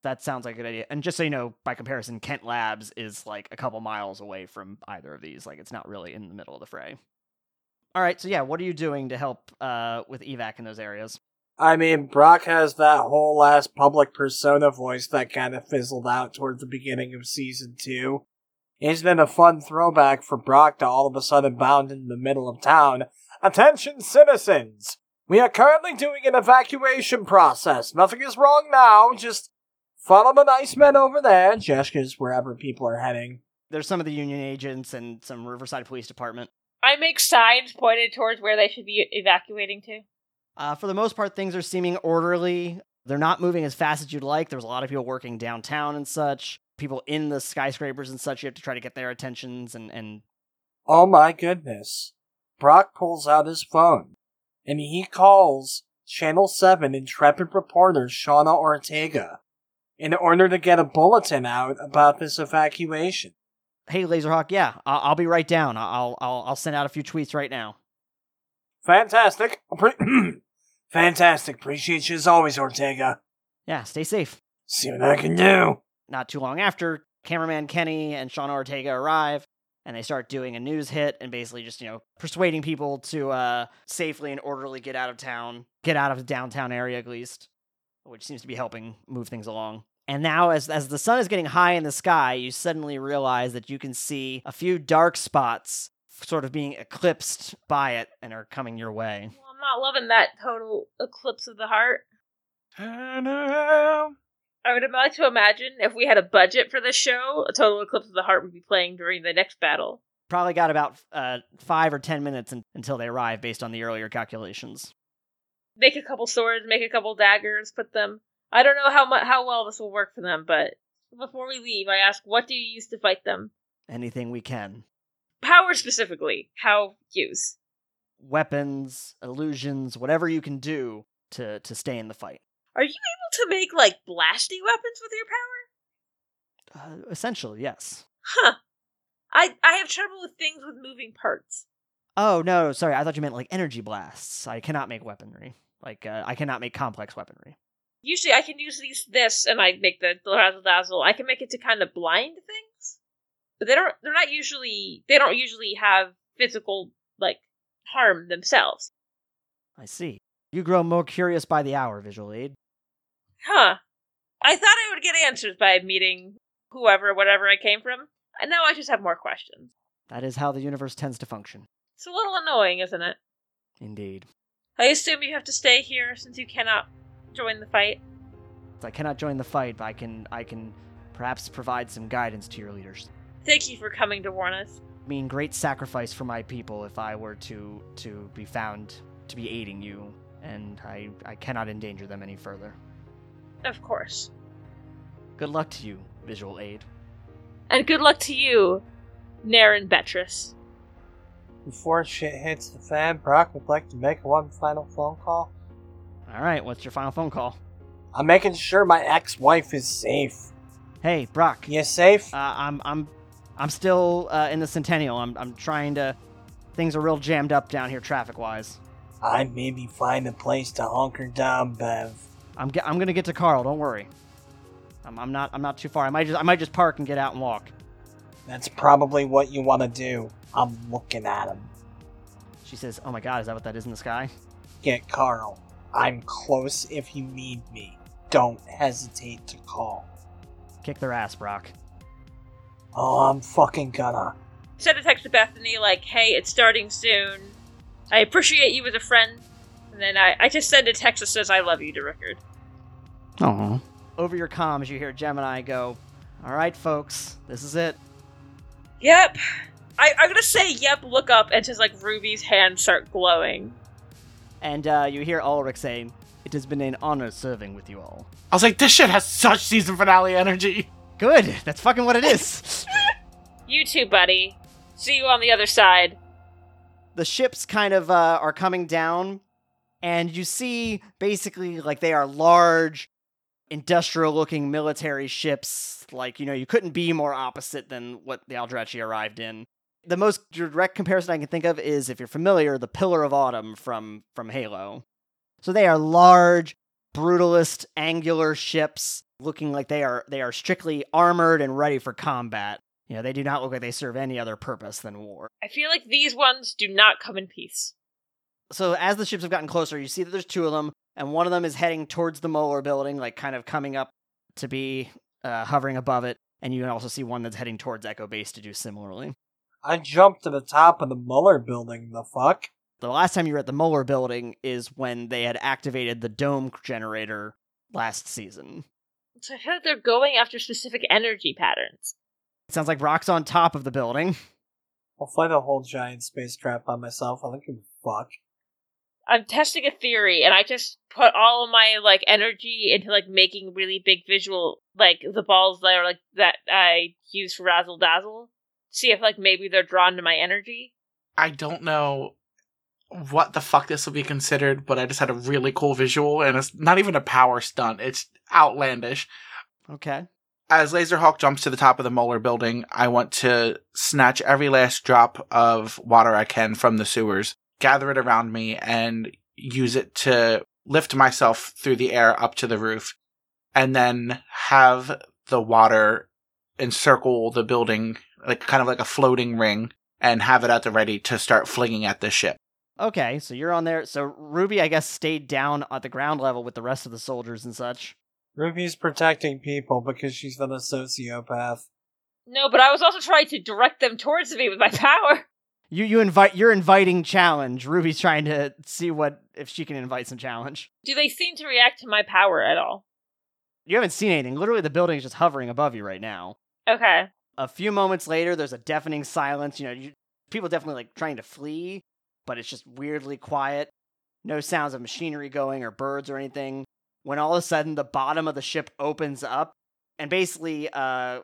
That sounds like a good idea. And just so you know, by comparison, Kent Labs is like a couple miles away from either of these. Like it's not really in the middle of the fray. All right, so yeah, what are you doing to help uh, with evac in those areas? I mean, Brock has that whole last public persona voice that kind of fizzled out towards the beginning of season two. Isn't it a fun throwback for Brock to all of a sudden bound in the middle of town? Attention, citizens! We are currently doing an evacuation process. Nothing is wrong now. Just follow the nice men over there. Jessica's wherever people are heading. There's some of the union agents and some Riverside Police Department. I make signs pointed towards where they should be evacuating to. Uh, for the most part, things are seeming orderly. They're not moving as fast as you'd like. There's a lot of people working downtown and such. People in the skyscrapers and such. You have to try to get their attentions and and. Oh my goodness! Brock pulls out his phone, and he calls Channel Seven intrepid reporter Shauna Ortega in order to get a bulletin out about this evacuation. Hey, Laserhawk. Yeah, I- I'll be right down. I- I'll I'll I'll send out a few tweets right now. Fantastic. Appre- Fantastic. Appreciate you as always, Ortega. Yeah, stay safe. See what I can do. Not too long after, cameraman Kenny and Sean Ortega arrive, and they start doing a news hit and basically just you know persuading people to uh, safely and orderly get out of town, get out of the downtown area at least, which seems to be helping move things along. And now, as as the sun is getting high in the sky, you suddenly realize that you can see a few dark spots sort of being eclipsed by it and are coming your way. Well, I'm not loving that total eclipse of the heart. Turn around. I would like to imagine if we had a budget for this show, a total eclipse of the heart would be playing during the next battle. Probably got about uh, five or ten minutes un- until they arrive, based on the earlier calculations. Make a couple swords, make a couple daggers, put them. I don't know how mu- how well this will work for them, but before we leave, I ask, what do you use to fight them? Anything we can. Power specifically, how use? weapons, illusions, whatever you can do to to stay in the fight. Are you able to make like blasting weapons with your power? Uh, essentially, yes. Huh. I I have trouble with things with moving parts. Oh no, sorry, I thought you meant like energy blasts. I cannot make weaponry. Like uh, I cannot make complex weaponry. Usually, I can use these this, and I make the razzle dazzle. I can make it to kind of blind things, but they don't. They're not usually. They don't usually have physical like harm themselves. I see. You grow more curious by the hour, visual aid. Huh. I thought I would get answers by meeting whoever, whatever I came from, and now I just have more questions. That is how the universe tends to function. It's a little annoying, isn't it? Indeed. I assume you have to stay here since you cannot join the fight. I cannot join the fight, but I can I can perhaps provide some guidance to your leaders. Thank you for coming to warn us. mean great sacrifice for my people if I were to to be found to be aiding you, and I I cannot endanger them any further. Of course. Good luck to you, visual aid. And good luck to you, Naren Betris. Before shit hits the fan, Brock would like to make one final phone call. All right, what's your final phone call? I'm making sure my ex-wife is safe. Hey, Brock. You safe? Uh, I'm I'm I'm still uh, in the Centennial. I'm I'm trying to. Things are real jammed up down here traffic wise. I maybe find a place to hunker down, Bev. I'm ge- I'm gonna get to Carl. Don't worry. I'm, I'm not I'm not too far. I might just I might just park and get out and walk. That's probably what you want to do. I'm looking at him. She says, "Oh my God, is that what that is in the sky?" Get Carl. I'm close if you need me. Don't hesitate to call. Kick their ass, Brock. Oh, I'm fucking gonna. Send a text to Bethany like, hey, it's starting soon. I appreciate you as a friend. And then I, I just send a text that says I love you to Rickard. Oh. Over your comms, you hear Gemini go, All right, folks, this is it. Yep. I, I'm gonna say yep, look up, and just like Ruby's hands start glowing. And uh, you hear Ulrich saying, It has been an honor serving with you all. I was like, this shit has such season finale energy. Good. That's fucking what it is. You too, buddy. See you on the other side. the ships kind of uh, are coming down, and you see basically like they are large, industrial-looking military ships. Like you know, you couldn't be more opposite than what the Alderachi arrived in. The most direct comparison I can think of is if you're familiar, the Pillar of Autumn from from Halo. So they are large, brutalist, angular ships, looking like they are they are strictly armored and ready for combat. You know, they do not look like they serve any other purpose than war. I feel like these ones do not come in peace. so as the ships have gotten closer, you see that there's two of them, and one of them is heading towards the Molar building, like kind of coming up to be uh, hovering above it, and you can also see one that's heading towards Echo Base to do similarly. I jumped to the top of the Muller building, the fuck? The last time you were at the Molar building is when they had activated the dome generator last season. So I feel like they're going after specific energy patterns. It sounds like Rock's on top of the building. I'll fly the whole giant spacecraft by myself. I don't give a fuck. I'm testing a theory, and I just put all of my like energy into like making really big visual, like the balls that are like that I use for razzle dazzle. See if like maybe they're drawn to my energy. I don't know what the fuck this would be considered, but I just had a really cool visual, and it's not even a power stunt. It's outlandish. Okay. As Laserhawk jumps to the top of the Molar building, I want to snatch every last drop of water I can from the sewers, gather it around me, and use it to lift myself through the air up to the roof, and then have the water encircle the building, like kind of like a floating ring, and have it at the ready to start flinging at the ship. Okay, so you're on there. So Ruby, I guess, stayed down at the ground level with the rest of the soldiers and such. Ruby's protecting people because she's been a sociopath. No, but I was also trying to direct them towards me with my power. You you invite you're inviting challenge. Ruby's trying to see what if she can invite some challenge. Do they seem to react to my power at all? You haven't seen anything. Literally the building is just hovering above you right now. Okay. A few moments later there's a deafening silence. You know, you, people definitely like trying to flee, but it's just weirdly quiet. No sounds of machinery going or birds or anything. When all of a sudden the bottom of the ship opens up and basically uh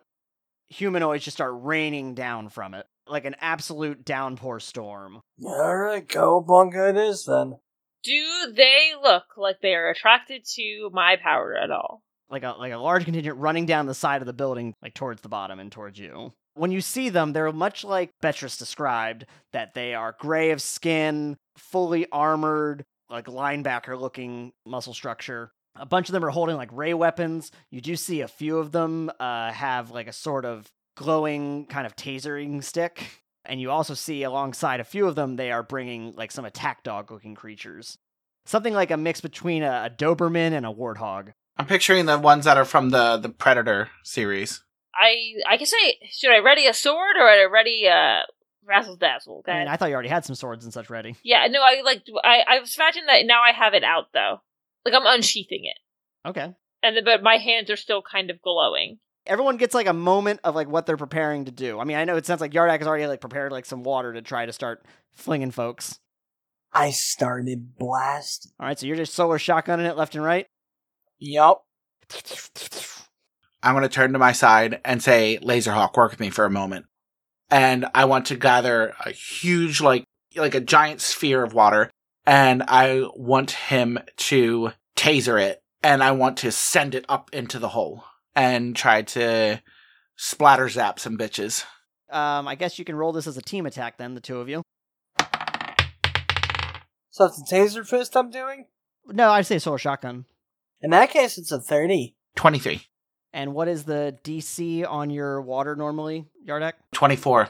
humanoids just start raining down from it like an absolute downpour storm. Alright, Cowabunga it is then. Do they look like they are attracted to my power at all? like a like a large contingent running down the side of the building, like towards the bottom and towards you. When you see them, they're much like Betrus described, that they are gray of skin, fully armored, like linebacker looking muscle structure. A bunch of them are holding like ray weapons. You do see a few of them uh, have like a sort of glowing kind of tasering stick. And you also see alongside a few of them, they are bringing like some attack dog looking creatures. Something like a mix between a, a Doberman and a warthog. I'm picturing the ones that are from the the Predator series. I I can say should I ready a sword or I ready a razzle dazzle? I mean, I thought you already had some swords and such ready. Yeah, no, I like I I was imagining that now I have it out though. Like I'm unsheathing it. Okay. And then, but my hands are still kind of glowing. Everyone gets like a moment of like what they're preparing to do. I mean, I know it sounds like Yardak has already like prepared like some water to try to start flinging folks. I started blast. All right, so you're just solar shotgunning it left and right. Yup. I'm going to turn to my side and say, Laserhawk, work with me for a moment. And I want to gather a huge, like, like a giant sphere of water. And I want him to taser it. And I want to send it up into the hole and try to splatter zap some bitches. Um, I guess you can roll this as a team attack then, the two of you. So that's a taser fist I'm doing? No, I'd say solar shotgun. In that case, it's a 30. 23, And what is the DC on your water normally, Yardak? 24.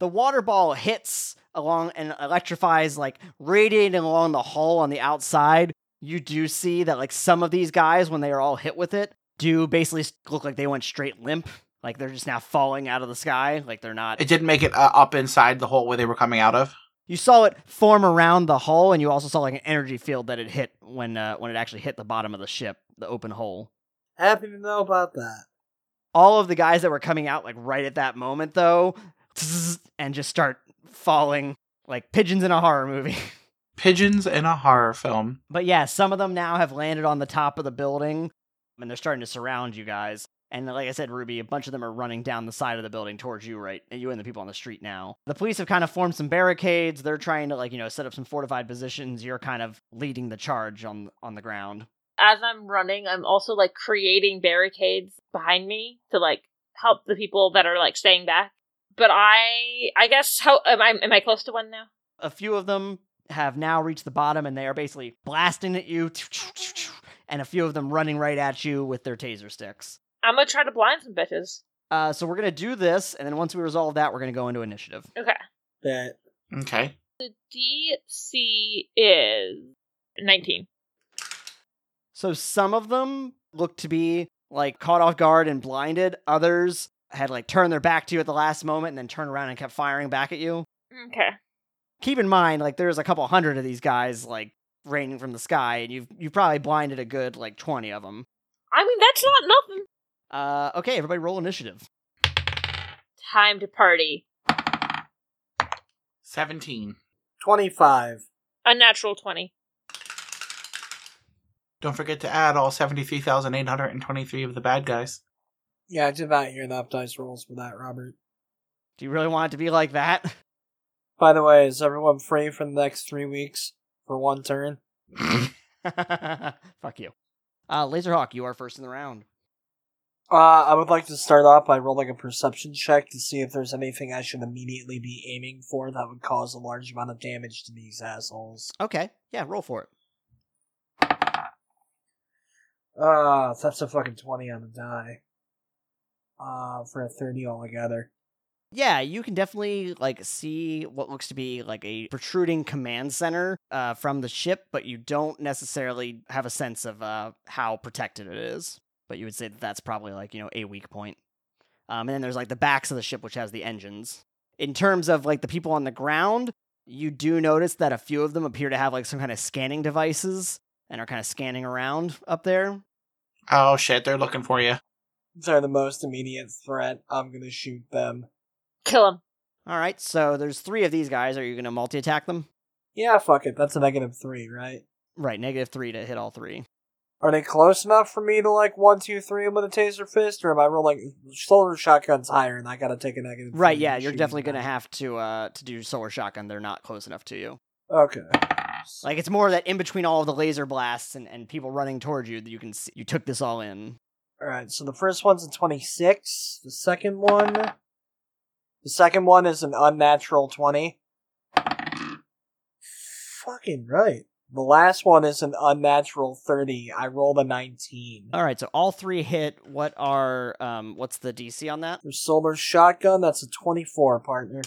the water ball hits along and electrifies like radiating along the hull on the outside you do see that like some of these guys when they are all hit with it do basically s- look like they went straight limp like they're just now falling out of the sky like they're not It did make it uh, up inside the hole where they were coming out of. you saw it form around the hull and you also saw like an energy field that it hit when uh, when it actually hit the bottom of the ship the open hole Happy to know about that. all of the guys that were coming out like right at that moment though and just start falling like pigeons in a horror movie Pigeons in a horror film. But yeah, some of them now have landed on the top of the building and they're starting to surround you guys. And like I said, Ruby, a bunch of them are running down the side of the building towards you, right? You and the people on the street now. The police have kind of formed some barricades. They're trying to like, you know, set up some fortified positions. You're kind of leading the charge on on the ground. As I'm running, I'm also like creating barricades behind me to like help the people that are like staying back. But I, I guess how am I? Am I close to one now? A few of them have now reached the bottom and they are basically blasting at you and a few of them running right at you with their taser sticks. I'm gonna try to blind some bitches. Uh, so we're gonna do this, and then once we resolve that, we're gonna go into initiative. Okay. That Okay. The DC is 19. So some of them look to be like caught off guard and blinded. Others had like turned their back to you at the last moment and then turned around and kept firing back at you. Okay. Keep in mind, like there's a couple hundred of these guys like raining from the sky, and you've you have probably blinded a good like twenty of them. I mean, that's not nothing. Uh, okay, everybody, roll initiative. Time to party. 17. 25. Unnatural 20. Don't forget to add all 73,823 of the bad guys. Yeah, I did not hear the up dice rolls for that, Robert. Do you really want it to be like that? By the way, is everyone free for the next three weeks for one turn? Fuck you. Uh, Laserhawk, you are first in the round. Uh, I would like to start off by rolling a perception check to see if there's anything I should immediately be aiming for that would cause a large amount of damage to these assholes. Okay, yeah, roll for it. Uh, that's a fucking 20 on the die. Uh, for a 30 altogether. Yeah, you can definitely like see what looks to be like a protruding command center uh, from the ship, but you don't necessarily have a sense of uh, how protected it is. But you would say that that's probably like you know a weak point. Um, and then there's like the backs of the ship, which has the engines. In terms of like the people on the ground, you do notice that a few of them appear to have like some kind of scanning devices and are kind of scanning around up there. Oh shit, they're looking for you. They're the most immediate threat. I'm gonna shoot them. Kill him. All right, so there's three of these guys. Are you going to multi attack them? Yeah, fuck it. That's a negative three, right? Right, negative three to hit all three. Are they close enough for me to like one, two, three with a taser fist, or am I rolling shoulder shotguns higher and I gotta take a negative? Right, three yeah, to you're shoot definitely gonna them? have to uh to do solar shotgun. They're not close enough to you. Okay. Like it's more that in between all of the laser blasts and, and people running towards you that you can see you took this all in. All right. So the first one's a twenty-six. The second one, the second one is an unnatural twenty. Fucking right. The last one is an unnatural thirty. I rolled a nineteen. All right, so all three hit. What are um what's the DC on that? The solar shotgun. That's a twenty-four, partner.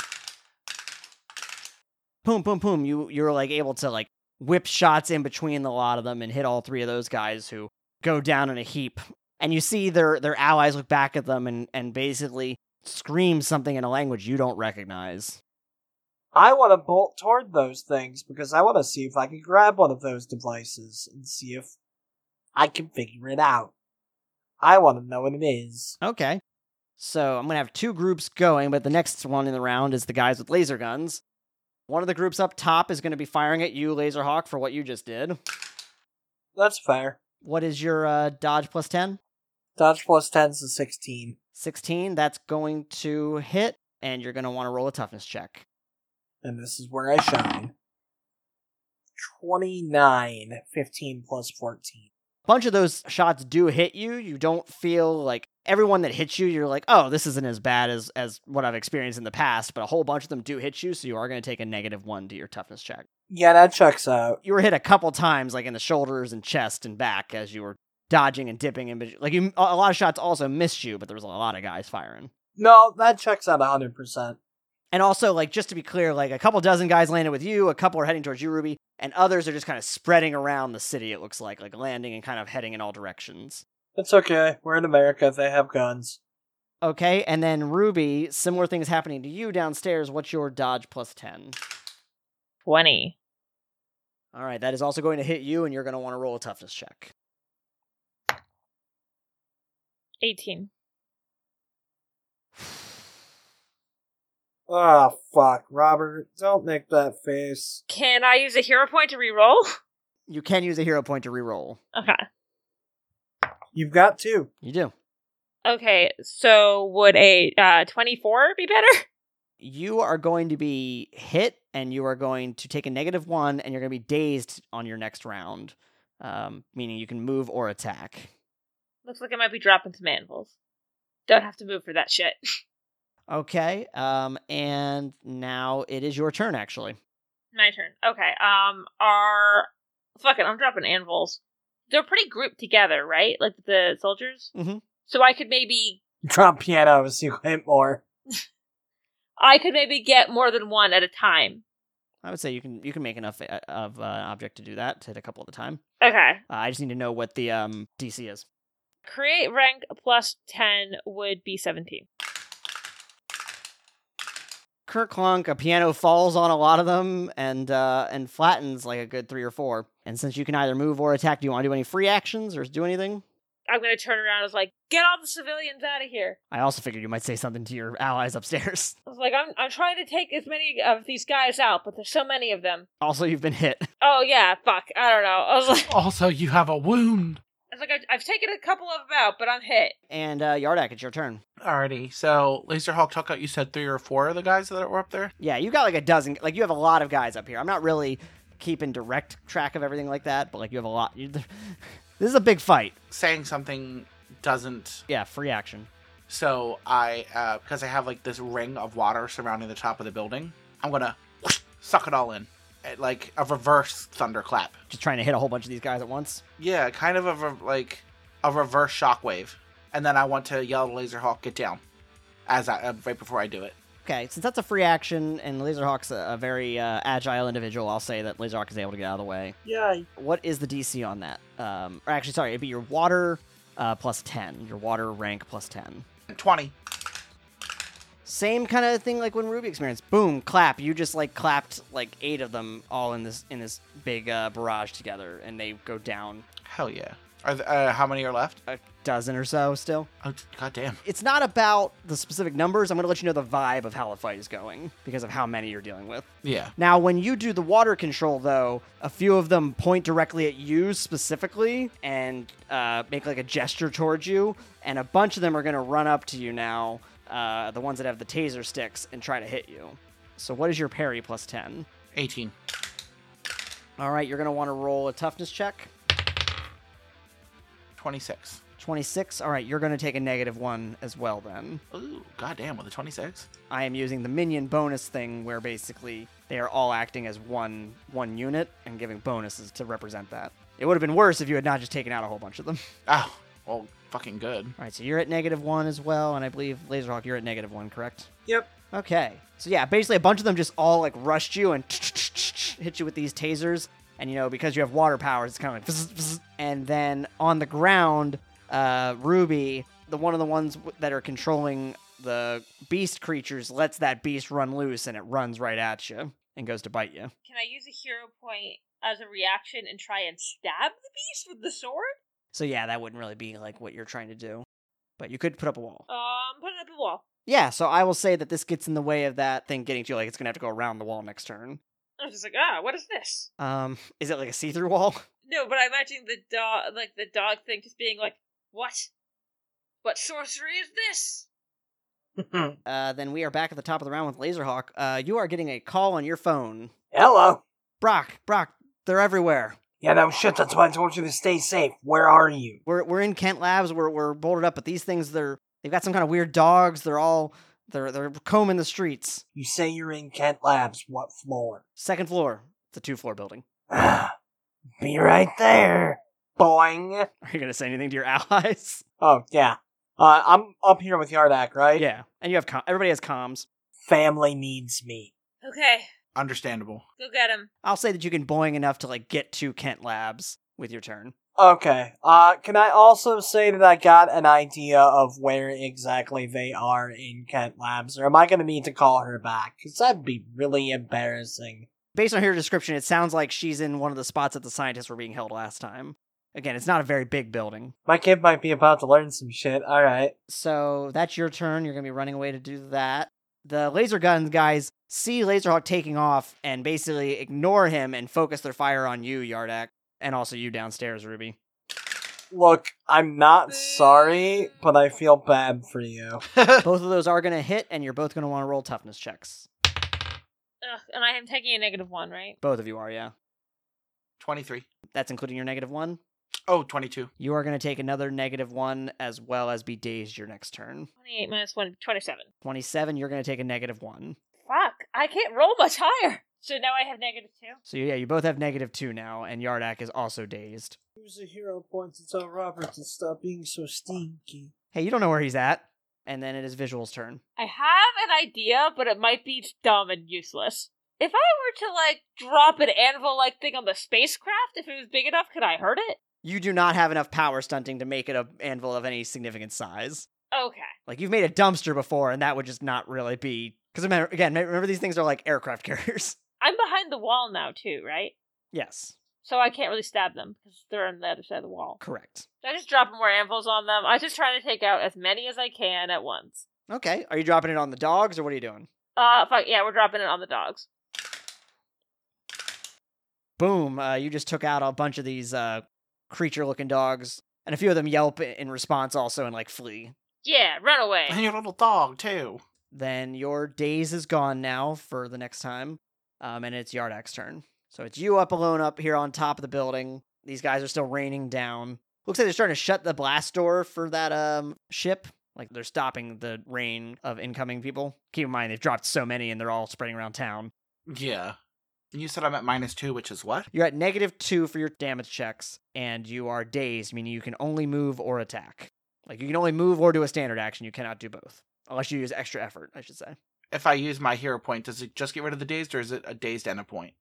Boom, boom, boom. You you're like able to like whip shots in between the lot of them and hit all three of those guys who go down in a heap. And you see their their allies look back at them and and basically scream something in a language you don't recognize. I want to bolt toward those things because I want to see if I can grab one of those devices and see if I can figure it out. I want to know what it is. Okay. So I'm going to have two groups going, but the next one in the round is the guys with laser guns. One of the groups up top is going to be firing at you, Laserhawk, for what you just did. That's fair. What is your uh, dodge plus 10? Dodge plus 10's a 16. 16. That's going to hit, and you're going to want to roll a toughness check. And this is where I shine. 29. 15 plus 14. bunch of those shots do hit you. You don't feel like everyone that hits you, you're like, oh, this isn't as bad as, as what I've experienced in the past, but a whole bunch of them do hit you, so you are going to take a negative one to your toughness check. Yeah, that checks out. you were hit a couple times, like in the shoulders and chest and back, as you were dodging and dipping. And like you, a lot of shots also missed you, but there was a lot of guys firing. No, that checks out 100%. And also, like just to be clear, like a couple dozen guys landed with you, a couple are heading towards you, Ruby, and others are just kind of spreading around the city. It looks like, like landing and kind of heading in all directions. It's okay. We're in America. They have guns. Okay, and then Ruby, similar things happening to you downstairs. What's your dodge plus ten? 20. All right, that is also going to hit you, and you're going to want to roll a toughness check. 18. Ah, fuck. Robert, don't make that face. Can I use a hero point to reroll? You can use a hero point to reroll. Okay. You've got two. You do. Okay, so would a uh, 24 be better? You are going to be hit, and you are going to take a negative one, and you're going to be dazed on your next round, um, meaning you can move or attack. Looks like I might be dropping some anvils. Don't have to move for that shit. Okay, um, and now it is your turn, actually. My turn. Okay, um, are. Fuck it, I'm dropping anvils. They're pretty grouped together, right? Like the soldiers? Mhm. So I could maybe. Drop pianos, you hit more. I could maybe get more than one at a time. I would say you can you can make enough uh, of uh, an object to do that to hit a couple at a time. Okay. Uh, I just need to know what the um, DC is. Create rank plus 10 would be 17. Kirk Clunk, a piano falls on a lot of them and uh, and flattens like a good three or four. And since you can either move or attack, do you want to do any free actions or do anything? I'm going to turn around and was like, get all the civilians out of here. I also figured you might say something to your allies upstairs. I was like, I'm, I'm trying to take as many of these guys out, but there's so many of them. Also, you've been hit. Oh, yeah, fuck. I don't know. I was like, Also, you have a wound. I was like I've, I've taken a couple of them out, but I'm hit. And uh, Yardak, it's your turn. Alrighty. So, Laser Hawk Tuck Out, you said three or four of the guys that were up there? Yeah, you got like a dozen. Like you have a lot of guys up here. I'm not really keeping direct track of everything like that, but like you have a lot. You, this is a big fight. Saying something doesn't. Yeah, free action. So, I, uh, because I have like this ring of water surrounding the top of the building, I'm gonna whoosh, suck it all in. At, like a reverse thunderclap. Just trying to hit a whole bunch of these guys at once. Yeah, kind of a, re- like, a reverse shockwave. And then I want to yell to Laser Hawk, get down. As I, uh, right before I do it. Okay, since that's a free action and Laserhawk's a, a very uh, agile individual, I'll say that Laserhawk is able to get out of the way. Yeah, What is the DC on that? Um, or actually, sorry, it'd be your water uh, plus 10, your water rank plus 10. 20. Same kind of thing like when Ruby experienced. Boom, clap. You just like clapped like eight of them all in this in this big uh, barrage together, and they go down Hell yeah. Are th- uh, how many are left? a dozen or so still. Oh, t- God damn. It's not about the specific numbers. I'm going to let you know the vibe of how the fight is going because of how many you're dealing with. Yeah. Now, when you do the water control, though, a few of them point directly at you specifically and uh, make like a gesture towards you, and a bunch of them are going to run up to you now, uh, the ones that have the taser sticks, and try to hit you. So, what is your parry plus 10? 18. All right, you're going to want to roll a toughness check. 26. 26. All right, you're going to take a negative one as well, then. Ooh, goddamn, with a 26? I am using the minion bonus thing where basically they are all acting as one one unit and giving bonuses to represent that. It would have been worse if you had not just taken out a whole bunch of them. Oh, well, fucking good. All right, so you're at negative one as well, and I believe Laserhawk, you're at negative one, correct? Yep. Okay. So yeah, basically a bunch of them just all like rushed you and hit you with these tasers, and you know because you have water powers, it's kind of like, vzz, vzz. and then on the ground, uh, Ruby, the one of the ones w- that are controlling the beast creatures, lets that beast run loose, and it runs right at you and goes to bite you. Can I use a hero point as a reaction and try and stab the beast with the sword? So yeah, that wouldn't really be like what you're trying to do, but you could put up a wall. Um, put it up a wall. Yeah, so I will say that this gets in the way of that thing getting to you. Like it's gonna have to go around the wall next turn. I was just like, ah, what is this? Um, is it like a see-through wall? No, but I imagine the dog, like the dog thing, just being like, what? What sorcery is this? Uh, then we are back at the top of the round with Laserhawk. Uh, you are getting a call on your phone. Hello. Brock, Brock, they're everywhere. Yeah, no shit. That's why I told you to stay safe. Where are you? We're we're in Kent Labs. We're we're bolted up, but these things they're they've got some kind of weird dogs. They're all they're they're combing the streets. You say you're in Kent Labs. What floor? Second floor. It's a two-floor building. Be right there. Boing. Are you gonna say anything to your allies? Oh yeah. Uh, I'm up here with Yardak, right? Yeah, and you have com- everybody has comms. Family needs me. Okay, Understandable. go get him. I'll say that you can boing enough to like get to Kent Labs with your turn. Okay. Uh, can I also say that I got an idea of where exactly they are in Kent Labs, or am I going to need to call her back? Because that'd be really embarrassing. based on her description, it sounds like she's in one of the spots that the scientists were being held last time. Again, it's not a very big building. My kid might be about to learn some shit. All right. So that's your turn. You're going to be running away to do that. The laser guns guys see Laserhawk taking off and basically ignore him and focus their fire on you, Yardak, and also you downstairs, Ruby. Look, I'm not sorry, but I feel bad for you. Both of those are going to hit, and you're both going to want to roll toughness checks. Ugh, and I am taking a negative one, right? Both of you are, yeah. 23. That's including your negative one. Oh, 22. You are going to take another negative one as well as be dazed your next turn. 28 minus 1, 27. 27, you're going to take a negative one. Fuck, I can't roll much higher. So now I have negative 2. So, yeah, you both have negative two now, and Yardak is also dazed. Use a hero point to tell Robert to stop being so stinky. Hey, you don't know where he's at. And then it is Visual's turn. I have an idea, but it might be dumb and useless. If I were to, like, drop an anvil like thing on the spacecraft, if it was big enough, could I hurt it? You do not have enough power stunting to make it an anvil of any significant size. Okay. Like, you've made a dumpster before, and that would just not really be. Because, again, remember these things are like aircraft carriers. I'm behind the wall now, too, right? Yes, So I can't really stab them because they're on the other side of the wall. correct. So I just drop more anvils on them. I just try to take out as many as I can at once. Okay. Are you dropping it on the dogs, or what are you doing? Uh, fuck yeah, we're dropping it on the dogs. boom, uh, you just took out a bunch of these uh, creature looking dogs. And a few of them yelp i- in response also and like flee. Yeah, run away. And your little dog, too. Then your daze is gone now for the next time. Um, and it's Yardak's turn. So it's you up alone up here on top of the building. These guys are still raining down. Looks like they're starting to shut the blast door for that um, ship. Like they're stopping the rain of incoming people. Keep in mind they've dropped so many and they're all spreading around town. Yeah. You said I'm at minus two, which is what? You're at negative two for your damage checks, and you are dazed, meaning you can only move or attack. Like you can only move or do a standard action. You cannot do both. Unless you use extra effort, I should say. If I use my hero point, does it just get rid of the dazed, or is it a dazed and a point?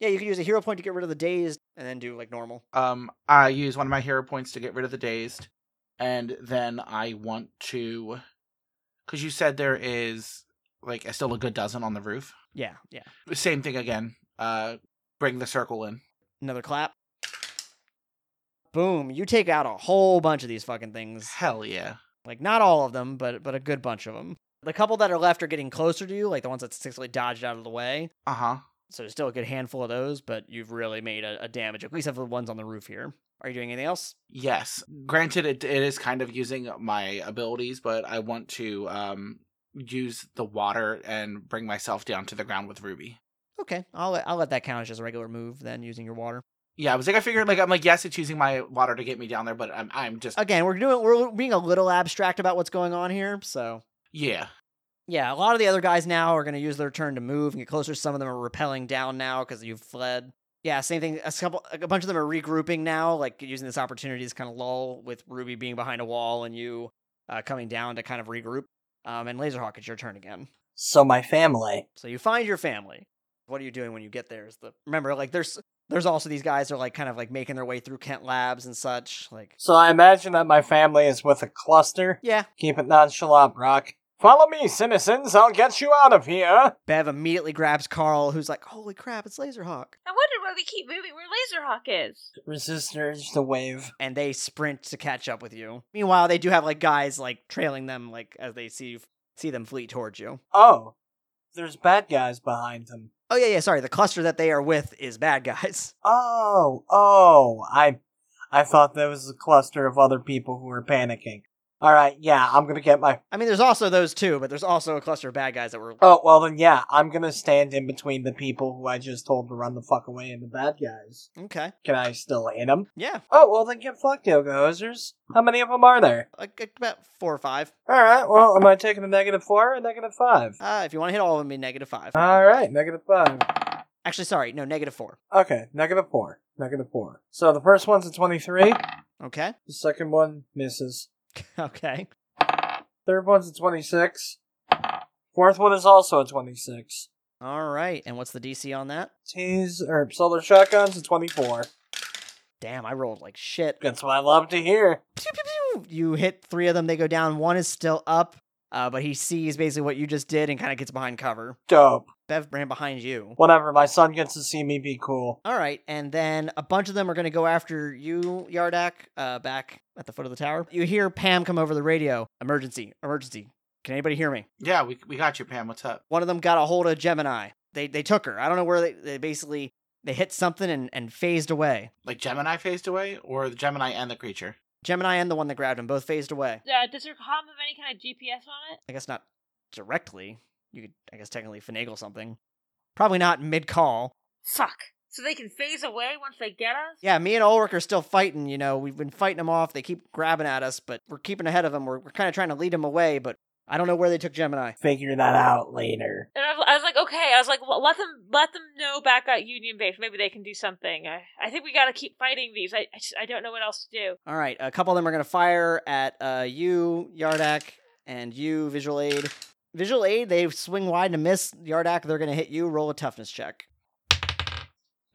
Yeah, you can use a hero point to get rid of the dazed and then do like normal. Um, I use one of my hero points to get rid of the dazed, and then I want to, because you said there is like still a good dozen on the roof. Yeah, yeah. Same thing again. Uh, bring the circle in. Another clap. Boom. You take out a whole bunch of these fucking things. Hell yeah. Like not all of them, but but a good bunch of them. The couple that are left are getting closer to you, like the ones that successfully dodged out of the way. Uh huh. So there's still a good handful of those, but you've really made a, a damage, at least of the ones on the roof here. Are you doing anything else? Yes. Granted, it it is kind of using my abilities, but I want to um use the water and bring myself down to the ground with Ruby. Okay, I'll let, I'll let that count as just a regular move then, using your water. Yeah, I was like, I figured, like, I'm like, yes, it's using my water to get me down there, but I'm, I'm just, Again, we're doing we're being a little abstract about what's going on here, so yeah, yeah, a lot of the other guys now are going to use their turn to move and get closer. Some of them are repelling down now because you've fled. Yeah, same thing. A couple, a bunch of them are regrouping now, like using this opportunity to kind of lull with Ruby being behind a wall and you uh, coming down to kind of regroup. Um, and Laserhawk, it's your turn again. So my family. So you find your family. What are you doing when you get there? Is the remember like there's there's also these guys that are like kind of like making their way through Kent Labs and such. Like So I imagine that my family is with a cluster. yeah, Keep it nonchalant, Brock. Follow me, citizens. I'll get you out of here. Bev immediately grabs Carl, who's like, "Holy crap, it's Laserhawk!" I wonder why we keep moving where Laserhawk is. Resist urge to wave. And they sprint to catch up with you. Meanwhile, they do have like guys like trailing them, like as they see you, see them flee towards you. Oh, there's bad guys behind him. Oh yeah, yeah. Sorry, the cluster that they are with is bad guys. Oh, oh, I, I thought there was a cluster of other people who were panicking. All right, yeah, I'm gonna get my. I mean, there's also those two, but there's also a cluster of bad guys that were. Oh well, then yeah, I'm gonna stand in between the people who I just told to run the fuck away and the bad guys. Okay. Can I still hit them? Yeah, Oh well, then get fucked, yoga hosers. How many of them are there? like about four or five. All right, well, am I taking a negative four or a negative five? Uh, if you want to hit all of them, be negative five. All right, negative five. Actually, sorry, no, negative four. Okay, negative four. Negative four. So the first one's a 23. Okay. The second one misses. Okay. Third one's a 26. Fourth one is also a 26. All right. And what's the DC on that? Tease, or solar shotgun's a 24. Damn, I rolled like shit. That's what I love to hear. Pew, pew, pew. You hit three of them, they go down. One is still up, uh, but he sees basically what you just did and kind of gets behind cover. Dope. Bev ran behind you. Whatever, my son gets to see me be cool. All right, and then a bunch of them are going to go after you, Yardak, uh, back at the foot of the tower. You hear Pam come over the radio. Emergency, emergency. Can anybody hear me? yeah, we we got you, Pam. What's up? One of them got a hold of Gemini. They they took her. I don't know where they, they basically They hit something and, and phased away. Like Gemini phased away, or the Gemini and the creature. Gemini and the one that grabbed him both phased away. Uh, does your comm have any kind of GPS on it? I guess not directly. You could, I guess, technically finagle something. Probably not mid call. Fuck. So they can phase away once they get us? Yeah, me and Ulrich are still fighting. You know, we've been fighting them off. They keep grabbing at us, but we're keeping ahead of them. We're, we're kind of trying to lead them away, but I don't know where they took Gemini. Figure that out later. And I was, I was like, okay. I was like, well, let them let them know back at Union Base. Maybe they can do something. I, I think we got to keep fighting these. I I, just, I don't know what else to do. All right, a couple of them are going to fire at uh, you, Yardak, and you, Visual Aid. Visual Aid, they swing wide and miss. Yardak, they're going to hit you. Roll a toughness check.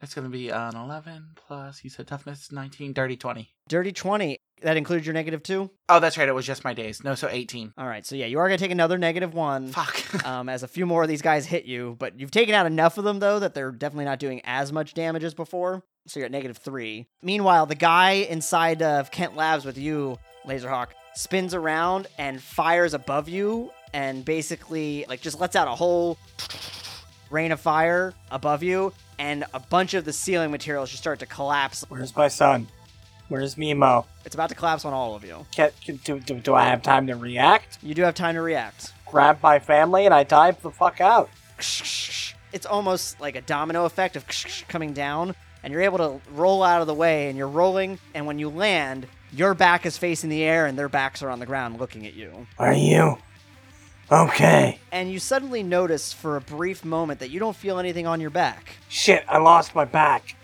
That's gonna be an eleven plus. You said toughness nineteen, dirty twenty. Dirty 20. That includes your negative two? Oh, that's right. It was just my days. No, so eighteen. All right, so yeah, you are going to take another negative Mm. one. Fuck. um, as a few more of these guys hit you, but you've taken out enough of them though that they're definitely not doing as much damage as before. So you're at negative three. Meanwhile, the guy inside of Kent Labs with you, Laserhawk, spins around and fires above you, and basically like just lets out a whole rain of fire above you, and a bunch of the ceiling materials just start to collapse. Where's my son? Where's Mimo? It's about to collapse on all of you. Can, can, do, do, do I have time to react? You do have time to react. Grab my family and I dive the fuck out. It's almost like a domino effect of coming down, and you're able to roll out of the way, and you're rolling, and when you land, your back is facing the air, and their backs are on the ground looking at you. Are you okay? And you suddenly notice for a brief moment that you don't feel anything on your back. Shit, I lost my back.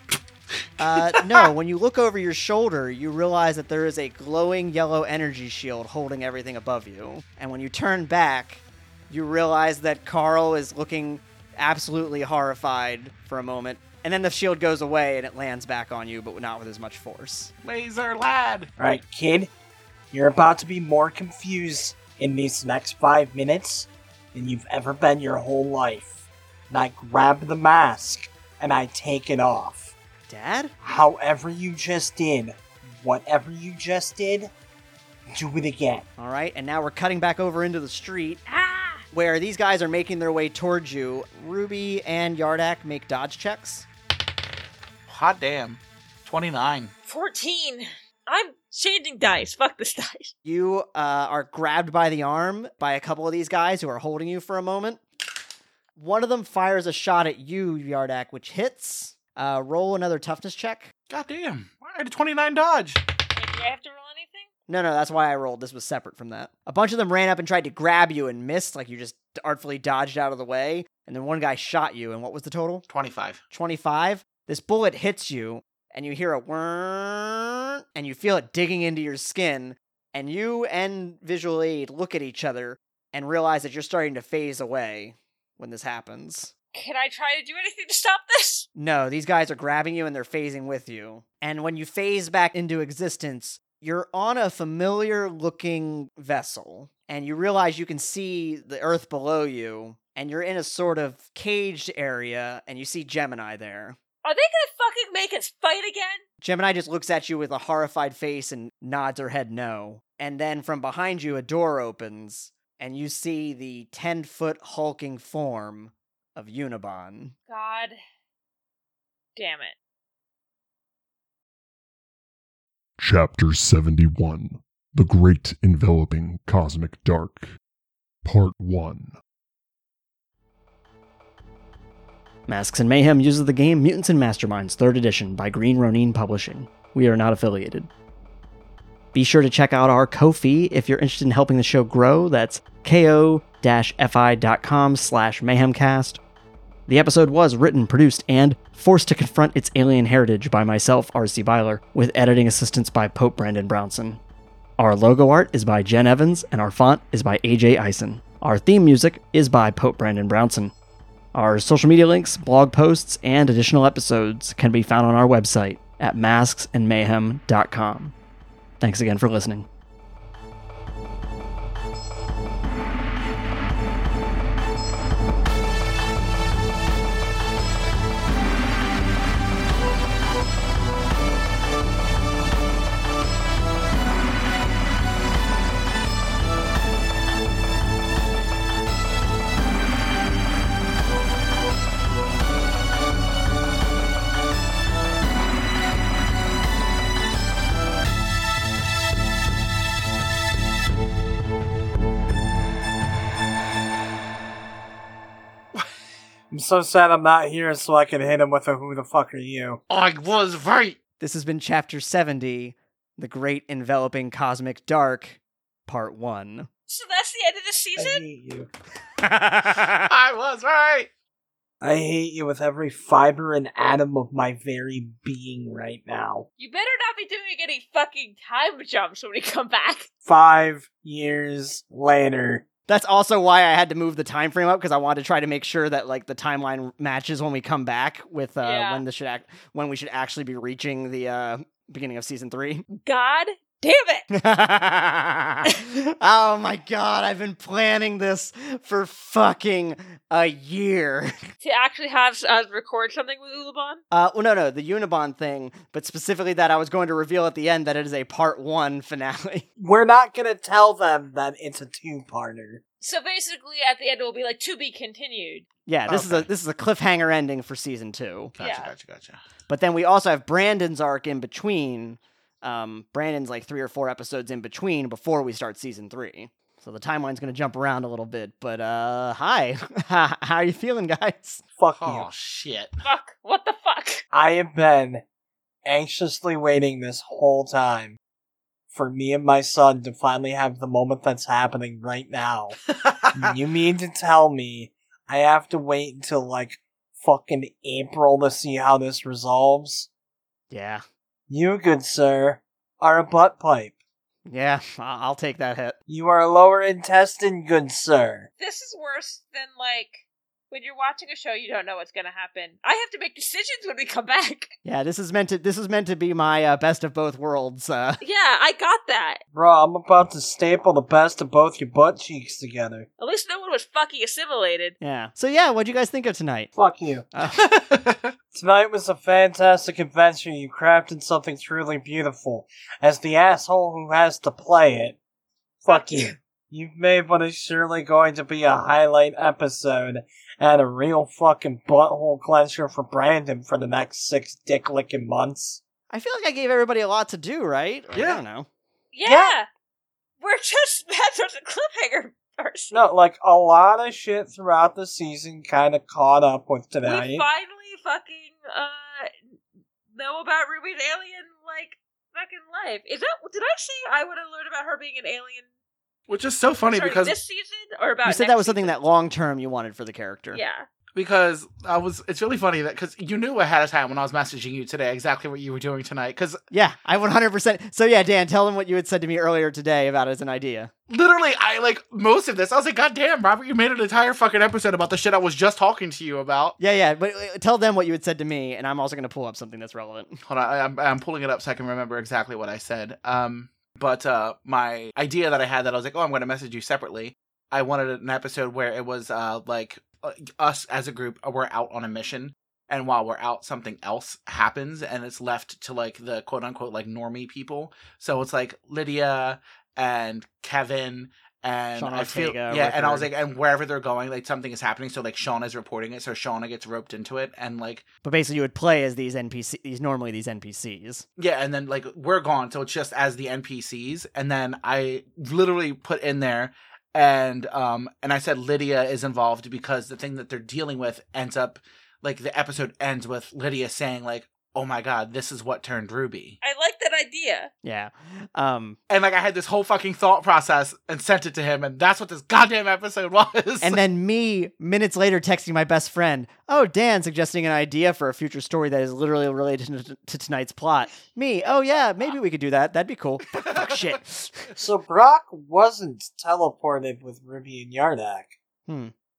Uh, no, when you look over your shoulder, you realize that there is a glowing yellow energy shield holding everything above you. And when you turn back, you realize that Carl is looking absolutely horrified for a moment. And then the shield goes away and it lands back on you, but not with as much force. Laser lad. All right, kid, you're about to be more confused in these next five minutes than you've ever been your whole life. And I grab the mask and I take it off. Dad? However you just did, whatever you just did, do it again. All right, and now we're cutting back over into the street Ah! where these guys are making their way towards you. Ruby and Yardak make dodge checks. Hot damn. Twenty nine. 14. I'm changing dice. Fuck this dice. You uh, are grabbed by the arm by a couple of these guys who are holding you for a moment. One of them fires a shot at you, Yardak, which hits. Uh, roll another toughness check. God damn. I had a twenty nine dodge. Wait, do I have to roll anything? No, no, that's why I rolled. This was separate from that. A bunch of them ran up and tried to grab you and missed, like you just artfully dodged out of the way. And then one guy shot you, and what was the total? Twenty five. 25. This bullet hits you, and you hear a whirr, and you feel it digging into your skin. And you and Visual Aid look at each other and realize that you're starting to phase away when this happens. Can I try to do anything to stop this? No, these guys are grabbing you and they're phasing with you. And when you phase back into existence, you're on a familiar looking vessel and you realize you can see the earth below you and you're in a sort of caged area and you see Gemini there. Are they gonna fucking make us fight again? Gemini just looks at you with a horrified face and nods her head no. And then from behind you, a door opens and you see the 10 foot hulking form of Unibon. God damn it. Chapter 71 The Great Enveloping Cosmic Dark. Part 1. Masks and Mayhem uses the game Mutants and Masterminds 3rd Edition by Green Ronin Publishing. We are not affiliated. Be sure to check out our Ko-fi if you're interested in helping the show grow. That's ko-fi.com slash mayhemcast. The episode was written, produced, and forced to confront its alien heritage by myself, R.C. Byler, with editing assistance by Pope Brandon Brownson. Our logo art is by Jen Evans, and our font is by A.J. Eisen. Our theme music is by Pope Brandon Brownson. Our social media links, blog posts, and additional episodes can be found on our website at masksandmayhem.com. Thanks again for listening. so sad I'm not here so I can hit him with a who the fuck are you. I was right. This has been Chapter 70 The Great Enveloping Cosmic Dark, Part 1. So that's the end of the I season? hate you. I was right. I hate you with every fiber and atom of my very being right now. You better not be doing any fucking time jumps when we come back. Five years later. That's also why I had to move the time frame up because I wanted to try to make sure that like the timeline matches when we come back with uh, Yeah. when this should act when we should actually be reaching the uh, beginning of season three. God damn it! oh my god, I've been planning this for fucking a year. To actually have uh, record something with Ulaban? Uh, well, no, no, the Unibond thing, but specifically that I was going to reveal at the end that it is a part one finale. We're not gonna tell them that it's a two-parter. So basically, at the end, it will be like to be continued. yeah, this is a Okay. this is a cliffhanger ending for season two. Gotcha, Yeah. gotcha, gotcha. But then we also have Brandon's arc in between. Um, Brandon's like three or four episodes in between before we start season three. So the timeline's going to jump around a little bit. But uh, hi, how are you feeling, guys? Fuck Oh you. shit. Fuck. What the fuck? I have been anxiously waiting this whole time for me and my son to finally have the moment that's happening right now. you mean to tell me I have to wait until like fucking April to see how this resolves? Yeah, You, good sir, are a butt pipe. yeah, I- I'll take that hit. You are a lower intestine, good sir. This is worse than like when you're watching a show, you don't know what's gonna happen. I have to make decisions when we come back. Yeah, this is meant to this is meant to be my uh, best of both worlds. Uh, Yeah, I got that. Bro, I'm about to staple the best of both your butt cheeks together. At least no one was fucking assimilated. yeah. So yeah, what'd you guys think of tonight? Fuck you. Uh, Tonight was a fantastic adventure. You crafted something truly beautiful. As the asshole who has to play it, fuck you. You've made what is surely going to be a highlight episode and a real fucking butthole clencher for Brandon for the next six dick licking months. I feel like I gave everybody a lot to do, right? Like, I Yeah. don't know. Yeah. We're just mad towards a cliffhanger person. No, like a lot of shit throughout the season kind of caught up with We tonight. finally fucking uh know about Ruby's alien like fucking life. Is that did I see I would have learned about her being an alien Which is so funny starting because this season or about You said next that was something season? that long term you wanted for the character. Yeah. because I was it's really funny that because you knew ahead of time when I was messaging you today exactly what you were doing tonight because Yeah, I 100%. So yeah, Dan, tell them what you had said to me earlier today about it as an idea. literally I like most of this I was like God damn Robert you made an entire fucking episode about the shit I was just talking to you about Yeah, yeah, but uh, tell them what you had said to me, and I'm also going to pull up something that's relevant. hold on I, I'm, I'm pulling it up so I can remember exactly what I said um but uh my idea that I had that I was like oh I'm gonna message you separately I wanted an episode where it was uh like uh, us as a group uh, we're out on a mission and while we're out something else happens and it's left to like the quote unquote like normie people so it's like lydia and kevin and Shauna I feel Ortega, yeah, and I was Rickard. like, and wherever they're going, like something is happening. So like Shauna is reporting it, so Shauna gets roped into it, and like But basically, you would play as these NPC, these normally these NPCs. yeah, and then like we're gone, so it's just as the NPCs, and then I literally put in there and um and I said Lydia is involved because the thing that they're dealing with ends up like the episode ends with Lydia saying like, "Oh my god, this is what turned Ruby." I like that idea. Yeah, um, And like I had this whole fucking thought process and sent it to him and that's what this goddamn episode was. and then me minutes later texting my best friend, "Oh, Dan suggesting an idea for a future story that is literally related to, to tonight's plot." Me, "Oh yeah, maybe we could do that. That'd be cool." Fuck shit. So Brock wasn't teleported with Ruby and Yardak.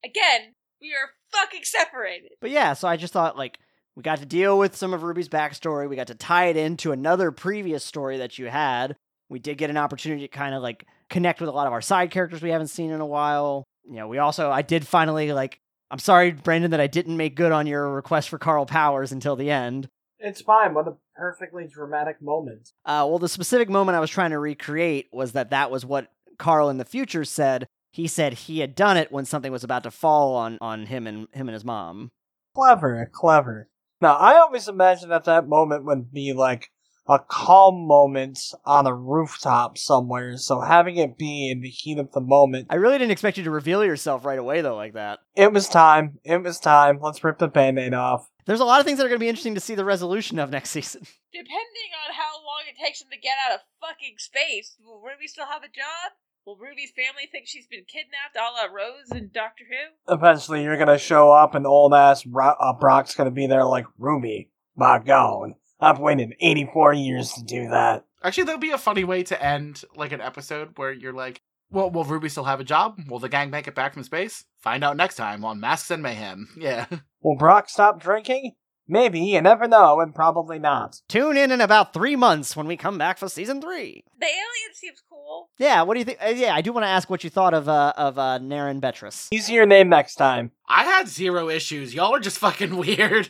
Again, we are fucking separated. But yeah, so I just thought like we got to deal with some of Ruby's backstory. We got to tie it into another previous story that you had. We did get an opportunity to kind of like connect with a lot of our side characters we haven't seen in a while. You know, we also I did finally like I'm sorry, Brandon, that I didn't make good on your request for Carl Powers until the end. It's fine. What a perfectly dramatic moment. Uh, well, the specific moment I was trying to recreate was that that was what Carl in the future said. He said he had done it when something was about to fall on on him and him and his mom. Clever, clever. Now, I always imagine at that moment would be like, a calm moment on a rooftop somewhere, so having it be in the heat of the moment, I really didn't expect you to reveal yourself right away though, like that. it was time. It was time. Let's rip the band aid off. There's a lot of things that are going to be interesting to see the resolution of next season. Depending on how long it takes them to get out of fucking space, will Ruby still have a job? Will Ruby's family think she's been kidnapped a la Rose and Doctor Who? Eventually, you're gonna show up, and old ass Ro- uh, Brock's gonna be there like, Ruby, my God, I've waited 84 years to do that. Actually, that'd be a funny way to end like an episode where you're like, "Well, will Ruby still have a job? Will the gang make it back from space? Find out next time on Masks and Mayhem." Yeah. Will Brock stop drinking? Maybe, you never know, and probably not. Tune in in about three months when we come back for season three. The alien seems cool. Yeah, what do you think? Uh, yeah, I do want to ask what you thought of uh, of uh, Naren Betris. Use your name next time. I had zero issues. Y'all are just fucking weird.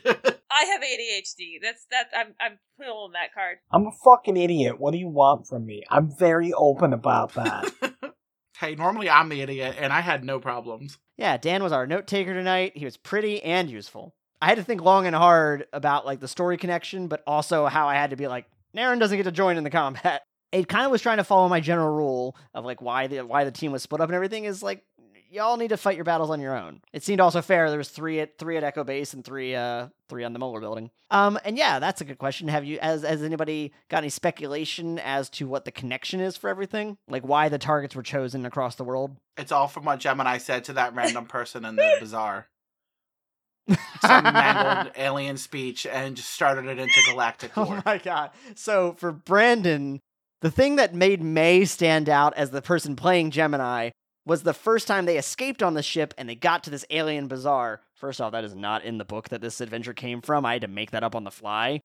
I have ADHD. That's that. I'm I'm pulling that card. I'm a fucking idiot. What do you want from me? I'm very open about that. hey, normally I'm the idiot, and I had no problems. Yeah, Dan was our note taker tonight. He was pretty and useful. I had to think long and hard about like the story connection, but also how I had to be like, Naren doesn't get to join in the combat. It kind of was trying to follow my general rule of like why the why the team was split up and everything is like y'all need to fight your battles on your own. It seemed also fair. There was three at three at Echo Base and three uh three on the Muller building. Um and yeah, that's a good question. Have you has has anybody got any speculation as to what the connection is for everything? Like why the targets were chosen across the world? It's all from what Gemini said to that random person in the bazaar. Some mangled alien speech and just started an intergalactic Oh war. my god. So for Brandon, the thing that made May stand out as the person playing Gemini was the first time they escaped on the ship and they got to this alien bazaar. First off, that is not in the book that this adventure came from. I had to make that up on the fly.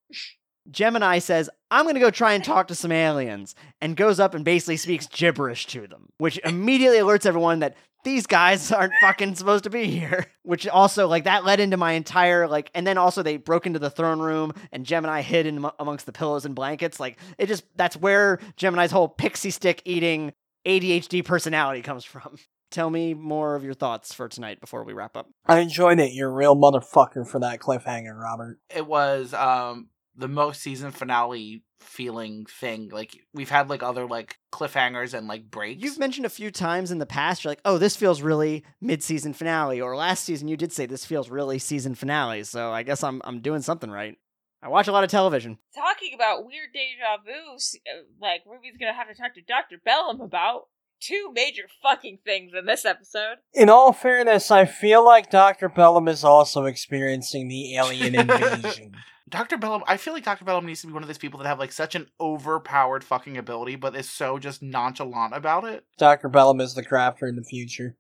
Gemini says, I'm going to go try and talk to some aliens, and goes up and basically speaks gibberish to them, which immediately alerts everyone that these guys aren't fucking supposed to be here. Which also, like, that led into my entire, like, and then also they broke into the throne room and Gemini hid in am- amongst the pillows and blankets. Like, it just, that's where Gemini's whole pixie stick eating ADHD personality comes from. Tell me more of your thoughts for tonight before we wrap up. I enjoyed it. You're a real motherfucker for that cliffhanger, Robert. It was um the most season finale feeling thing. Like we've had like other like cliffhangers and like breaks. You've mentioned a few times in the past, you're like, oh, this feels really mid-season finale, or last season you did say this feels really season finale. So I guess I'm I'm doing something right. I watch a lot of television. Talking about weird deja vu, s- uh, like Ruby's gonna have to talk to Doctor Bellum about two major fucking things in this episode. In all fairness, I feel like Dr. Bellum is also experiencing the alien invasion. Dr. Bellum, I feel like Dr. Bellum needs to be one of those people that have like such an overpowered fucking ability, but is so just nonchalant about it. Dr. Bellum is the crafter in the future.